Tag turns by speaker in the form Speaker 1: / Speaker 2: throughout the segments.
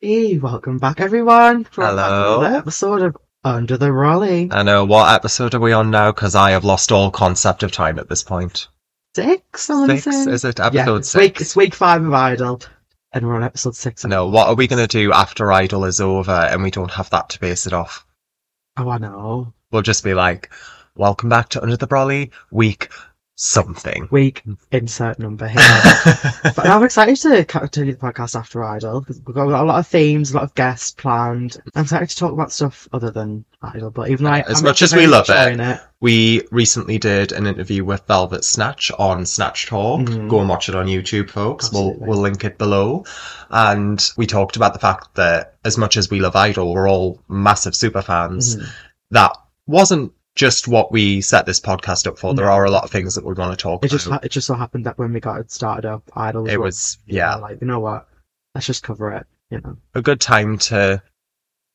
Speaker 1: Hey, welcome back, everyone. for
Speaker 2: Hello. Uh,
Speaker 1: Another episode of Under the Raleigh.
Speaker 2: I know. What episode are we on now? Because I have lost all concept of time at this point.
Speaker 1: six, I wanna
Speaker 2: Six?
Speaker 1: say?
Speaker 2: Is it
Speaker 1: yeah,
Speaker 2: episode
Speaker 1: it's
Speaker 2: six?
Speaker 1: Week, it's week five of Idol, and we're on episode six.
Speaker 2: No, what are we going to do after Idol is over and we don't have that to base it off?
Speaker 1: Oh, I know.
Speaker 2: We'll just be like, welcome back to Under the Brolly, week something.
Speaker 1: Week insert number here. but I'm excited to continue the podcast after Idol because we've got a lot of themes, a lot of guests planned. I'm excited to talk about stuff other than Idol, but even like
Speaker 2: As much as we love it.
Speaker 1: it,
Speaker 2: we recently did an interview with Velvet Snatch on Snatch Talk.
Speaker 1: Mhm.
Speaker 2: Go and watch it on YouTube, folks. We'll,
Speaker 1: Absolutely.
Speaker 2: we'll link it below. And we talked about the fact that as much as we love Idol, we're all massive super fans.
Speaker 1: Mhm.
Speaker 2: that wasn't just what we set this podcast up for. There
Speaker 1: No.
Speaker 2: are a lot of things that we want to talk
Speaker 1: it just
Speaker 2: about.
Speaker 1: ha- it just so happened that when we got it started up, Idol
Speaker 2: It
Speaker 1: one-
Speaker 2: was, yeah,
Speaker 1: like you know what, let's just cover it. You know,
Speaker 2: a good time to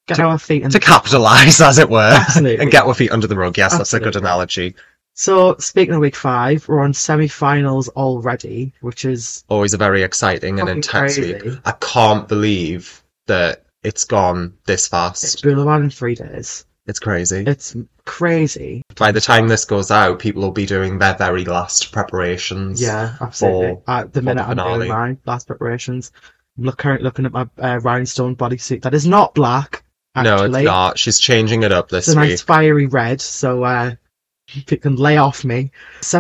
Speaker 1: get
Speaker 2: To-
Speaker 1: our feet in
Speaker 2: to
Speaker 1: the-
Speaker 2: capitalize, as it were,
Speaker 1: Absolutely.
Speaker 2: and get our feet under the rug. Yes, that's a good
Speaker 1: Absolutely.
Speaker 2: analogy.
Speaker 1: So speaking of week five, we're on semi-finals already, which is
Speaker 2: Always a very exciting and
Speaker 1: fucking
Speaker 2: intense
Speaker 1: crazy.
Speaker 2: week. I can't believe that it's gone this
Speaker 1: It's
Speaker 2: fast.
Speaker 1: been around in three days.
Speaker 2: It's crazy.
Speaker 1: It's crazy.
Speaker 2: By the time this goes out, people will be doing their very last preparations.
Speaker 1: Yeah, absolutely.
Speaker 2: for-
Speaker 1: At the
Speaker 2: the
Speaker 1: minute, I'm
Speaker 2: finale.
Speaker 1: doing my last preparations. I'm look, currently looking at my uh, rhinestone bodysuit that is not black. Actually.
Speaker 2: No, it's not. She's changing it up this
Speaker 1: It's a
Speaker 2: week.
Speaker 1: nice fiery red, so uh, if it can lay off me.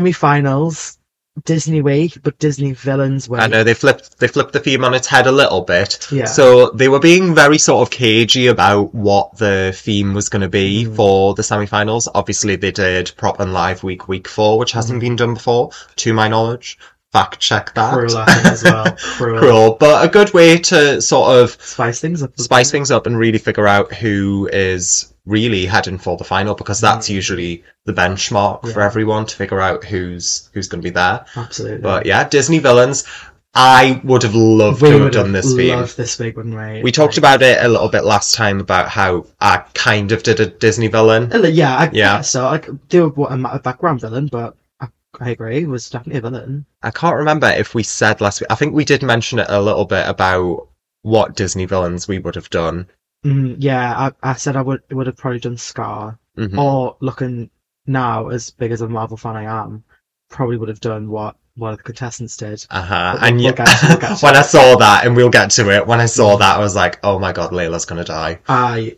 Speaker 1: Semi-finals, Disney week, but Disney villains week.
Speaker 2: I know they flipped they flipped the theme on its head a little bit.
Speaker 1: Yeah.
Speaker 2: So they were being very sort of cagey about what the theme was going to be
Speaker 1: Mhm.
Speaker 2: for the semi-finals. Obviously, they did prop and live week week four, which hasn't
Speaker 1: Mhm.
Speaker 2: been done before, to my knowledge. Fact check that.
Speaker 1: Cruel uh, I think, as well. Cruel.
Speaker 2: Cruel, but a good way to sort of
Speaker 1: Spice things up. as
Speaker 2: spice
Speaker 1: well.
Speaker 2: things up and really figure out who is really heading for the final because that's
Speaker 1: Mhm.
Speaker 2: usually the benchmark for
Speaker 1: Yeah.
Speaker 2: everyone to figure out who's who's going to be there.
Speaker 1: Absolutely.
Speaker 2: But yeah, Disney villains. I would have loved to have
Speaker 1: would
Speaker 2: done this theme.
Speaker 1: loved this week, wouldn't we?
Speaker 2: We talked about it a little bit last time about how I kind of did a Disney villain.
Speaker 1: about. uh, Yeah, I,
Speaker 2: Yeah.
Speaker 1: yeah. So I do what I'm a background villain, but I, I agree, it was definitely a villain.
Speaker 2: I can't remember if we said last week. I think we did mention it a little bit about what Disney villains we would have done.
Speaker 1: Mm, yeah, I, I said I would would have probably done Scar,
Speaker 2: Mhm.
Speaker 1: or looking now as big as a Marvel fan I am, probably would have done what one of the contestants did.
Speaker 2: Uh-huh.
Speaker 1: But
Speaker 2: And
Speaker 1: we'll
Speaker 2: yeah,
Speaker 1: get to- we'll get to
Speaker 2: when I saw that, and we'll get to it, when I saw that, I was like, oh my god, Layla's gonna die.
Speaker 1: I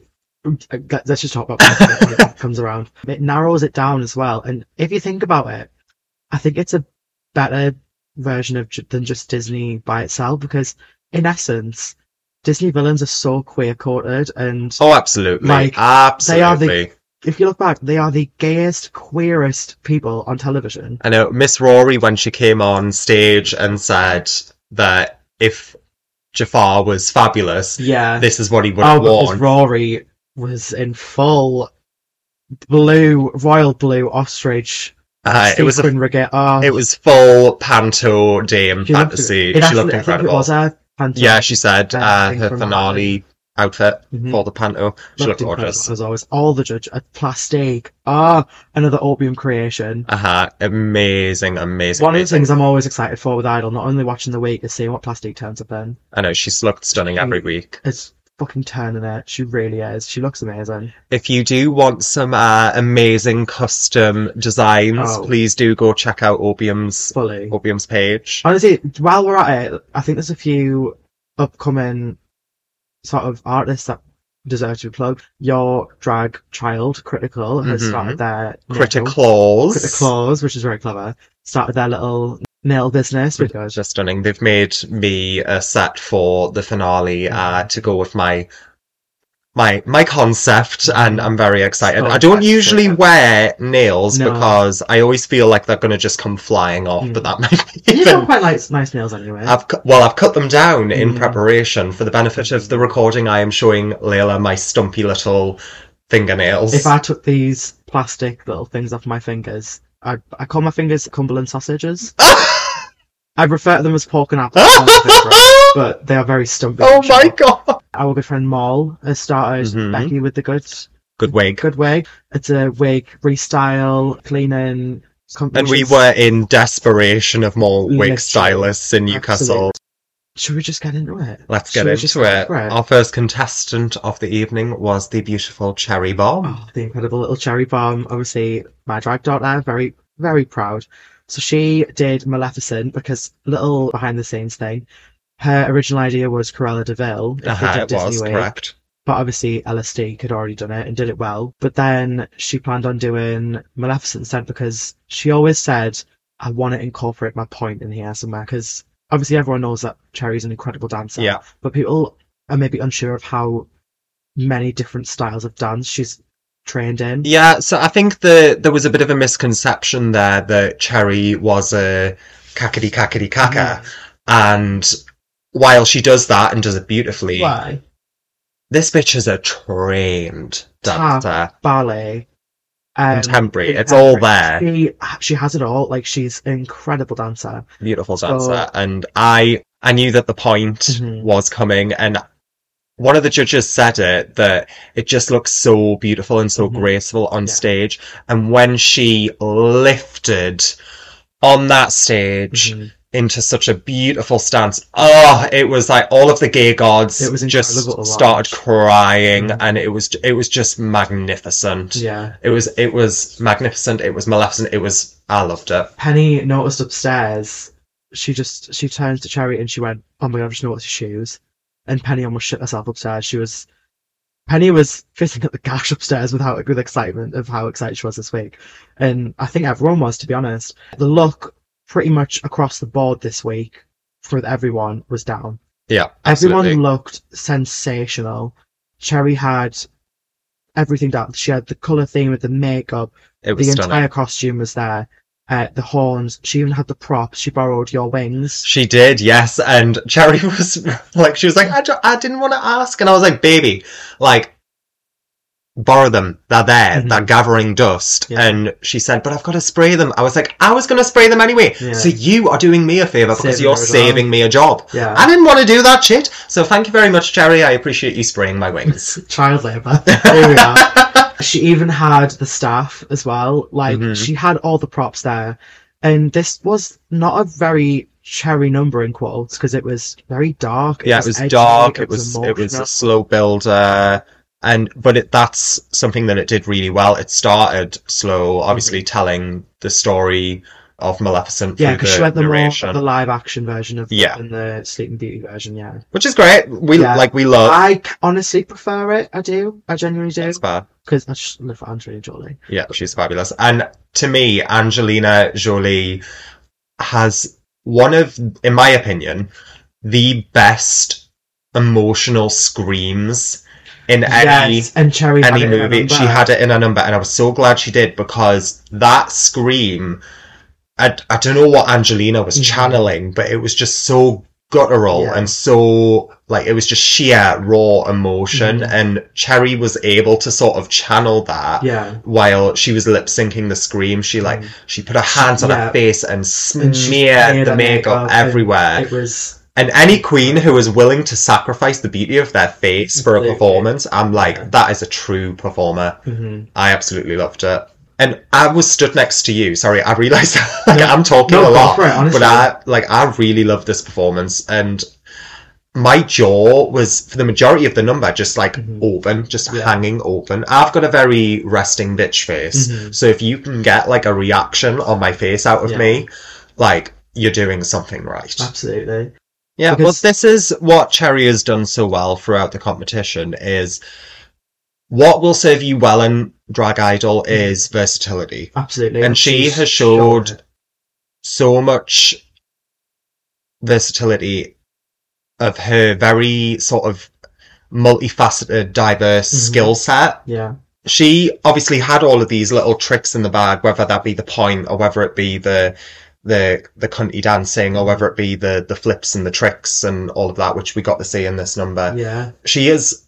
Speaker 1: let's just talk about that when it comes around. It narrows it down as well, and if you think about it, I think it's a better version of ju- than just Disney by itself because, in essence, Disney villains are so queer coded, and
Speaker 2: Oh, absolutely.
Speaker 1: Like,
Speaker 2: absolutely.
Speaker 1: they are the- if you look back, they are the gayest, queerest people on television.
Speaker 2: I know Miss Rory when she came on stage and said that if Jafar was fabulous,
Speaker 1: Yeah.
Speaker 2: this is what he would
Speaker 1: Oh,
Speaker 2: have
Speaker 1: because
Speaker 2: worn.
Speaker 1: Rory was in full blue, royal blue ostrich
Speaker 2: Uh, it was a,
Speaker 1: sequin regalia. Oh,
Speaker 2: it was full panto dame
Speaker 1: she looked-
Speaker 2: fantasy.
Speaker 1: it
Speaker 2: she
Speaker 1: actually-
Speaker 2: looked
Speaker 1: I think it
Speaker 2: incredible.
Speaker 1: was her pantomime.
Speaker 2: yeah, she said
Speaker 1: Uh,
Speaker 2: uh,
Speaker 1: thing
Speaker 2: her
Speaker 1: from
Speaker 2: finale outfit
Speaker 1: Mhm.
Speaker 2: for the panto. She looked,
Speaker 1: incredible,
Speaker 2: gorgeous.
Speaker 1: As always, all the judge at plastique. Ah, another opium creation.
Speaker 2: Uh huh. Amazing, amazing.
Speaker 1: One of the
Speaker 2: amazing.
Speaker 1: things I'm always excited for with Idol, not only watching the week, is seeing what plastique turns up in.
Speaker 2: I know she's looked stunning
Speaker 1: Mm.
Speaker 2: every week.
Speaker 1: It's fucking turning it. She really is. She looks amazing.
Speaker 2: If you do want some uh, amazing custom designs,
Speaker 1: Oh.
Speaker 2: please do go check out Opium's
Speaker 1: Fully.
Speaker 2: Opium's page.
Speaker 1: Honestly, while we're at it, I think there's a few upcoming sort of artists that deserve to be plugged. Your drag child, Critical, has
Speaker 2: Mhm.
Speaker 1: started their nail-
Speaker 2: Criticals.
Speaker 1: Criticals, which is very clever. Started their little nail business, which
Speaker 2: It's just stunning. They've made me a set for the finale uh,
Speaker 1: Mm-hmm.
Speaker 2: to go with my my my concept,
Speaker 1: Mm-hmm.
Speaker 2: and I'm very excited.
Speaker 1: So
Speaker 2: I don't
Speaker 1: excited.
Speaker 2: usually wear nails
Speaker 1: No.
Speaker 2: because I always feel like they're going to just come flying off.
Speaker 1: Mm.
Speaker 2: But that might be
Speaker 1: you
Speaker 2: even.
Speaker 1: don't quite like nice nails anyway.
Speaker 2: I've cu- well, I've cut them down in
Speaker 1: Mm.
Speaker 2: preparation for the benefit of the recording. I am showing Layla my stumpy little fingernails.
Speaker 1: if I took these plastic little things off my fingers, I I call my fingers Cumberland sausages. I refer to them as pork and apple, but they are very stumpy.
Speaker 2: oh
Speaker 1: and
Speaker 2: my
Speaker 1: short.
Speaker 2: god!
Speaker 1: Our good friend Moll has started
Speaker 2: Mhm.
Speaker 1: Becky with the Goods
Speaker 2: Good wig.
Speaker 1: good wig. It's a wig restyle, cleaning.
Speaker 2: And we were in desperation of more wig
Speaker 1: Literally.
Speaker 2: stylists in Newcastle.
Speaker 1: Should we just get into it?
Speaker 2: Let's
Speaker 1: Should
Speaker 2: get
Speaker 1: we just
Speaker 2: into it.
Speaker 1: for it?
Speaker 2: Our first contestant of the evening was the beautiful Cherry Bomb.
Speaker 1: Oh, the incredible little cherry bomb. Obviously, my drag daughter, very, very proud. So she did Maleficent because little behind the scenes thing. Her original idea was Cruella de Vil. if they
Speaker 2: Uh-huh,
Speaker 1: did
Speaker 2: it was,
Speaker 1: Week.
Speaker 2: correct.
Speaker 1: But obviously, LSD had already done it and did it well. But then she planned on doing Maleficent instead because she always said, I want to incorporate my point in here somewhere. Because obviously, everyone knows that Cherry's an incredible dancer.
Speaker 2: Yeah.
Speaker 1: But people are maybe unsure of how many different styles of dance she's trained in.
Speaker 2: Yeah, so I think the there was a bit of a misconception there that Cherry was a cackety cackety
Speaker 1: Mm-hmm.
Speaker 2: cacker.
Speaker 1: Um,
Speaker 2: And while she does that and does it beautifully,
Speaker 1: Why?
Speaker 2: this bitch is a trained dancer.
Speaker 1: Ballet. Um,
Speaker 2: contemporary. It's all there.
Speaker 1: She, she has it all. Like, she's an incredible dancer.
Speaker 2: beautiful
Speaker 1: So-
Speaker 2: dancer and i i knew that the point
Speaker 1: Mhm.
Speaker 2: was coming and one of the judges said it that it just looks so beautiful and so
Speaker 1: Mhm.
Speaker 2: graceful on
Speaker 1: Yeah.
Speaker 2: stage and when she lifted on that stage
Speaker 1: Mhm.
Speaker 2: into such a beautiful stance oh it was like all of the gay gods
Speaker 1: It was
Speaker 2: just
Speaker 1: incredible to
Speaker 2: started crying
Speaker 1: Mhm.
Speaker 2: and it was it was just magnificent
Speaker 1: Yeah.
Speaker 2: it was it was magnificent it was maleficent it was i loved it
Speaker 1: Penny noticed upstairs. She just she turned to Cherry and she went, "Oh my god, I just noticed your shoes." And Penny almost shit herself upstairs. She was Penny was fizzing at the gash upstairs with how with excitement of how excited she was this week, and I think everyone was to be honest. The look pretty much across the board this week for everyone was down.
Speaker 2: yeah absolutely.
Speaker 1: Everyone looked sensational. Cherry had everything down. She had the color theme with the makeup
Speaker 2: it was
Speaker 1: the
Speaker 2: stunning
Speaker 1: entire costume was there. Uh, the horns. She even had the props. She borrowed your wings.
Speaker 2: She did, yes. And Cherry was like, she was like, I, d- I didn't want to ask. And I was like, baby, like, borrow them. They're there.
Speaker 1: Mhm.
Speaker 2: They're gathering dust.
Speaker 1: Yeah.
Speaker 2: And she said, but I've got to spray them. I was like, I was going to spray them anyway.
Speaker 1: Yeah.
Speaker 2: So you are doing me a favor because
Speaker 1: Saving
Speaker 2: you're
Speaker 1: her a job.
Speaker 2: saving me a job.
Speaker 1: Yeah,
Speaker 2: I didn't want to do that shit. So thank you very much, Cherry. I appreciate you spraying my wings.
Speaker 1: child labor. Here we are. She even had the staff as well. Like
Speaker 2: Mhm.
Speaker 1: she had all the props there, and this was not a very cherry number in quotes because it was very dark.
Speaker 2: yeah, it was
Speaker 1: edgy,
Speaker 2: dark. It was it was
Speaker 1: emotional.
Speaker 2: a slow build, uh, and but it that's something that it did really well. It started slow, obviously telling the story of Maleficent
Speaker 1: Mm-hmm. yeah,
Speaker 2: through
Speaker 1: because
Speaker 2: the
Speaker 1: she went the more
Speaker 2: narration,
Speaker 1: the live action version of
Speaker 2: Yeah.
Speaker 1: and the Sleeping Beauty version. Yeah,
Speaker 2: which is great. We
Speaker 1: Yeah.
Speaker 2: like we love.
Speaker 1: I c- honestly prefer it. I do. I genuinely do
Speaker 2: It's fair.
Speaker 1: because I just love Angelina Jolie.
Speaker 2: Yeah, she's fabulous. And to me, Angelina Jolie has one of, in my opinion, the best emotional screams in any
Speaker 1: yes, and Cherry had
Speaker 2: any
Speaker 1: it in her
Speaker 2: movie. She
Speaker 1: number.
Speaker 2: had it in her number, and I was so glad she did because that scream. I, I don't know what Angelina was
Speaker 1: Mhm.
Speaker 2: channeling, but it was just so guttural
Speaker 1: Yeah.
Speaker 2: and so like it was just sheer raw emotion.
Speaker 1: Mhm.
Speaker 2: And Cherry was able to sort of channel that
Speaker 1: Yeah.
Speaker 2: while she was lip syncing the scream. She like
Speaker 1: Mm.
Speaker 2: she put her hands on her
Speaker 1: Yeah.
Speaker 2: face and
Speaker 1: And she
Speaker 2: smeared
Speaker 1: smeared
Speaker 2: the
Speaker 1: her
Speaker 2: makeup
Speaker 1: makeup and
Speaker 2: everywhere.
Speaker 1: It was
Speaker 2: And any queen who is willing to sacrifice the beauty of their face for a
Speaker 1: Absolutely.
Speaker 2: performance, I'm like,
Speaker 1: Yeah.
Speaker 2: that is a true performer.
Speaker 1: mhm.
Speaker 2: I absolutely loved it. And I was stood next to you. Sorry, I realised like
Speaker 1: No.
Speaker 2: I'm talking
Speaker 1: No,
Speaker 2: a
Speaker 1: go
Speaker 2: lot,
Speaker 1: for it, honestly.
Speaker 2: but I like I really loved this performance, and my jaw was for the majority of the number just like
Speaker 1: Mhm.
Speaker 2: open, just
Speaker 1: Yeah.
Speaker 2: hanging open. I've got a very resting bitch face,
Speaker 1: Mhm.
Speaker 2: so if you can get like a reaction on my face out of
Speaker 1: Yeah.
Speaker 2: me, like you're doing something right.
Speaker 1: absolutely.
Speaker 2: Yeah,
Speaker 1: Because-
Speaker 2: well, this is what Cherry has done so well throughout the competition is what will serve you well in Drag Idol is versatility.
Speaker 1: Absolutely.
Speaker 2: And she
Speaker 1: Mm. she's
Speaker 2: has showed so much versatility of her very sort of multifaceted, diverse
Speaker 1: Mhm.
Speaker 2: skill set
Speaker 1: Yeah.
Speaker 2: she obviously had all of these little tricks in the bag, whether that be the point or whether it be the the the cunty dancing or whether it be the the flips and the tricks and all of that, which we got to see in this number.
Speaker 1: Yeah.
Speaker 2: She has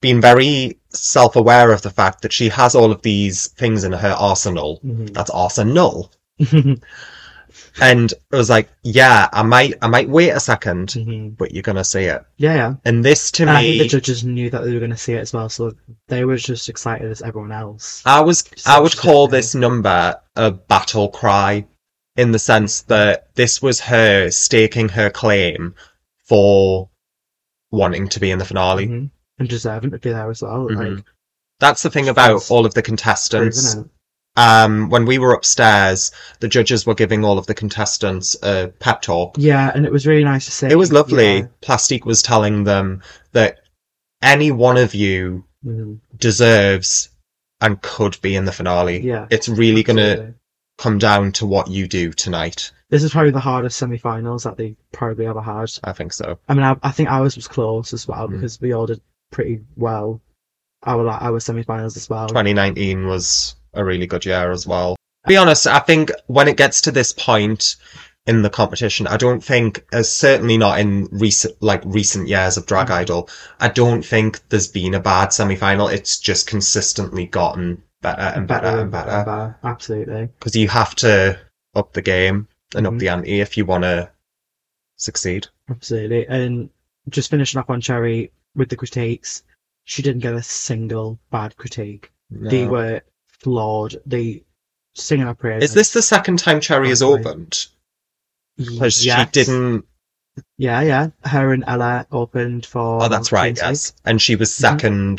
Speaker 2: been very self aware of the fact that she has all of these things in her arsenal.
Speaker 1: mhm.
Speaker 2: That's arsenal. And it was like, yeah, I might I might wait a second,
Speaker 1: Mhm.
Speaker 2: but you're gonna see it.
Speaker 1: yeah, yeah.
Speaker 2: And this to
Speaker 1: And I think
Speaker 2: me
Speaker 1: the judges knew that they were going to see it as well, so they were just excited as everyone else.
Speaker 2: I was
Speaker 1: Just
Speaker 2: I would
Speaker 1: such a
Speaker 2: call
Speaker 1: different-
Speaker 2: this number a battle cry in the sense that this was her staking her claim for wanting to be in the finale.
Speaker 1: Mhm. And deserving to be there as well.
Speaker 2: Mhm.
Speaker 1: Like,
Speaker 2: That's the thing about
Speaker 1: That's
Speaker 2: all of the contestants.
Speaker 1: isn't it?
Speaker 2: Um, when we were upstairs, the judges were giving all of the contestants a pep talk.
Speaker 1: Yeah, and it was really nice to see.
Speaker 2: It was lovely.
Speaker 1: Yeah.
Speaker 2: Plastique was telling them that any one of you
Speaker 1: Mhm.
Speaker 2: deserves and could be in the finale.
Speaker 1: Yeah,
Speaker 2: It's really going to
Speaker 1: absolutely.
Speaker 2: come down to what you do tonight.
Speaker 1: This is probably the hardest semi-finals that they probably ever had.
Speaker 2: I think so.
Speaker 1: I mean, I, I think ours was close as well
Speaker 2: Mm.
Speaker 1: because we all did pretty well. Our like, our semi-finals as well.
Speaker 2: 2019 was a really good year as well. To be honest, I think when it gets to this point in the competition, I don't think, uh, certainly not in recent, like recent years of Drag
Speaker 1: Mhm.
Speaker 2: Idol, I don't think there's been a bad semi-final. It's just consistently gotten better and better, and better.
Speaker 1: Absolutely.
Speaker 2: Because you have to up the game and up
Speaker 1: Mhm.
Speaker 2: the ante if you want to succeed.
Speaker 1: Absolutely. And just finishing up on Cherry with the critiques, she didn't get a single bad critique. They
Speaker 2: No.
Speaker 1: were flawed. They sing our praises.
Speaker 2: Is this the second time Cherry is
Speaker 1: Okay.
Speaker 2: opened? Because
Speaker 1: Yes.
Speaker 2: she didn't
Speaker 1: Yeah, yeah. Her and Ella opened for.
Speaker 2: Oh, that's right,
Speaker 1: Queen's
Speaker 2: yes. And she was
Speaker 1: Mm-hmm.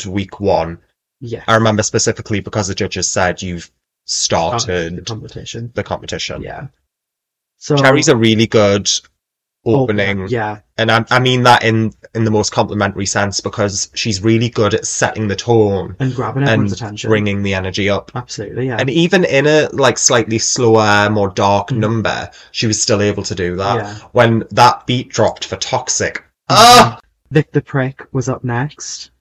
Speaker 2: 2nd week one.
Speaker 1: Week.
Speaker 2: I
Speaker 1: Yeah.
Speaker 2: remember specifically because the judges said you've
Speaker 1: Started the
Speaker 2: started
Speaker 1: competition.
Speaker 2: the competition.
Speaker 1: Yeah. So
Speaker 2: Cherry's a really good opening,
Speaker 1: Yeah.
Speaker 2: and I, I mean that in in the most complimentary sense because she's really good at setting the tone
Speaker 1: And grabbing
Speaker 2: and
Speaker 1: everyone's attention.
Speaker 2: bringing the energy up.
Speaker 1: Absolutely, yeah.
Speaker 2: And even in a like slightly slower, more dark
Speaker 1: Mhm.
Speaker 2: number, she was still able to do that.
Speaker 1: yeah.
Speaker 2: When that beat dropped for Toxic,
Speaker 1: Mm-hmm.
Speaker 2: ah,
Speaker 1: Vic the Prick was up next.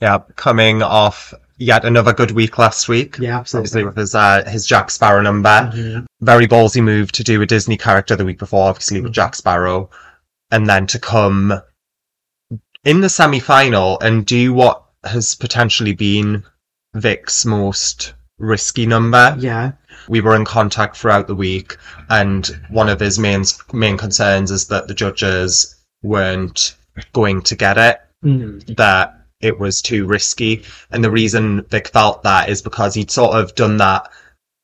Speaker 2: Yeah, coming off yet another good week last week.
Speaker 1: Yeah,
Speaker 2: Obviously,
Speaker 1: absolutely.
Speaker 2: with his uh, his Jack Sparrow number,
Speaker 1: Mhm.
Speaker 2: very ballsy move to do a Disney character the week before, obviously with
Speaker 1: Mhm.
Speaker 2: Jack Sparrow, and then to come in the semi final and do what has potentially been Vic's most risky number.
Speaker 1: Mm-hmm. Yeah.
Speaker 2: We were in contact throughout the week, and one of his main main concerns is that the judges weren't going to get it
Speaker 1: Mhm.
Speaker 2: that it was too risky. And the reason Vic felt that is because he'd sort of done that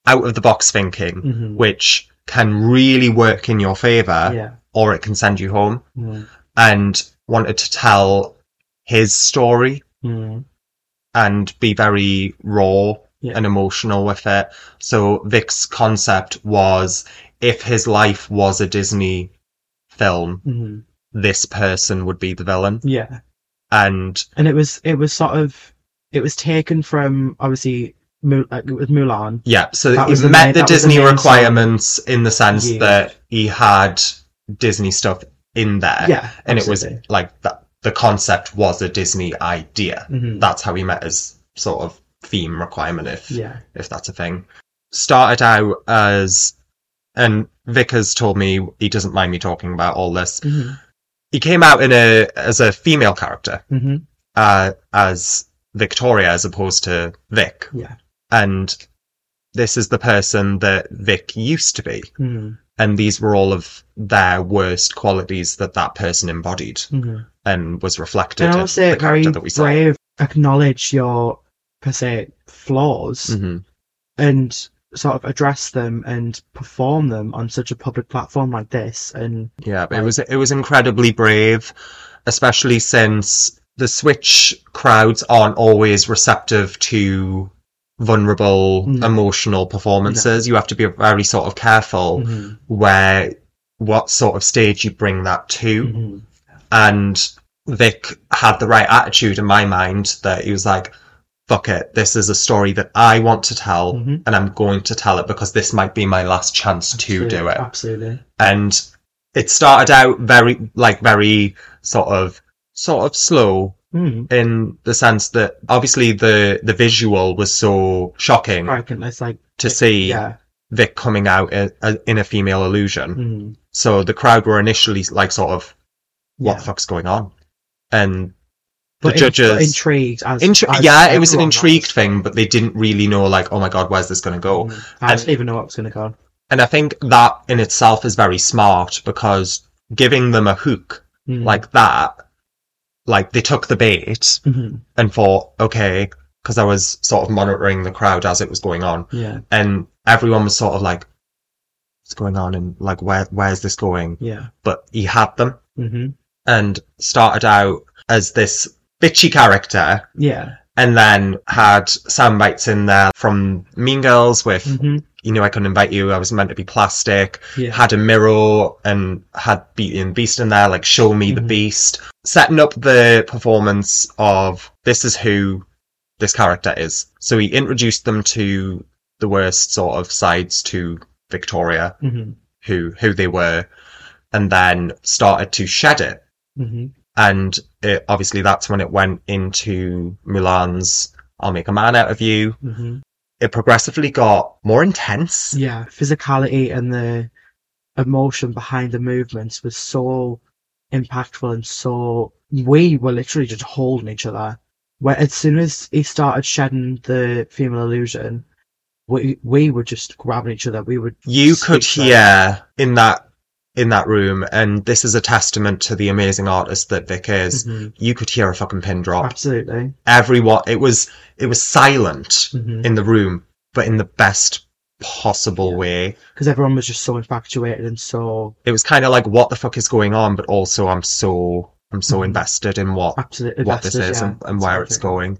Speaker 2: out of the box thinking,
Speaker 1: Mhm.
Speaker 2: which can really work in your favor
Speaker 1: Yeah.
Speaker 2: or it can send you home.
Speaker 1: Mhm.
Speaker 2: And wanted to tell his story
Speaker 1: Mhm.
Speaker 2: and be very raw
Speaker 1: Yeah.
Speaker 2: and emotional with it. So Vic's concept was if his life was a Disney film,
Speaker 1: Mhm.
Speaker 2: this person would be the villain.
Speaker 1: Yeah.
Speaker 2: And
Speaker 1: and it was it was sort of it was taken from obviously Mu- like, it was Mulan.
Speaker 2: Yeah, so
Speaker 1: That
Speaker 2: he
Speaker 1: was the
Speaker 2: met
Speaker 1: main-
Speaker 2: the
Speaker 1: that was the
Speaker 2: Disney
Speaker 1: main
Speaker 2: requirements in the sense
Speaker 1: Yeah.
Speaker 2: that he had Disney stuff in there,
Speaker 1: Yeah,
Speaker 2: and it was like that. The concept was a Disney idea.
Speaker 1: mm
Speaker 2: That's how he met his sort of theme requirement, if
Speaker 1: Mm-hmm. yeah,
Speaker 2: if that's a thing. Started out as, and Vickers told me he doesn't mind me talking about all this.
Speaker 1: hmm
Speaker 2: He came out in a as a female character,
Speaker 1: hmm
Speaker 2: uh, as Victoria as opposed to Vic.
Speaker 1: Yeah.
Speaker 2: And this is the person that Vic used to be.
Speaker 1: hmm
Speaker 2: And these were all of their worst qualities that that person embodied
Speaker 1: hmm
Speaker 2: and was reflected
Speaker 1: And I
Speaker 2: in
Speaker 1: would say
Speaker 2: the
Speaker 1: it very
Speaker 2: character that we saw.
Speaker 1: brave. Acknowledge your per se flaws
Speaker 2: Mhm.
Speaker 1: and sort of address them and perform them on such a public platform like this. And
Speaker 2: Yeah, it
Speaker 1: Like-
Speaker 2: was it was incredibly brave, especially since the Switch crowds aren't always receptive to vulnerable
Speaker 1: No.
Speaker 2: emotional performances. You have to be very sort of careful
Speaker 1: Mhm.
Speaker 2: where what sort of stage you bring that to.
Speaker 1: Mhm.
Speaker 2: And Vic had the right attitude in my mind that he was like, fuck it, this is a story that I want to tell
Speaker 1: Mhm.
Speaker 2: and I'm going to tell it because this might be my last chance to do it.
Speaker 1: absolutely.
Speaker 2: And it started out very, like, very sort of, sort of slow
Speaker 1: Mm.
Speaker 2: in the sense that obviously the, the visual was so shocking
Speaker 1: I reckon it's like
Speaker 2: to see
Speaker 1: yeah,
Speaker 2: Vic coming out in, in a female illusion.
Speaker 1: Mhm.
Speaker 2: So the crowd were initially like, sort of, what the
Speaker 1: Yeah.
Speaker 2: fuck's going on? And
Speaker 1: But in-
Speaker 2: the
Speaker 1: but
Speaker 2: judges-
Speaker 1: intrigued. As,
Speaker 2: intri-
Speaker 1: as
Speaker 2: yeah, it was an
Speaker 1: everyone
Speaker 2: intrigued thing, but they didn't really know, like, oh my god, where's this going to go?
Speaker 1: Mm. I
Speaker 2: And-
Speaker 1: don't even know what's going to go on.
Speaker 2: And I think that in itself is very smart because giving them a hook
Speaker 1: Mm.
Speaker 2: like that, like they took the bait
Speaker 1: Mhm.
Speaker 2: and thought, okay, because I was sort of monitoring the crowd as it was going on,
Speaker 1: yeah,
Speaker 2: and everyone was sort of like, what's going on, and like, where where's this going?
Speaker 1: yeah,
Speaker 2: But he had them.
Speaker 1: hmm
Speaker 2: and started out as this bitchy character
Speaker 1: Yeah.
Speaker 2: and then had sound bites in there from Mean Girls with,
Speaker 1: hmm
Speaker 2: you know, I couldn't invite you, I was meant to be plastic,
Speaker 1: Yeah.
Speaker 2: had a mirror and had Beauty and the Beast in there, like show me the
Speaker 1: Mhm.
Speaker 2: beast, setting up the performance of this is who this character is. So he introduced them to the worst sort of sides to Victoria,
Speaker 1: hmm
Speaker 2: who who they were, and then started to shed it.
Speaker 1: hmm
Speaker 2: And it, obviously, that's when it went into Mulan's "I'll Make a Man Out of You."
Speaker 1: hmm
Speaker 2: It progressively got more intense.
Speaker 1: Yeah. Physicality and the emotion behind the movements was so impactful and so we were literally just holding each other. Where as soon as he started shedding the female illusion, we we were just grabbing each other. We were
Speaker 2: you could
Speaker 1: Speak
Speaker 2: hear in that in that room and this is a testament to the amazing artist that Vic is
Speaker 1: Mhm.
Speaker 2: you could hear a fucking pin drop
Speaker 1: absolutely.
Speaker 2: everyone it was it was silent
Speaker 1: Mhm.
Speaker 2: in the room but in the best possible
Speaker 1: Yeah.
Speaker 2: way
Speaker 1: because everyone was just so infatuated and so
Speaker 2: it was kind of like what the fuck is going on but also i'm so i'm so
Speaker 1: Mhm.
Speaker 2: invested in what
Speaker 1: absolutely
Speaker 2: what this is and, and where it's going.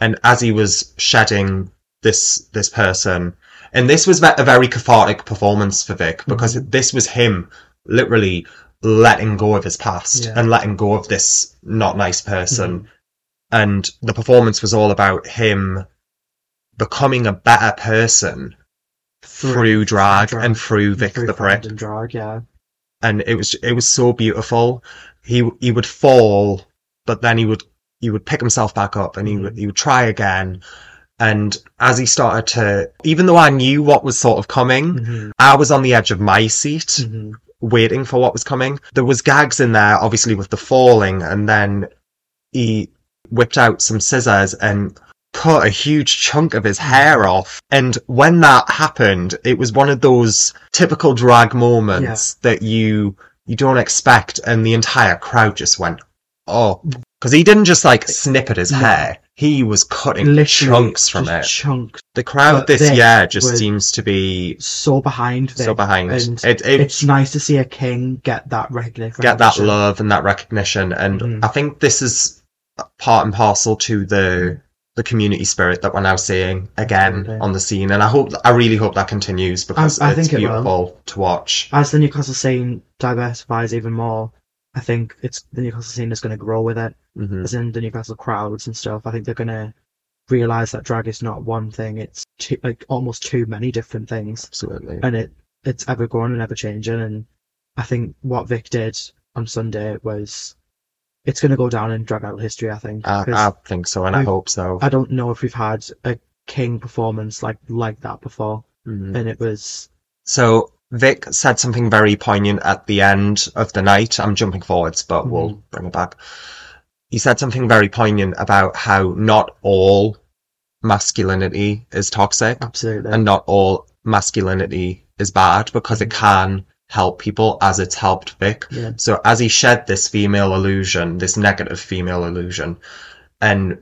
Speaker 2: And as he was shedding this this person, and this was ve- a very cathartic performance for Vic because this was him literally letting go of his past
Speaker 1: Yeah.
Speaker 2: and letting go of this not nice person. And the performance was all about him becoming a better person through, drag,
Speaker 1: drag
Speaker 2: and through Vic the Prick
Speaker 1: and drag yeah
Speaker 2: and it was it was so beautiful. He he would fall, but then he would he would pick himself back up and he would he would try again. And as he started to, even though I knew what was sort of coming,
Speaker 1: Mhm,
Speaker 2: I was on the edge of my seat,
Speaker 1: mhm.
Speaker 2: waiting for what was coming. There was gags in there, obviously with the falling, and then he whipped out some scissors and cut a huge chunk of his hair off. And when that happened, it was one of those typical drag moments that you you don't expect, and the entire crowd just went, "Oh," because he didn't just like snip at his
Speaker 1: No.
Speaker 2: hair; he was cutting
Speaker 1: Literally,
Speaker 2: chunks from
Speaker 1: just
Speaker 2: it.
Speaker 1: chunks
Speaker 2: the crowd
Speaker 1: but
Speaker 2: this
Speaker 1: this
Speaker 2: year just
Speaker 1: was
Speaker 2: seems to be
Speaker 1: so behind
Speaker 2: so
Speaker 1: Vic.
Speaker 2: behind.
Speaker 1: and
Speaker 2: It, it,
Speaker 1: it's nice to see a king get that recognition
Speaker 2: get that love and that recognition. And
Speaker 1: Mhm.
Speaker 2: I think this is part and parcel to the the community spirit that we're now seeing again
Speaker 1: Absolutely.
Speaker 2: on the scene. And I hope, I really hope that continues because
Speaker 1: I
Speaker 2: it's
Speaker 1: think it will.
Speaker 2: beautiful to watch.
Speaker 1: as the Newcastle scene diversifies even more I think it's the Newcastle scene is going to grow with it
Speaker 2: hmm
Speaker 1: as in the Newcastle crowds and stuff I think they're going to realize that drag is not one thing it's too, like almost too many different things
Speaker 2: Absolutely.
Speaker 1: and it it's ever growing and ever changing. And I think what Vic did on Sunday was it's going to go down in drag out history. I think
Speaker 2: I,
Speaker 1: 'cause
Speaker 2: I think so, and I
Speaker 1: I-
Speaker 2: hope so.
Speaker 1: I don't know if we've had a king performance like like that before,
Speaker 2: Mhm.
Speaker 1: and it was
Speaker 2: So Vic said something very poignant at the end of the night. I'm jumping forwards, but we'll
Speaker 1: Mm-hmm.
Speaker 2: bring it back. He said something very poignant about how not all masculinity is toxic.
Speaker 1: absolutely
Speaker 2: and not all masculinity is bad because it can help people as it's helped Vic.
Speaker 1: Mm-hmm. yeah.
Speaker 2: So as he shed this female illusion, this negative female illusion, and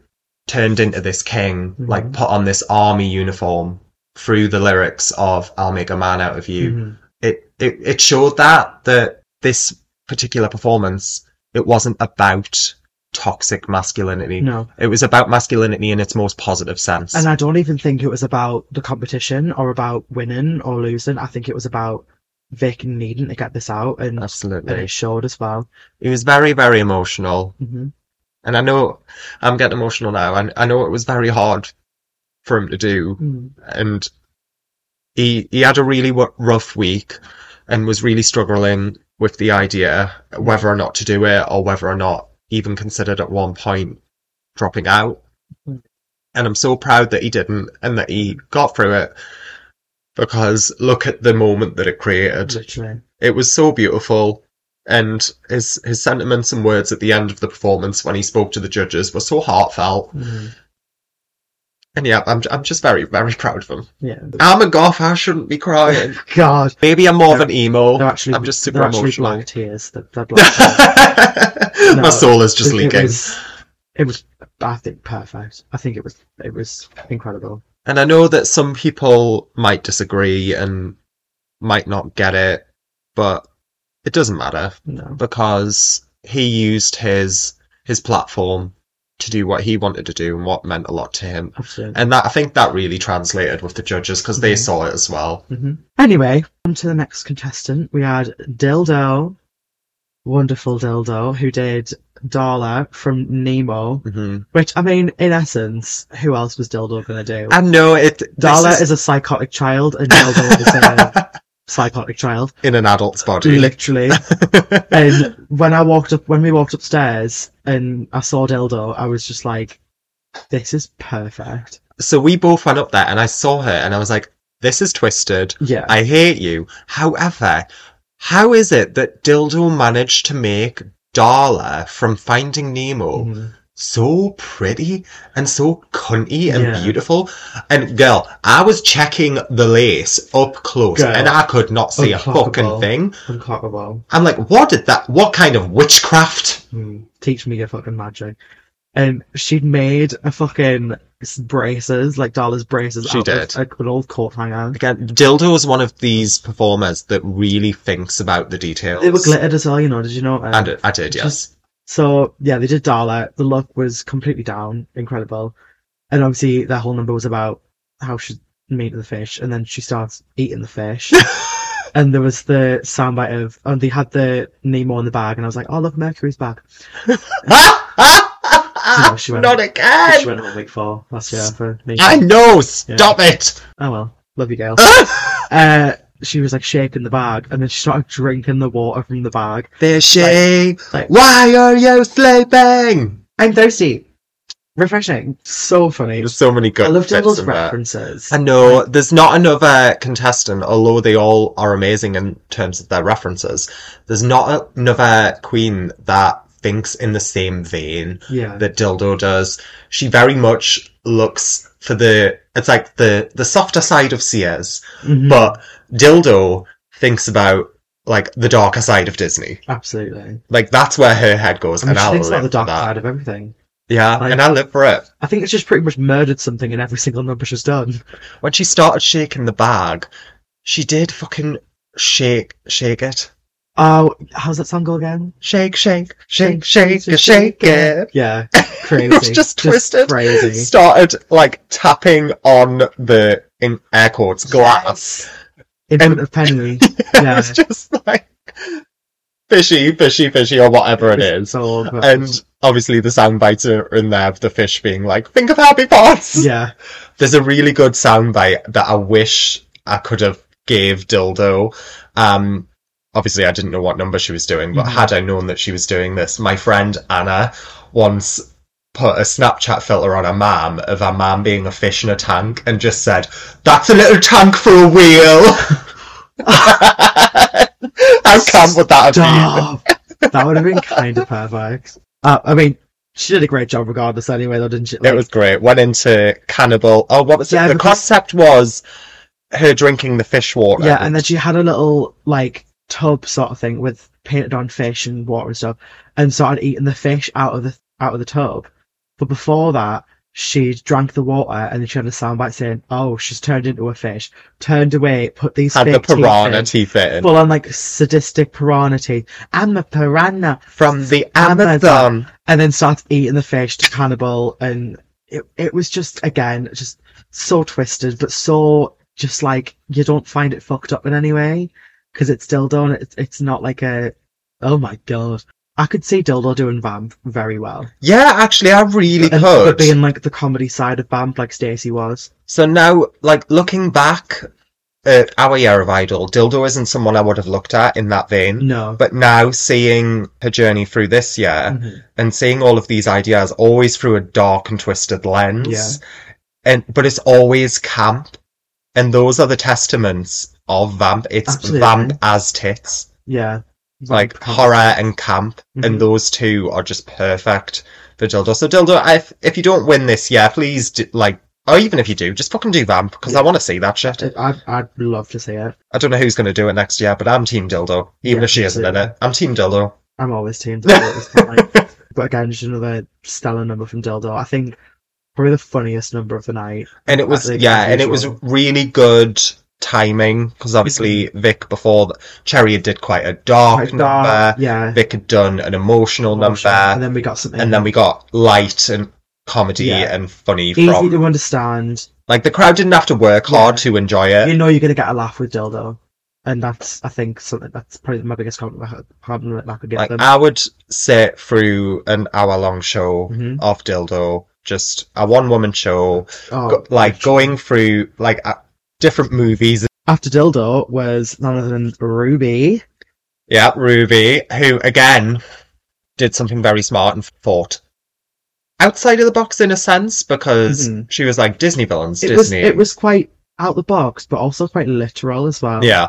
Speaker 2: turned into this king,
Speaker 1: Mhm.
Speaker 2: like put on this army uniform through the lyrics of "I'll make a man out of you,"
Speaker 1: Mhm.
Speaker 2: it, it it showed that that this particular performance it wasn't about toxic masculinity.
Speaker 1: No,
Speaker 2: It was about masculinity in its most positive sense.
Speaker 1: and I don't even think it was about the competition or about winning or losing. I think it was about Vic needing to get this out, and
Speaker 2: Absolutely.
Speaker 1: and it showed as well.
Speaker 2: It was very, very emotional.
Speaker 1: hmm
Speaker 2: And I know I'm getting emotional now. And I know it was very hard for him to do.
Speaker 1: Mm-hmm.
Speaker 2: And he, he had a really w- rough week and was really struggling with the idea whether or not to do it or whether or not even considered at one point dropping out.
Speaker 1: Mhm.
Speaker 2: And I'm so proud that he didn't and that he got through it because look at the moment that it created
Speaker 1: Literally,
Speaker 2: it was so beautiful and his his sentiments and words at the end of the performance when he spoke to the judges were so heartfelt
Speaker 1: Mhm.
Speaker 2: and yeah i'm, I'm just very very proud of him
Speaker 1: yeah.
Speaker 2: i'm a goth i shouldn't be crying
Speaker 1: God,
Speaker 2: maybe i'm more of an
Speaker 1: They're
Speaker 2: emo
Speaker 1: actually,
Speaker 2: Oh, i'm just super
Speaker 1: they're actually
Speaker 2: emotional.
Speaker 1: black tears. That, that
Speaker 2: my
Speaker 1: No,
Speaker 2: soul is just
Speaker 1: it,
Speaker 2: leaking
Speaker 1: It was, it was, I think, perfect. I think it was, it was incredible.
Speaker 2: and i know that some people might disagree and might not get it but it doesn't matter
Speaker 1: No,
Speaker 2: because he used his his platform to do what he wanted to do and what meant a lot to him.
Speaker 1: Absolutely.
Speaker 2: And that I think that really translated with the judges because they
Speaker 1: Mm-hmm.
Speaker 2: saw it as well.
Speaker 1: hmm Anyway, on to the next contestant. We had Dildo, wonderful Dildo, who did Darla from Nemo.
Speaker 2: hmm
Speaker 1: Which I mean, in essence, who else was Dildo gonna do?
Speaker 2: And no, it this
Speaker 1: Darla is... a psychotic child, and Dildo is a psychotic child.
Speaker 2: in an adult's body.
Speaker 1: Literally. and when I walked up, when we walked upstairs, and I saw Dildo, I was just like, "This is perfect."
Speaker 2: so we both went up there and I saw her and I was like, this is twisted.
Speaker 1: Yeah.
Speaker 2: I hate you. However, how is it that Dildo managed to make Darla from Finding Nemo
Speaker 1: Mhm.
Speaker 2: so pretty and so cunty and
Speaker 1: Yeah.
Speaker 2: beautiful? And girl, I was checking the lace up close
Speaker 1: Girl.
Speaker 2: and I could not see a
Speaker 1: Unclockable.
Speaker 2: fucking thing.
Speaker 1: Uncockable.
Speaker 2: I'm like, what did that, what kind of witchcraft?
Speaker 1: Mm. Teach me your fucking magic. And she'd made a fucking s- braces, like Darla's braces.
Speaker 2: She
Speaker 1: out of
Speaker 2: did.
Speaker 1: Like an old coat hanger.
Speaker 2: Again, Dildo is uh, one of these performers that really thinks about the details.
Speaker 1: They were glittered as well, you know. Did you know? uh,
Speaker 2: And I did, yes.
Speaker 1: So yeah, they did Darla. The look was completely down, incredible, and obviously that whole number was about how she made the fish, and then she starts eating the fish. and there was the soundbite of, and they had the Nemo in the bag, and I was like, oh look, Mercury's back. No, she went-
Speaker 2: Not
Speaker 1: Which she
Speaker 2: again!
Speaker 1: went on week four last year for me.
Speaker 2: I know! Stop it!
Speaker 1: Oh well, love you, girl. Uh, she was like shaking the bag, and then she started drinking the water from the bag.
Speaker 2: Fishing!
Speaker 1: like-
Speaker 2: Why are you sleeping?
Speaker 1: I'm thirsty. Refreshing. So funny.
Speaker 2: There's so many good
Speaker 1: I love
Speaker 2: bits
Speaker 1: Dibble's
Speaker 2: in there.
Speaker 1: references.
Speaker 2: I know there's not another contestant, although they all are amazing in terms of their references. There's not another queen that thinks in the same vein
Speaker 1: yeah.
Speaker 2: that Dildo does. She very much looks for the it's like the the softer side of Sears,
Speaker 1: Mhm.
Speaker 2: but Dildo thinks about like the darker side of Disney.
Speaker 1: Absolutely.
Speaker 2: Like that's where her head goes,
Speaker 1: I mean,
Speaker 2: and
Speaker 1: she
Speaker 2: I
Speaker 1: thinks about
Speaker 2: live
Speaker 1: the
Speaker 2: for
Speaker 1: dark
Speaker 2: that.
Speaker 1: side of everything.
Speaker 2: Yeah,
Speaker 1: Like-
Speaker 2: and I live for it.
Speaker 1: I think it's just pretty much murdered something in every single number she's done.
Speaker 2: When she started shaking the bag, she did fucking shake, shake it,
Speaker 1: Oh, how's that song go again?
Speaker 2: shake, shake, shake, shake, shake, shake it.
Speaker 1: Yeah, crazy.
Speaker 2: It's just twisted.
Speaker 1: Crazy.
Speaker 2: Started like tapping on the in air quotes glass.
Speaker 1: In front of Penny. Yeah.
Speaker 2: it's just like fishy, fishy, fishy, or whatever it is.
Speaker 1: So old, but-
Speaker 2: And obviously the sound bites are in there of the fish being like, think of happy pots.
Speaker 1: yeah.
Speaker 2: There's a really good sound bite that I wish I could have gave Dildo. Um obviously I didn't know what number she was doing, but
Speaker 1: Mhm.
Speaker 2: had I known that she was doing this, my friend Anna once put a Snapchat filter on her mum of her mum being a fish in a tank and just said, That's a little tank for a wheel How camp would that have been?
Speaker 1: Stop. that would have been kind of perfect. Uh, I mean, she did a great job regardless anyway, though, didn't she?
Speaker 2: It was great. Went into cannibal. Oh, what was it?
Speaker 1: Yeah,
Speaker 2: the
Speaker 1: because-
Speaker 2: concept was her drinking the fish water.
Speaker 1: Yeah, and then she had a little like tub sort of thing with painted on fish and water and stuff, and started eating the fish out of the out of the tub. But before that, she drank the water, and then she had a soundbite saying, "Oh, she's turned into a fish. Turned away. Put these
Speaker 2: had the
Speaker 1: fake teeth
Speaker 2: piranha
Speaker 1: in."
Speaker 2: teeth in
Speaker 1: Full on like sadistic piranha teeth. I'm a piranha,
Speaker 2: from the
Speaker 1: Amazon.
Speaker 2: Amazon.
Speaker 1: and then starts eating the fish to cannibal, and it it was just again just so twisted, but so just like you don't find it fucked up in any way because it's dildo and it's it's not like a oh my god. I could see dildo doing vamp very well,
Speaker 2: Yeah, actually, I really
Speaker 1: and, but
Speaker 2: could.
Speaker 1: being like the comedy side of vamp, like Stacey was.
Speaker 2: So now, like looking back at our year of Idol, Dildo isn't someone I would have looked at in that vein.
Speaker 1: No,
Speaker 2: Mm-hmm. But uh, now, seeing her journey through this year
Speaker 1: Mhm.
Speaker 2: and seeing all of these ideas always through a dark and twisted lens,
Speaker 1: Yeah.
Speaker 2: and but it's always camp, and those are the testaments of vamp. It's
Speaker 1: Absolutely.
Speaker 2: vamp as tits.
Speaker 1: yeah,
Speaker 2: like
Speaker 1: Vamp.
Speaker 2: horror and camp,
Speaker 1: Mhm.
Speaker 2: and those two are just perfect for Dildo. So Dildo, if if you don't win this, yeah, please do, like, or even if you do, just fucking do Vamp because I want to see that shit.
Speaker 1: I'd I'd love to see it.
Speaker 2: I don't know who's gonna do it next year, but I'm Team Dildo, even
Speaker 1: Yeah,
Speaker 2: if she isn't in
Speaker 1: absolutely.
Speaker 2: it. I'm Team Dildo.
Speaker 1: I'm always team Dildo at this point. But again, just another stellar number from Dildo. I think probably the funniest number of the night.
Speaker 2: And it was
Speaker 1: Absolutely,
Speaker 2: yeah, and it was
Speaker 1: unusual. Mm-hmm.
Speaker 2: really good timing because obviously Vic before th- Cherry did quite a dark
Speaker 1: Quite
Speaker 2: number.
Speaker 1: dark, yeah.
Speaker 2: Vic had done an emotional number,
Speaker 1: And then we got something
Speaker 2: and then we got light and comedy
Speaker 1: Yeah.
Speaker 2: and funny
Speaker 1: easy
Speaker 2: from
Speaker 1: to understand.
Speaker 2: like the crowd didn't have to work
Speaker 1: Yeah.
Speaker 2: hard to enjoy it.
Speaker 1: You know you're gonna get a laugh with dildo, and that's I think something that's probably my biggest compliment, compliment that I could give
Speaker 2: like ah,
Speaker 1: them.
Speaker 2: I would sit through an hour long show
Speaker 1: Mhm.
Speaker 2: of dildo, just a one woman show,
Speaker 1: Oh,
Speaker 2: go- like
Speaker 1: gosh.
Speaker 2: going through like uh, different movies.
Speaker 1: after dildo was none other than Ruby.
Speaker 2: Yeah, Ruby, who again did something very smart and thought outside of the box in a sense because
Speaker 1: Mhm.
Speaker 2: she was like Disney villains,
Speaker 1: It was
Speaker 2: Disney.
Speaker 1: it was oh. quite out the box, but also quite literal as well.
Speaker 2: Yeah,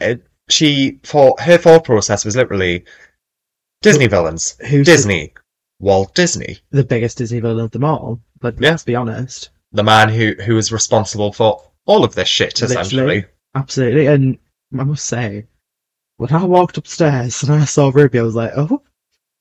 Speaker 2: It- she thought her thought process was literally Disney villains,
Speaker 1: Who's the-
Speaker 2: Disney, Walt Disney.
Speaker 1: The, biggest Disney villain of them all? But
Speaker 2: Yeah.
Speaker 1: let's be honest,
Speaker 2: the man who who is responsible for all of this shit
Speaker 1: Literally.
Speaker 2: essentially.
Speaker 1: absolutely. And I must say, when I walked upstairs and I saw Ruby, I was like, oh,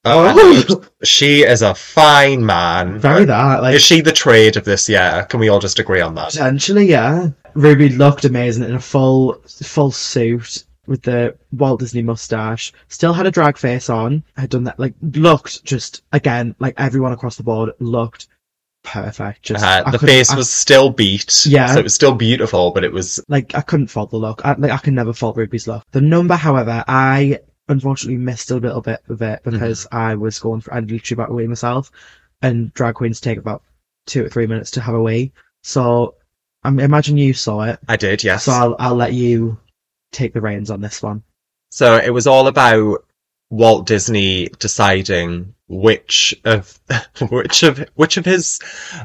Speaker 2: Uh,
Speaker 1: oh,
Speaker 2: she is a fine man.
Speaker 1: very that. Like
Speaker 2: Is she the trade of this year? Can we all just agree on that?
Speaker 1: Potentially, yeah. Ruby looked amazing in a full full suit with the Walt Disney mustache. Still had a drag face on. Had done that like looked just again like everyone across the board looked perfect. Just
Speaker 2: Uh,
Speaker 1: I
Speaker 2: the
Speaker 1: couldn't-
Speaker 2: face
Speaker 1: I-
Speaker 2: was still beat,
Speaker 1: Yeah.
Speaker 2: so it was still beautiful, but it was
Speaker 1: like I couldn't fault the look. I, like I can never fault Ruby's look. The number, however, I unfortunately missed a little bit of
Speaker 2: Mm-hmm.
Speaker 1: it because I was going for I literally about to wee myself, and drag queens take about two or three minutes to have a wee. So I mean, imagine you saw it.
Speaker 2: I did, yes.
Speaker 1: So I'll, I'll let you take the reins on this one.
Speaker 2: So it was all about Walt Disney deciding which of which of which of his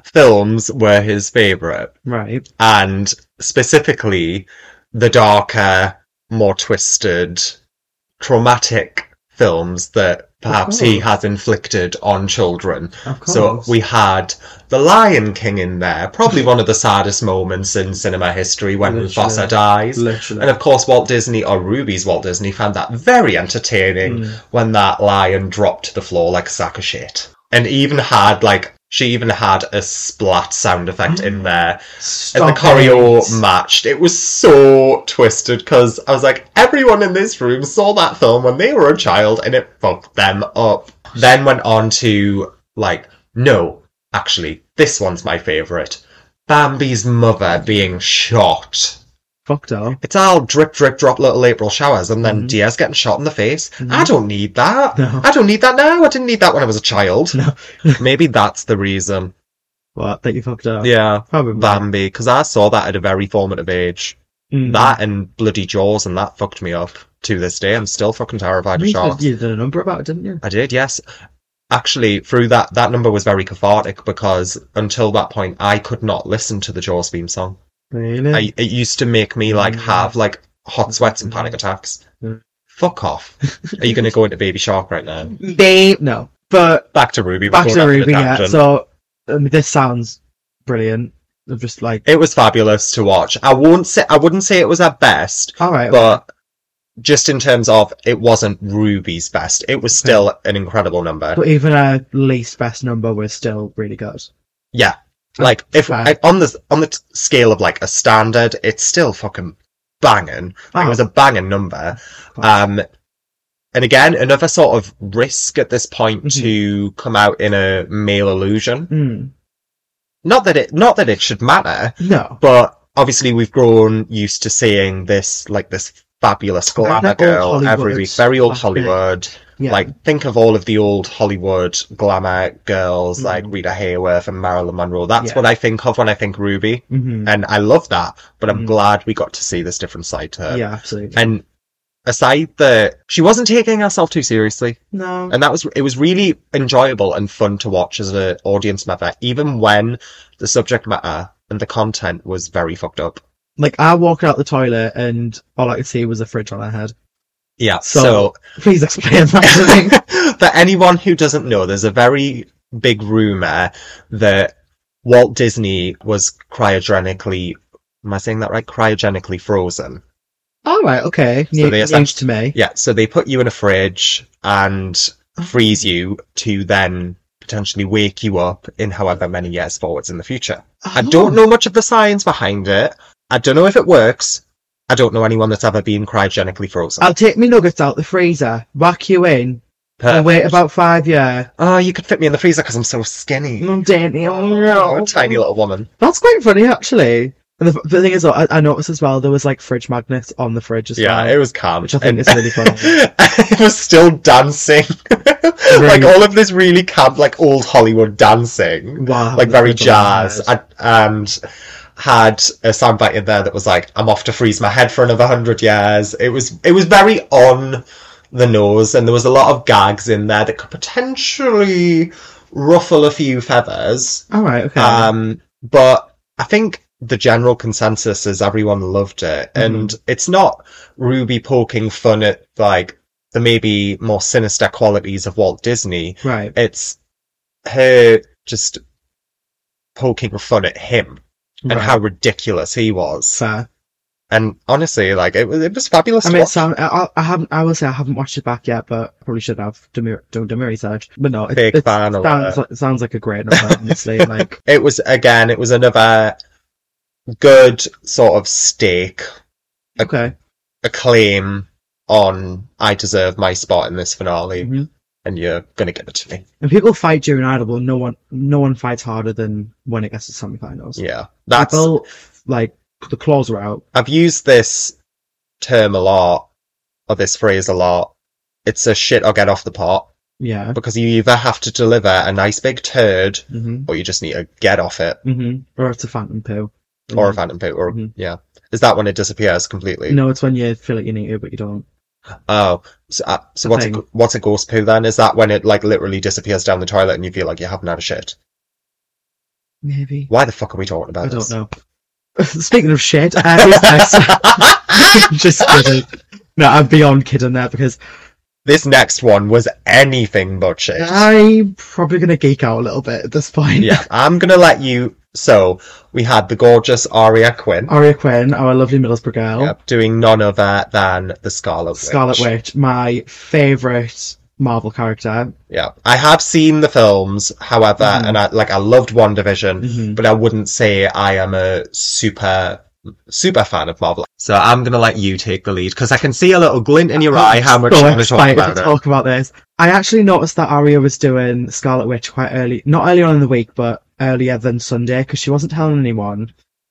Speaker 2: films were his favorite.
Speaker 1: Right.
Speaker 2: and specifically the darker, more twisted, traumatic films that perhaps he
Speaker 1: course.
Speaker 2: has inflicted on children.
Speaker 1: Of course.
Speaker 2: So we had The Lion King in there, probably one of the saddest moments in cinema history when
Speaker 1: Literally.
Speaker 2: Mufasa dies. And
Speaker 1: literally.
Speaker 2: of course, Walt Disney, or Ruby's Walt Disney, found that very entertaining
Speaker 1: Mm.
Speaker 2: when that lion dropped to the floor like a sack of shit. And even had, like, she even had a splat sound effect
Speaker 1: Mm.
Speaker 2: in there
Speaker 1: Stop
Speaker 2: and the choreo
Speaker 1: it.
Speaker 2: matched. It was so twisted because I was like, everyone in this room saw that film when they were a child and it fucked them up. Then went on to, like, no, actually, this one's my favourite. Bambi's mother being shot.
Speaker 1: Fucked up.
Speaker 2: It's all drip, drip, drop little April showers and then
Speaker 1: Mhm.
Speaker 2: Diaz getting shot in the face.
Speaker 1: Mhm.
Speaker 2: I don't need that.
Speaker 1: No.
Speaker 2: I don't need that now. I didn't need that when I was a child.
Speaker 1: No.
Speaker 2: Maybe that's the reason.
Speaker 1: What? That you fucked up?
Speaker 2: Yeah.
Speaker 1: Probably.
Speaker 2: Bambi, because I saw that at a very formative age.
Speaker 1: Mm.
Speaker 2: That and bloody Jaws, and that fucked me up to this day. I'm still fucking terrified of
Speaker 1: You did,
Speaker 2: sharks.
Speaker 1: you did a number about it, didn't you?
Speaker 2: I did, yes. Actually, through that, that number was very cathartic because until that point, I could not listen to the Jaws theme song.
Speaker 1: Really?
Speaker 2: I, it used to make me like
Speaker 1: Mm.
Speaker 2: have like hot sweats and panic attacks.
Speaker 1: Mm.
Speaker 2: Fuck off. Are you going to go into Baby Shark right now?
Speaker 1: They no. But
Speaker 2: Back to Ruby. we're
Speaker 1: back
Speaker 2: going
Speaker 1: to
Speaker 2: off on a
Speaker 1: Ruby. Yeah.
Speaker 2: tangent.
Speaker 1: So I mean, this sounds brilliant. I'm just like,
Speaker 2: It was fabulous to watch. I won't say, I wouldn't say it was at best,
Speaker 1: all right.
Speaker 2: but just in terms of it wasn't Ruby's best, it was still an incredible number.
Speaker 1: but even a least best number was still really good.
Speaker 2: Yeah, like if
Speaker 1: Fair.
Speaker 2: I, on the on the t- scale of like a standard, it's still fucking banging. Like,
Speaker 1: Oh.
Speaker 2: It was a banging number. Um, and again, another sort of risk at this point
Speaker 1: Mhm.
Speaker 2: to come out in a male illusion.
Speaker 1: Mm.
Speaker 2: Not that it not that it should matter,
Speaker 1: No.
Speaker 2: but obviously we've grown used to seeing this like this fabulous
Speaker 1: Very
Speaker 2: glamour
Speaker 1: that old
Speaker 2: girl every
Speaker 1: Hollywood
Speaker 2: week, very old
Speaker 1: back then.
Speaker 2: Hollywood.
Speaker 1: Yeah.
Speaker 2: Like, think of all of the old Hollywood glamour girls, like Rita Hayworth and Marilyn Monroe. That's
Speaker 1: Mm. Yeah.
Speaker 2: what I think of when I think Ruby.
Speaker 1: Mhm.
Speaker 2: And I love that, but I'm
Speaker 1: Mhm.
Speaker 2: glad we got to see this different side to her.
Speaker 1: yeah, absolutely.
Speaker 2: uh, And aside that, she wasn't taking herself too seriously.
Speaker 1: no.
Speaker 2: And that was, it was really enjoyable and fun to watch as an audience member, even when the subject matter and the content was very fucked up.
Speaker 1: Like I walked out the toilet and all I could see was a fridge on her head.
Speaker 2: Yeah.
Speaker 1: So-
Speaker 2: so
Speaker 1: Please explain that to me.
Speaker 2: For anyone who doesn't know, there's a very big rumor that Walt Disney was cryogenically. Am I saying that right? Cryogenically frozen.
Speaker 1: All right, okay.
Speaker 2: So
Speaker 1: New,
Speaker 2: they
Speaker 1: news to me.
Speaker 2: Yeah, so they put you in a fridge and freeze you to then potentially
Speaker 1: Oh.
Speaker 2: wake you up in however many years forwards in the future. I don't know much of the science behind it. I don't know if it works. I don't know anyone that's ever been cryogenically frozen.
Speaker 1: I'll take me nuggets out the freezer, whack you in,
Speaker 2: Perfect.
Speaker 1: and wait about five years.
Speaker 2: Oh, you could fit me in the freezer because I'm so skinny.
Speaker 1: I'm dainty. Oh,
Speaker 2: I'm
Speaker 1: no.
Speaker 2: a tiny little woman.
Speaker 1: That's quite funny, actually. And the, the thing is, though, I, I noticed as well, there was like fridge magnets on the fridge as
Speaker 2: Yeah,
Speaker 1: well.
Speaker 2: it was calm.
Speaker 1: Which I think is really funny.
Speaker 2: it was still dancing. like
Speaker 1: Right.
Speaker 2: all of this really camp, like old Hollywood dancing.
Speaker 1: Wow.
Speaker 2: Like very
Speaker 1: that's
Speaker 2: jazz.
Speaker 1: hilarious.
Speaker 2: I, and had a soundbite in there that was like, I'm off to freeze my head for another hundred years. It was it was very on the nose and there was a lot of gags in there that could potentially ruffle a few feathers.
Speaker 1: All right, okay.
Speaker 2: Um, but I think the general consensus is everyone loved it,
Speaker 1: Mm-hmm.
Speaker 2: and it's not Ruby poking fun at like the maybe more sinister qualities of Walt Disney.
Speaker 1: right.
Speaker 2: It's her just poking fun at him and
Speaker 1: right.
Speaker 2: how ridiculous he was.
Speaker 1: Fair.
Speaker 2: And honestly, like it was, it was fabulous.
Speaker 1: I
Speaker 2: to
Speaker 1: mean, it
Speaker 2: watch.
Speaker 1: sound, I, I- I haven't. I will say I haven't watched it back yet, but I probably should have done my- done done my research. But no, it,
Speaker 2: Big
Speaker 1: it
Speaker 2: fan of
Speaker 1: sounds like, sounds like a great number. Honestly, like
Speaker 2: it was again, it was another good sort of stake
Speaker 1: okay,
Speaker 2: a claim on I deserve my spot in this finale,
Speaker 1: Mhm.
Speaker 2: and you're gonna give it to me.
Speaker 1: and people fight during Idol, but no one no one fights harder than when it gets to semifinals.
Speaker 2: Yeah, that's
Speaker 1: People like the claws are out.
Speaker 2: I've used this term a lot or this phrase a lot. It's a shit or get off the pot
Speaker 1: Yeah.
Speaker 2: because you either have to deliver a nice big turd
Speaker 1: hmm
Speaker 2: or you just need to get off it
Speaker 1: hmm Or it's a phantom poo.
Speaker 2: or a phantom poop or
Speaker 1: Mhm.
Speaker 2: yeah. Is that when it disappears completely?
Speaker 1: No, it's when you feel like you need it, but you don't.
Speaker 2: Oh, so, uh, so
Speaker 1: The
Speaker 2: what's a,
Speaker 1: thing.
Speaker 2: g- what's a ghost poo then? Is that when it like literally disappears down the toilet and you feel like you haven't had a shit?
Speaker 1: Maybe.
Speaker 2: Why the fuck are we talking about
Speaker 1: I
Speaker 2: this?
Speaker 1: don't know. Speaking of shit, uh, who's next? just kidding. No, I'm beyond kidding there because
Speaker 2: this next one was anything but shit.
Speaker 1: I'm probably gonna geek out a little bit at this point.
Speaker 2: yeah, I'm gonna let you. So we had the gorgeous Aria Quinn
Speaker 1: Aria Quinn, our lovely Middlesbrough girl,
Speaker 2: yep, doing none other than the Scarlet Witch.
Speaker 1: Scarlet Witch, my favourite Marvel character.
Speaker 2: Yeah, I have seen the films, however,
Speaker 1: Mhm.
Speaker 2: and I like I loved One Division,
Speaker 1: Mhm.
Speaker 2: but I wouldn't say I am a super super fan of Marvel. So I'm gonna let you take the lead because I can see a little glint in
Speaker 1: Oh,
Speaker 2: your eye how much
Speaker 1: so
Speaker 2: you want to talk
Speaker 1: excited
Speaker 2: about
Speaker 1: to
Speaker 2: it.
Speaker 1: talk about this. I actually noticed that Aria was doing Scarlet Witch quite early, not early on in the week, but earlier than Sunday because she wasn't telling anyone.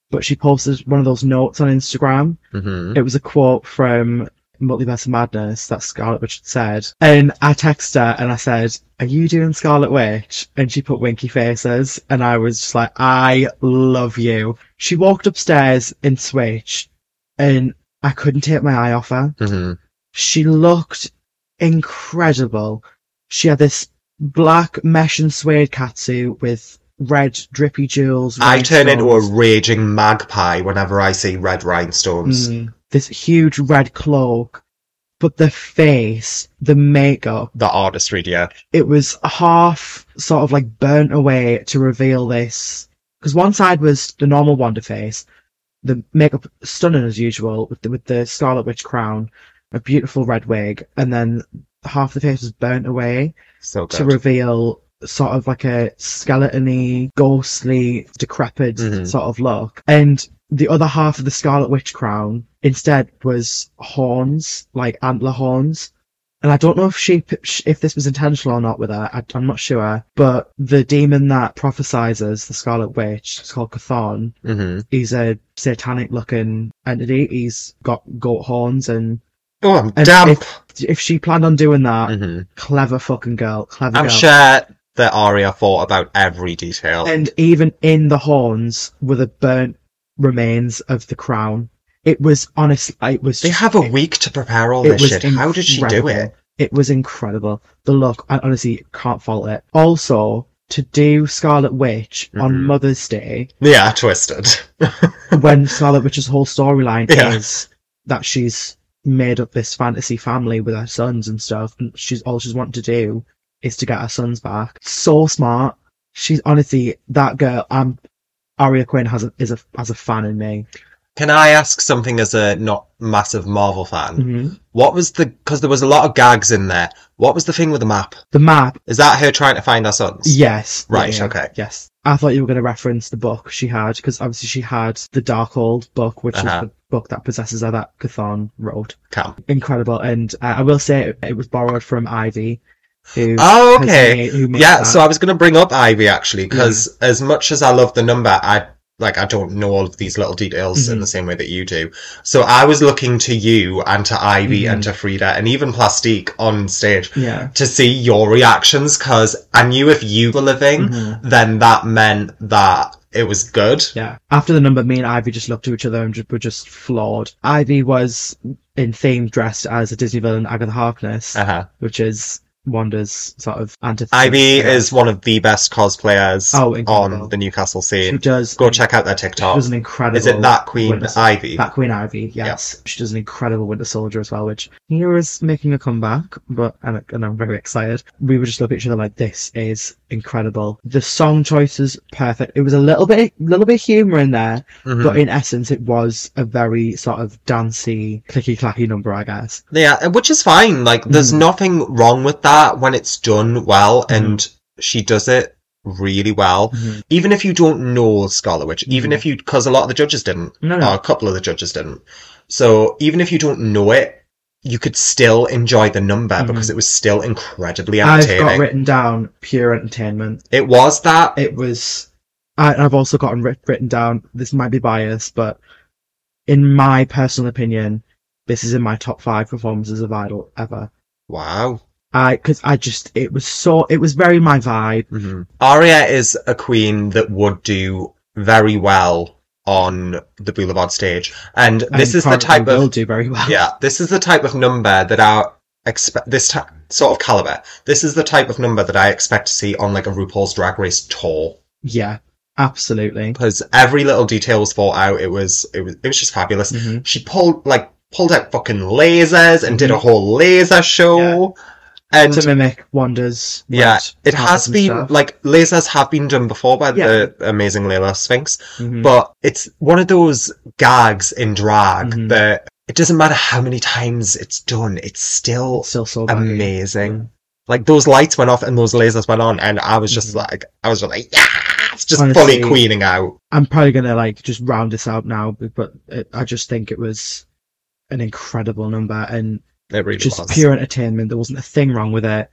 Speaker 1: But she posted one of those notes on Instagram
Speaker 2: hmm
Speaker 1: It was a quote from Multiverse of Madness that Scarlet Witch had said. And I texted her and I said, Are you doing Scarlet Witch? And she put winky faces. And I was just like, I love you. She walked upstairs in Switch and I couldn't take my eye off her.
Speaker 2: hmm
Speaker 1: She looked incredible. She had this black mesh and suede catsuit with red drippy jewels.
Speaker 2: I turn into a
Speaker 1: rhinestones.
Speaker 2: raging magpie whenever I see red rhinestones.
Speaker 1: Mm. this huge red cloak, but the face, the makeup,
Speaker 2: The artistry, yeah.
Speaker 1: it was half sort of like burnt away to reveal this. Because one side was the normal Wonder face, the makeup stunning as usual with the, with the Scarlet Witch crown, a beautiful red wig, and then half the face was burnt away
Speaker 2: So good.
Speaker 1: to reveal sort of like a skeletony, ghostly, decrepit
Speaker 2: Mhm.
Speaker 1: sort of look. And the other half of the Scarlet Witch crown instead was horns, like antler horns. And I don't know if she, if this was intentional or not with her. I, I'm not sure. But the demon that prophesizes the Scarlet Witch, it's called Cthon.
Speaker 2: hmm
Speaker 1: He's a satanic-looking entity. He's got goat horns, and
Speaker 2: Oh, I'm
Speaker 1: And
Speaker 2: damp.
Speaker 1: if she planned on doing that,
Speaker 2: Mhm.
Speaker 1: clever fucking girl, clever
Speaker 2: I'm
Speaker 1: girl.
Speaker 2: sure that Aria thought about every detail.
Speaker 1: And even in the horns were the burnt remains of the crown. It was honestly, it was.
Speaker 2: they have a week to prepare all
Speaker 1: it
Speaker 2: this
Speaker 1: was
Speaker 2: shit. How did she do
Speaker 1: incredible.
Speaker 2: it?
Speaker 1: It was incredible. The look, I honestly can't fault it. Also, to do Scarlet Witch on
Speaker 2: Mhm.
Speaker 1: Mother's Day,
Speaker 2: Yeah, twisted.
Speaker 1: when Scarlet Witch's whole storyline
Speaker 2: Yeah.
Speaker 1: is that she's made up this fantasy family with her sons and stuff, and she's all she's wanted to do is to get her sons back. So smart. um, She's honestly that girl. I'm Aria Quinn has a, is a has a fan in me.
Speaker 2: Can I ask something as a not massive Marvel fan?
Speaker 1: Mhm.
Speaker 2: What was the because there was a lot of gags in there. What was the thing with the map?
Speaker 1: The map,
Speaker 2: Is that her trying to find her sons?
Speaker 1: yes.
Speaker 2: Right,
Speaker 1: Yeah,
Speaker 2: okay.
Speaker 1: Yes. I thought you were going to reference the book she had, because obviously she had the Darkhold book, which
Speaker 2: Uh-huh.
Speaker 1: is the book that possesses her that Cthon wrote.
Speaker 2: Cam.
Speaker 1: Incredible. And uh, I will say it, it was borrowed from Ivy. Who
Speaker 2: Oh,
Speaker 1: has
Speaker 2: okay.
Speaker 1: made- who made
Speaker 2: Yeah,
Speaker 1: that.
Speaker 2: so I was going to bring up Ivy actually
Speaker 1: Mm.
Speaker 2: because as much as I love the number, I like I don't know all of these little details in
Speaker 1: Mhm.
Speaker 2: the same way that you do. So I was looking to you and to Ivy and
Speaker 1: Mm-hmm.
Speaker 2: to Frida and even Plastique on stage
Speaker 1: Yeah.
Speaker 2: to see your reactions because I knew if you were living,
Speaker 1: Mhm.
Speaker 2: then that meant that it was good.
Speaker 1: Yeah. After the number, me and Ivy just looked to each other and just, were just floored. Ivy was in theme dressed as a Disney villain, Agatha Harkness,
Speaker 2: Uh huh.
Speaker 1: which is Wanda's sort of antithesis.
Speaker 2: Ivy
Speaker 1: Yeah.
Speaker 2: is one of the best cosplayers
Speaker 1: Oh, incredible.
Speaker 2: on the Newcastle
Speaker 1: She
Speaker 2: scene.
Speaker 1: does.
Speaker 2: Go check out their
Speaker 1: She
Speaker 2: TikTok.
Speaker 1: does an incredible.
Speaker 2: Is it that Queen
Speaker 1: Winter Sol-
Speaker 2: Ivy?
Speaker 1: That Queen Ivy, yes. She does an incredible Winter Soldier as well, which here is making a comeback, but and, and I'm very excited. We were just looking at each other like, this is incredible. The song choice is perfect. It was a little bit, little bit of humor in there,
Speaker 2: Mhm.
Speaker 1: but in essence, it was a very sort of dancey, clicky clacky number, I guess.
Speaker 2: Yeah, uh, which is fine. Like, there's
Speaker 1: Mhm.
Speaker 2: nothing wrong with that when it's done well, and she does it really well. Even if you don't know Scarlet Witch, even
Speaker 1: Mhm.
Speaker 2: if you, because a lot of the judges didn't,
Speaker 1: No,
Speaker 2: or
Speaker 1: no,
Speaker 2: a couple of the judges didn't. So even if you don't know it, you could still enjoy the number
Speaker 1: Mhm.
Speaker 2: because it was still incredibly
Speaker 1: I've got
Speaker 2: entertaining.
Speaker 1: written down pure entertainment.
Speaker 2: it was that.
Speaker 1: it was I, i've also gotten writ- written down this might be biased but in my personal opinion this is in my top five performances of idol ever
Speaker 2: wow.
Speaker 1: i because i just it was so it was very my vibe
Speaker 2: hmm Aria is a queen that would do very well on the Boulevard stage, and this
Speaker 1: and
Speaker 2: is the
Speaker 1: probably
Speaker 2: type
Speaker 1: will
Speaker 2: of
Speaker 1: do very well
Speaker 2: yeah, this is the type of number that I expect this type sort of caliber. This is the type of number that I expect to see on like a RuPaul's Drag Race tour
Speaker 1: yeah absolutely
Speaker 2: because every little detail was thought out. It was it was it was just fabulous.
Speaker 1: Mhm.
Speaker 2: She pulled like pulled out fucking lasers and did a whole laser show, and
Speaker 1: Mm-hmm. to mimic wonders
Speaker 2: Yeah, it has been
Speaker 1: stuff.
Speaker 2: like lasers have been done before by the amazing Layla Sphinx,
Speaker 1: Mhm.
Speaker 2: but it's one of those gags in drag
Speaker 1: Mhm.
Speaker 2: that it doesn't matter how many times it's done, it's still
Speaker 1: still so baggy.
Speaker 2: amazing. Like those lights went off and those lasers went on, and I was just
Speaker 1: Mhm.
Speaker 2: like, I was just like, yeah, it's just fully
Speaker 1: Honestly-
Speaker 2: queening out.
Speaker 1: i'm probably gonna like just round this out now but, but it, i just think it was an incredible number and
Speaker 2: It really
Speaker 1: just
Speaker 2: was.
Speaker 1: pure entertainment. There wasn't a thing wrong with it.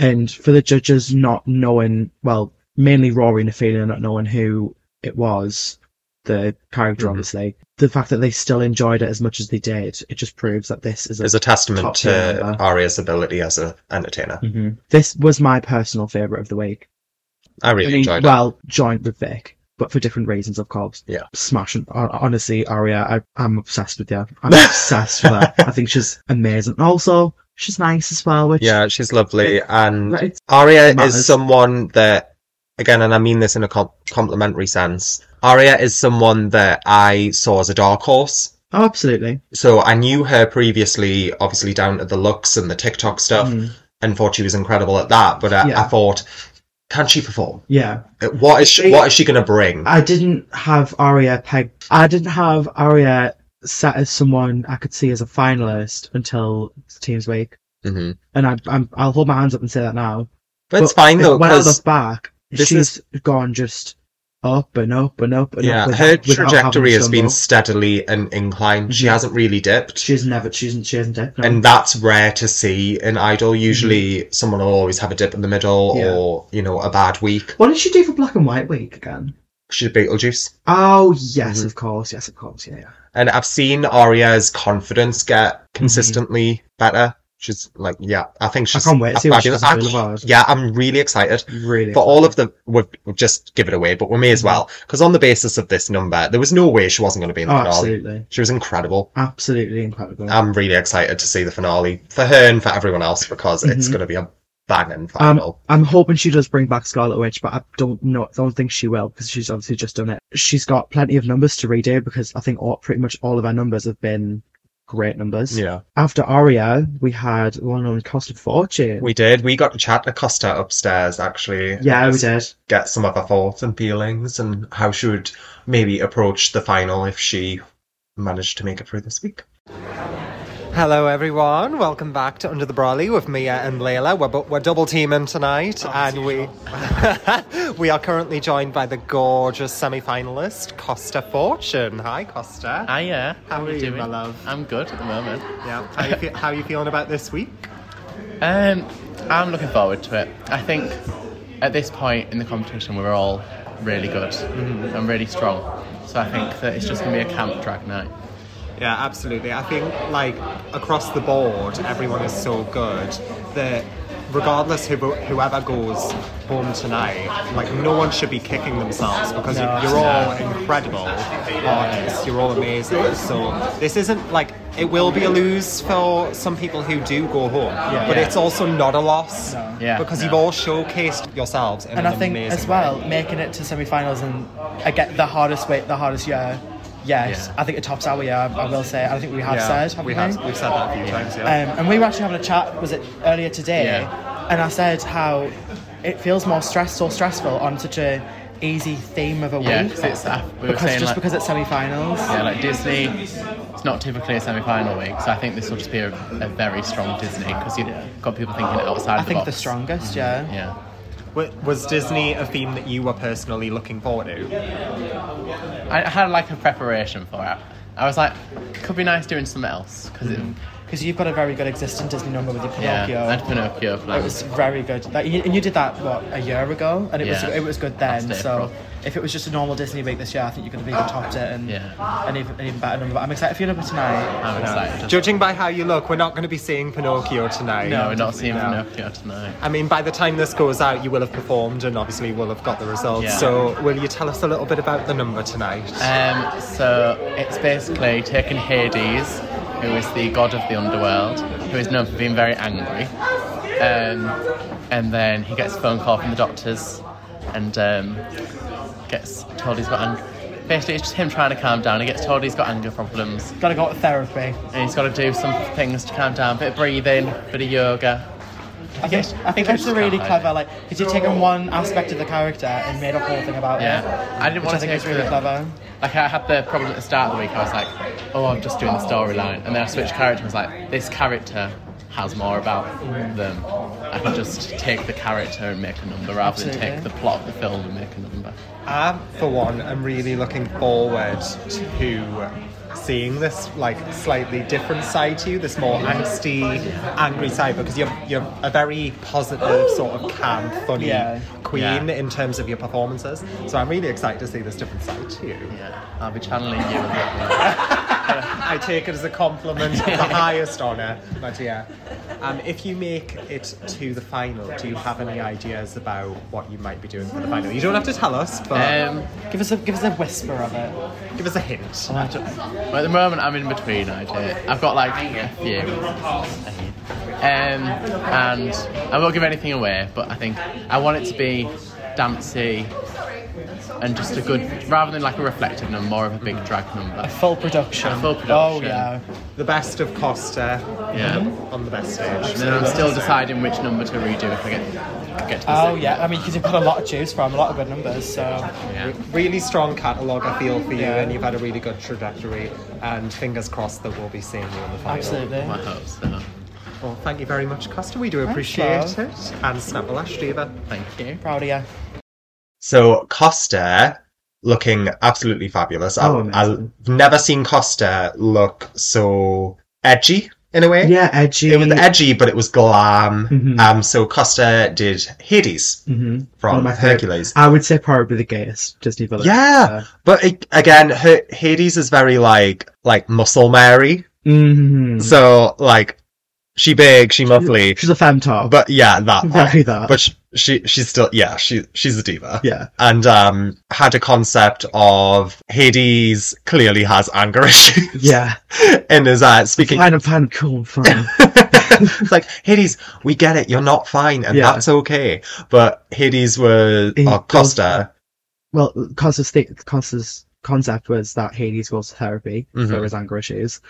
Speaker 1: And for the judges not knowing, well, mainly Rory and Ophelia not knowing who it was, the character
Speaker 2: Mhm.
Speaker 1: obviously, the fact that they still enjoyed it as much as they did, it just proves that this is a.
Speaker 2: It's a testament
Speaker 1: Top
Speaker 2: to
Speaker 1: tier, yeah.
Speaker 2: Aria's ability as an entertainer.
Speaker 1: Mhm. This was my personal favourite of the week.
Speaker 2: I really
Speaker 1: I mean,
Speaker 2: enjoyed it.
Speaker 1: well, joint with Vic, but for different reasons, of course.
Speaker 2: Yeah.
Speaker 1: Smashing. hon- Honestly, Aria, I, I'm obsessed with her. I'm obsessed with her. I think she's amazing. Also, she's nice as well, which.
Speaker 2: Yeah, she's lovely, and
Speaker 1: It's
Speaker 2: Aria is
Speaker 1: matters.
Speaker 2: someone that, again, and I mean this in a com- complimentary sense. Aria is someone that I saw as a dark horse.
Speaker 1: Oh, absolutely.
Speaker 2: So I knew her previously, obviously down to the looks and the TikTok stuff,
Speaker 1: Mm.
Speaker 2: and thought she was incredible at that. But I,
Speaker 1: Yeah.
Speaker 2: I thought, can she perform?
Speaker 1: Yeah,
Speaker 2: What is she,
Speaker 1: They-
Speaker 2: what is she going to bring?
Speaker 1: I didn't have Aria pegged. I didn't have Aria set as someone I could see as a finalist until Teams Week,
Speaker 2: hmm
Speaker 1: and I, I'm, I'll hold my hands up and say that now.
Speaker 2: But it's
Speaker 1: But
Speaker 2: fine though,
Speaker 1: when I
Speaker 2: because
Speaker 1: look back,
Speaker 2: this
Speaker 1: she's gone just up and up and up and
Speaker 2: yeah,
Speaker 1: up.
Speaker 2: her
Speaker 1: without- without having
Speaker 2: trajectory has
Speaker 1: stumble.
Speaker 2: been steadily an incline. She
Speaker 1: Mhm.
Speaker 2: hasn't really dipped.
Speaker 1: She's never. She's she hasn't dipped. No. Mm-hmm.
Speaker 2: and that's rare to see in idol. Usually, someone will always have a dip in the middle
Speaker 1: Yeah.
Speaker 2: or you know a bad week.
Speaker 1: what did she do for Black and White Week again?
Speaker 2: She's Beetlejuice,
Speaker 1: Oh yes,
Speaker 2: Mhm.
Speaker 1: of course. Yes, of course. Yeah. yeah.
Speaker 2: and I've seen Aria's confidence get consistently better. She's like, yeah, I think
Speaker 1: Mm-hmm. I
Speaker 2: she's.
Speaker 1: can't wait to see what she does
Speaker 2: fabulous-
Speaker 1: on Boulevard.
Speaker 2: Yeah, I'm really excited.
Speaker 1: Really.
Speaker 2: For all of the, we've, we've just give it away, but we may as well because on the basis of this number, there was no way she wasn't going to be in the
Speaker 1: Mm-hmm. oh,
Speaker 2: finale.
Speaker 1: absolutely,
Speaker 2: She was incredible.
Speaker 1: absolutely incredible.
Speaker 2: I'm really excited to see the finale for her and for everyone else because it's
Speaker 1: Mhm.
Speaker 2: going to be a
Speaker 1: Um,
Speaker 2: banging final.
Speaker 1: I'm hoping she does bring back Scarlet Witch, but I don't know. Don't think she will because she's obviously just done it. She's got plenty of numbers to redo because I think all, pretty much all of our numbers have been great numbers.
Speaker 2: yeah.
Speaker 1: After Aria, we had one on Cost of Fortune.
Speaker 2: We did. We got to chat to Costa upstairs, actually.
Speaker 1: yeah, we did.
Speaker 2: Get some of her thoughts and feelings and how she would maybe approach the final if she managed to make it through this week.
Speaker 3: Hello, everyone. Welcome back to Under the Brawley with Mia and Layla. We're, bu- we're double teaming tonight, and we we are currently joined by the gorgeous semi-finalist Costa Fortune. Hi, Costa.
Speaker 4: Hiya. How,
Speaker 3: How
Speaker 4: are,
Speaker 3: are you,
Speaker 4: you doing?
Speaker 3: my love?
Speaker 4: I'm good at the moment.
Speaker 3: Yeah. How you fe- how are you feeling about this week?
Speaker 4: Um, I'm looking forward to it. I think at this point in the competition, we're all really good
Speaker 1: Mm-hmm.
Speaker 4: and really strong. So I think that it's just going to be a camp drag night.
Speaker 3: Yeah, absolutely. I think like across the board, everyone is so good that regardless who, whoever goes home tonight, like no one should be kicking themselves because you- you're all incredible artists. You're all amazing. So this isn't like it will be a lose for some people who do go home, but
Speaker 4: Yeah.
Speaker 3: it's also not a loss
Speaker 4: Yeah,
Speaker 3: because
Speaker 4: no.
Speaker 3: you've all showcased yourselves. In
Speaker 1: and
Speaker 3: an
Speaker 1: I think
Speaker 3: amazing
Speaker 1: as
Speaker 3: way.
Speaker 1: well, making it to semi-finals and I get the hardest weight, the hardest year. Yes,
Speaker 4: Yeah.
Speaker 1: I think it tops our year. I, I will say. I think we have
Speaker 3: Yeah,
Speaker 1: said, haven't
Speaker 3: we
Speaker 1: we?
Speaker 3: have, we've said that a few times. Yeah.
Speaker 1: Um, and we were actually having a chat. Was it earlier today?
Speaker 4: Yeah.
Speaker 1: And I said how it feels more stress or stressful on such a easy theme of a
Speaker 4: Yeah,
Speaker 1: week.
Speaker 4: 'cause it's uh, we were
Speaker 1: because
Speaker 4: saying
Speaker 1: just
Speaker 4: like,
Speaker 1: because it's semi-finals.
Speaker 4: yeah, like Disney, it's not typically a semi-final week. So I think this will just be a, a very strong Disney because you've got people thinking outside
Speaker 1: I
Speaker 4: the
Speaker 1: think
Speaker 4: box.
Speaker 1: the strongest. Yeah.
Speaker 4: Yeah.
Speaker 3: Wa- Was Disney a theme that you were personally looking forward to?
Speaker 4: I had like a preparation for it. I was like, could be nice doing something else because
Speaker 1: Because you've got a very good existing Disney number with your
Speaker 4: yeah,
Speaker 1: Mm-hmm. Pinocchio.
Speaker 4: and Pinocchio.
Speaker 1: It was very good. Like, you- and you did that what a year ago, and it
Speaker 4: Yeah.
Speaker 1: was it was good
Speaker 4: Last
Speaker 1: then.
Speaker 4: April.
Speaker 1: So if it was just a normal Disney week this year, I think you're going to be the topped it and
Speaker 4: Yeah.
Speaker 1: an, even, an even better number. But I'm excited for your number tonight.
Speaker 4: I'm excited.
Speaker 3: Judging by how you look, we're not going to be seeing Pinocchio tonight.
Speaker 4: No, we're not seeing
Speaker 3: No.
Speaker 4: Pinocchio tonight.
Speaker 3: I mean, by the time this goes out, you will have performed and obviously will have got the results.
Speaker 4: Yeah.
Speaker 3: So, will you tell us a little bit about the number tonight?
Speaker 4: Um, so it's basically taking Hades, who is the god of the underworld, who is known for being very angry, um, and then he gets a phone call from the doctors, and um, gets told he's got anger. Basically, it's just him trying to calm down. He gets told he's got anger problems,
Speaker 1: Got to go to therapy.
Speaker 4: and he's got to do some things to calm down. Bit of breathing, bit of yoga.
Speaker 1: I think,
Speaker 4: it's-
Speaker 1: I think
Speaker 4: it's
Speaker 1: that's a really
Speaker 4: hard.
Speaker 1: clever. Like, because you've taken one aspect of the character and made a whole thing about
Speaker 4: Yeah,
Speaker 1: it.
Speaker 4: I didn't
Speaker 1: which
Speaker 4: want
Speaker 1: I
Speaker 4: to
Speaker 1: think
Speaker 4: take
Speaker 1: is really
Speaker 4: the-
Speaker 1: clever.
Speaker 4: Like I had the problem at the start of the week. I was like, oh, I'm just doing the storyline, and then I switched character. and was like, this character has more about them. I can just take the character and make a number rather than take
Speaker 1: Absolutely.
Speaker 4: the plot of the film and make a number.
Speaker 3: I, for one, am really looking forward to seeing this like slightly different side to you, this more angsty, angry side, because you're you're a very positive sort of calm, funny
Speaker 1: Yeah.
Speaker 3: queen
Speaker 4: Yeah.
Speaker 3: in terms of your performances. So I'm really excited to see this different side to you.
Speaker 4: Yeah, I'll be channeling you. A bit more.
Speaker 3: I take it as a compliment, the highest honour, my dear. Um, if you make it to the final, do you have any ideas about what you might be doing for the final? You don't have to tell us, but
Speaker 4: Um,
Speaker 1: Give us a give us a whisper of it.
Speaker 3: give us a hint.
Speaker 4: I don't- well, at the moment, I'm in between. idea. I've got like a few. Um, and I won't give anything away, but I think I want it to be dancey and just a good, rather than like a reflective number, more of a big drag number.
Speaker 1: Full production.
Speaker 4: A full
Speaker 1: Oh
Speaker 4: production.
Speaker 1: yeah.
Speaker 3: The best of Costa
Speaker 4: Yeah.
Speaker 3: on the best stage.
Speaker 4: And then I'm still deciding which number to redo if I get, get to the
Speaker 1: Oh
Speaker 4: second
Speaker 1: yeah. I mean, because you've got a lot to choose from, a lot of good numbers. So.
Speaker 4: Yeah.
Speaker 3: Really strong catalogue, I feel, for you,
Speaker 1: Yeah.
Speaker 3: and you've had a really good trajectory. And fingers crossed that we'll be seeing you on the final.
Speaker 1: Absolutely.
Speaker 4: I hope so.
Speaker 3: Well, thank you very much, Costa. We do appreciate
Speaker 1: love.
Speaker 3: it. And Snapple Ash, Diva.
Speaker 4: Thank you.
Speaker 1: Proud of you.
Speaker 2: So Costa looking absolutely fabulous. I-
Speaker 5: Oh, amazing.
Speaker 2: I've never seen Costa look so edgy in a way.
Speaker 5: Yeah, edgy.
Speaker 2: It was edgy, but it was glam.
Speaker 5: Mhm.
Speaker 2: Um, so Costa did Hades
Speaker 5: hmm One of
Speaker 2: from
Speaker 5: my favorite-
Speaker 2: Hercules.
Speaker 5: I would say probably the gayest Disney villain.
Speaker 2: Yeah, but it, again, her, Hades is very like like muscle Mary.
Speaker 5: hmm
Speaker 2: So like, she big, she muffly,
Speaker 5: She's a femtop.
Speaker 2: but yeah, that.
Speaker 5: Exactly that.
Speaker 2: But she, she she's still yeah she she's a diva.
Speaker 5: yeah.
Speaker 2: and um, had a concept of Hades clearly has anger issues.
Speaker 5: Yeah.
Speaker 2: and is uh, speaking.
Speaker 5: Kind of fun, cool, fun.
Speaker 2: it's like Hades, we get it. You're not fine, and
Speaker 5: Yeah.
Speaker 2: that's okay. But Hades was
Speaker 5: He
Speaker 2: or Costa.
Speaker 5: well, Costa's, th- Costa's concept was that Hades goes to therapy
Speaker 2: Mhm.
Speaker 5: for his anger issues.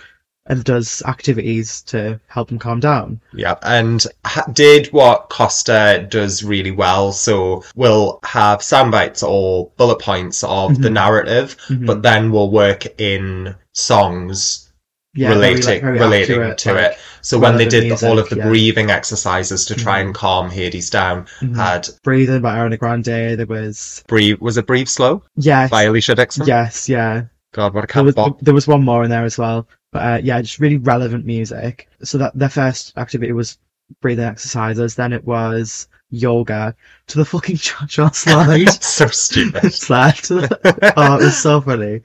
Speaker 1: and does activities to help him calm down.
Speaker 2: Yeah, and ha- did what Costa does really well. So we'll have sound bites or bullet points of
Speaker 1: Mm-hmm.
Speaker 2: the narrative, but then we'll work in songs
Speaker 1: Yeah, very,
Speaker 2: relating
Speaker 1: like, very
Speaker 2: relating
Speaker 1: accurate,
Speaker 2: to
Speaker 1: like-
Speaker 2: it. So when they
Speaker 1: relevant
Speaker 2: did the,
Speaker 1: music,
Speaker 2: all of the
Speaker 1: yeah. Mm-hmm.
Speaker 2: breathing exercises to try and calm Hades down, had
Speaker 1: Breathing by Ariana Grande. There was
Speaker 2: breathe was it breathe slow
Speaker 1: yes,
Speaker 2: by Alicia Dixon.
Speaker 1: yes, yeah.
Speaker 2: God, what
Speaker 1: There
Speaker 2: a cat
Speaker 1: was
Speaker 2: bop.
Speaker 1: there was one more in there as well, but uh, yeah, just really relevant music. So that their first activity was breathing exercises. Then it was yoga to the fucking cha-cha slide.
Speaker 2: so stupid.
Speaker 1: slide to the. oh, it was so funny.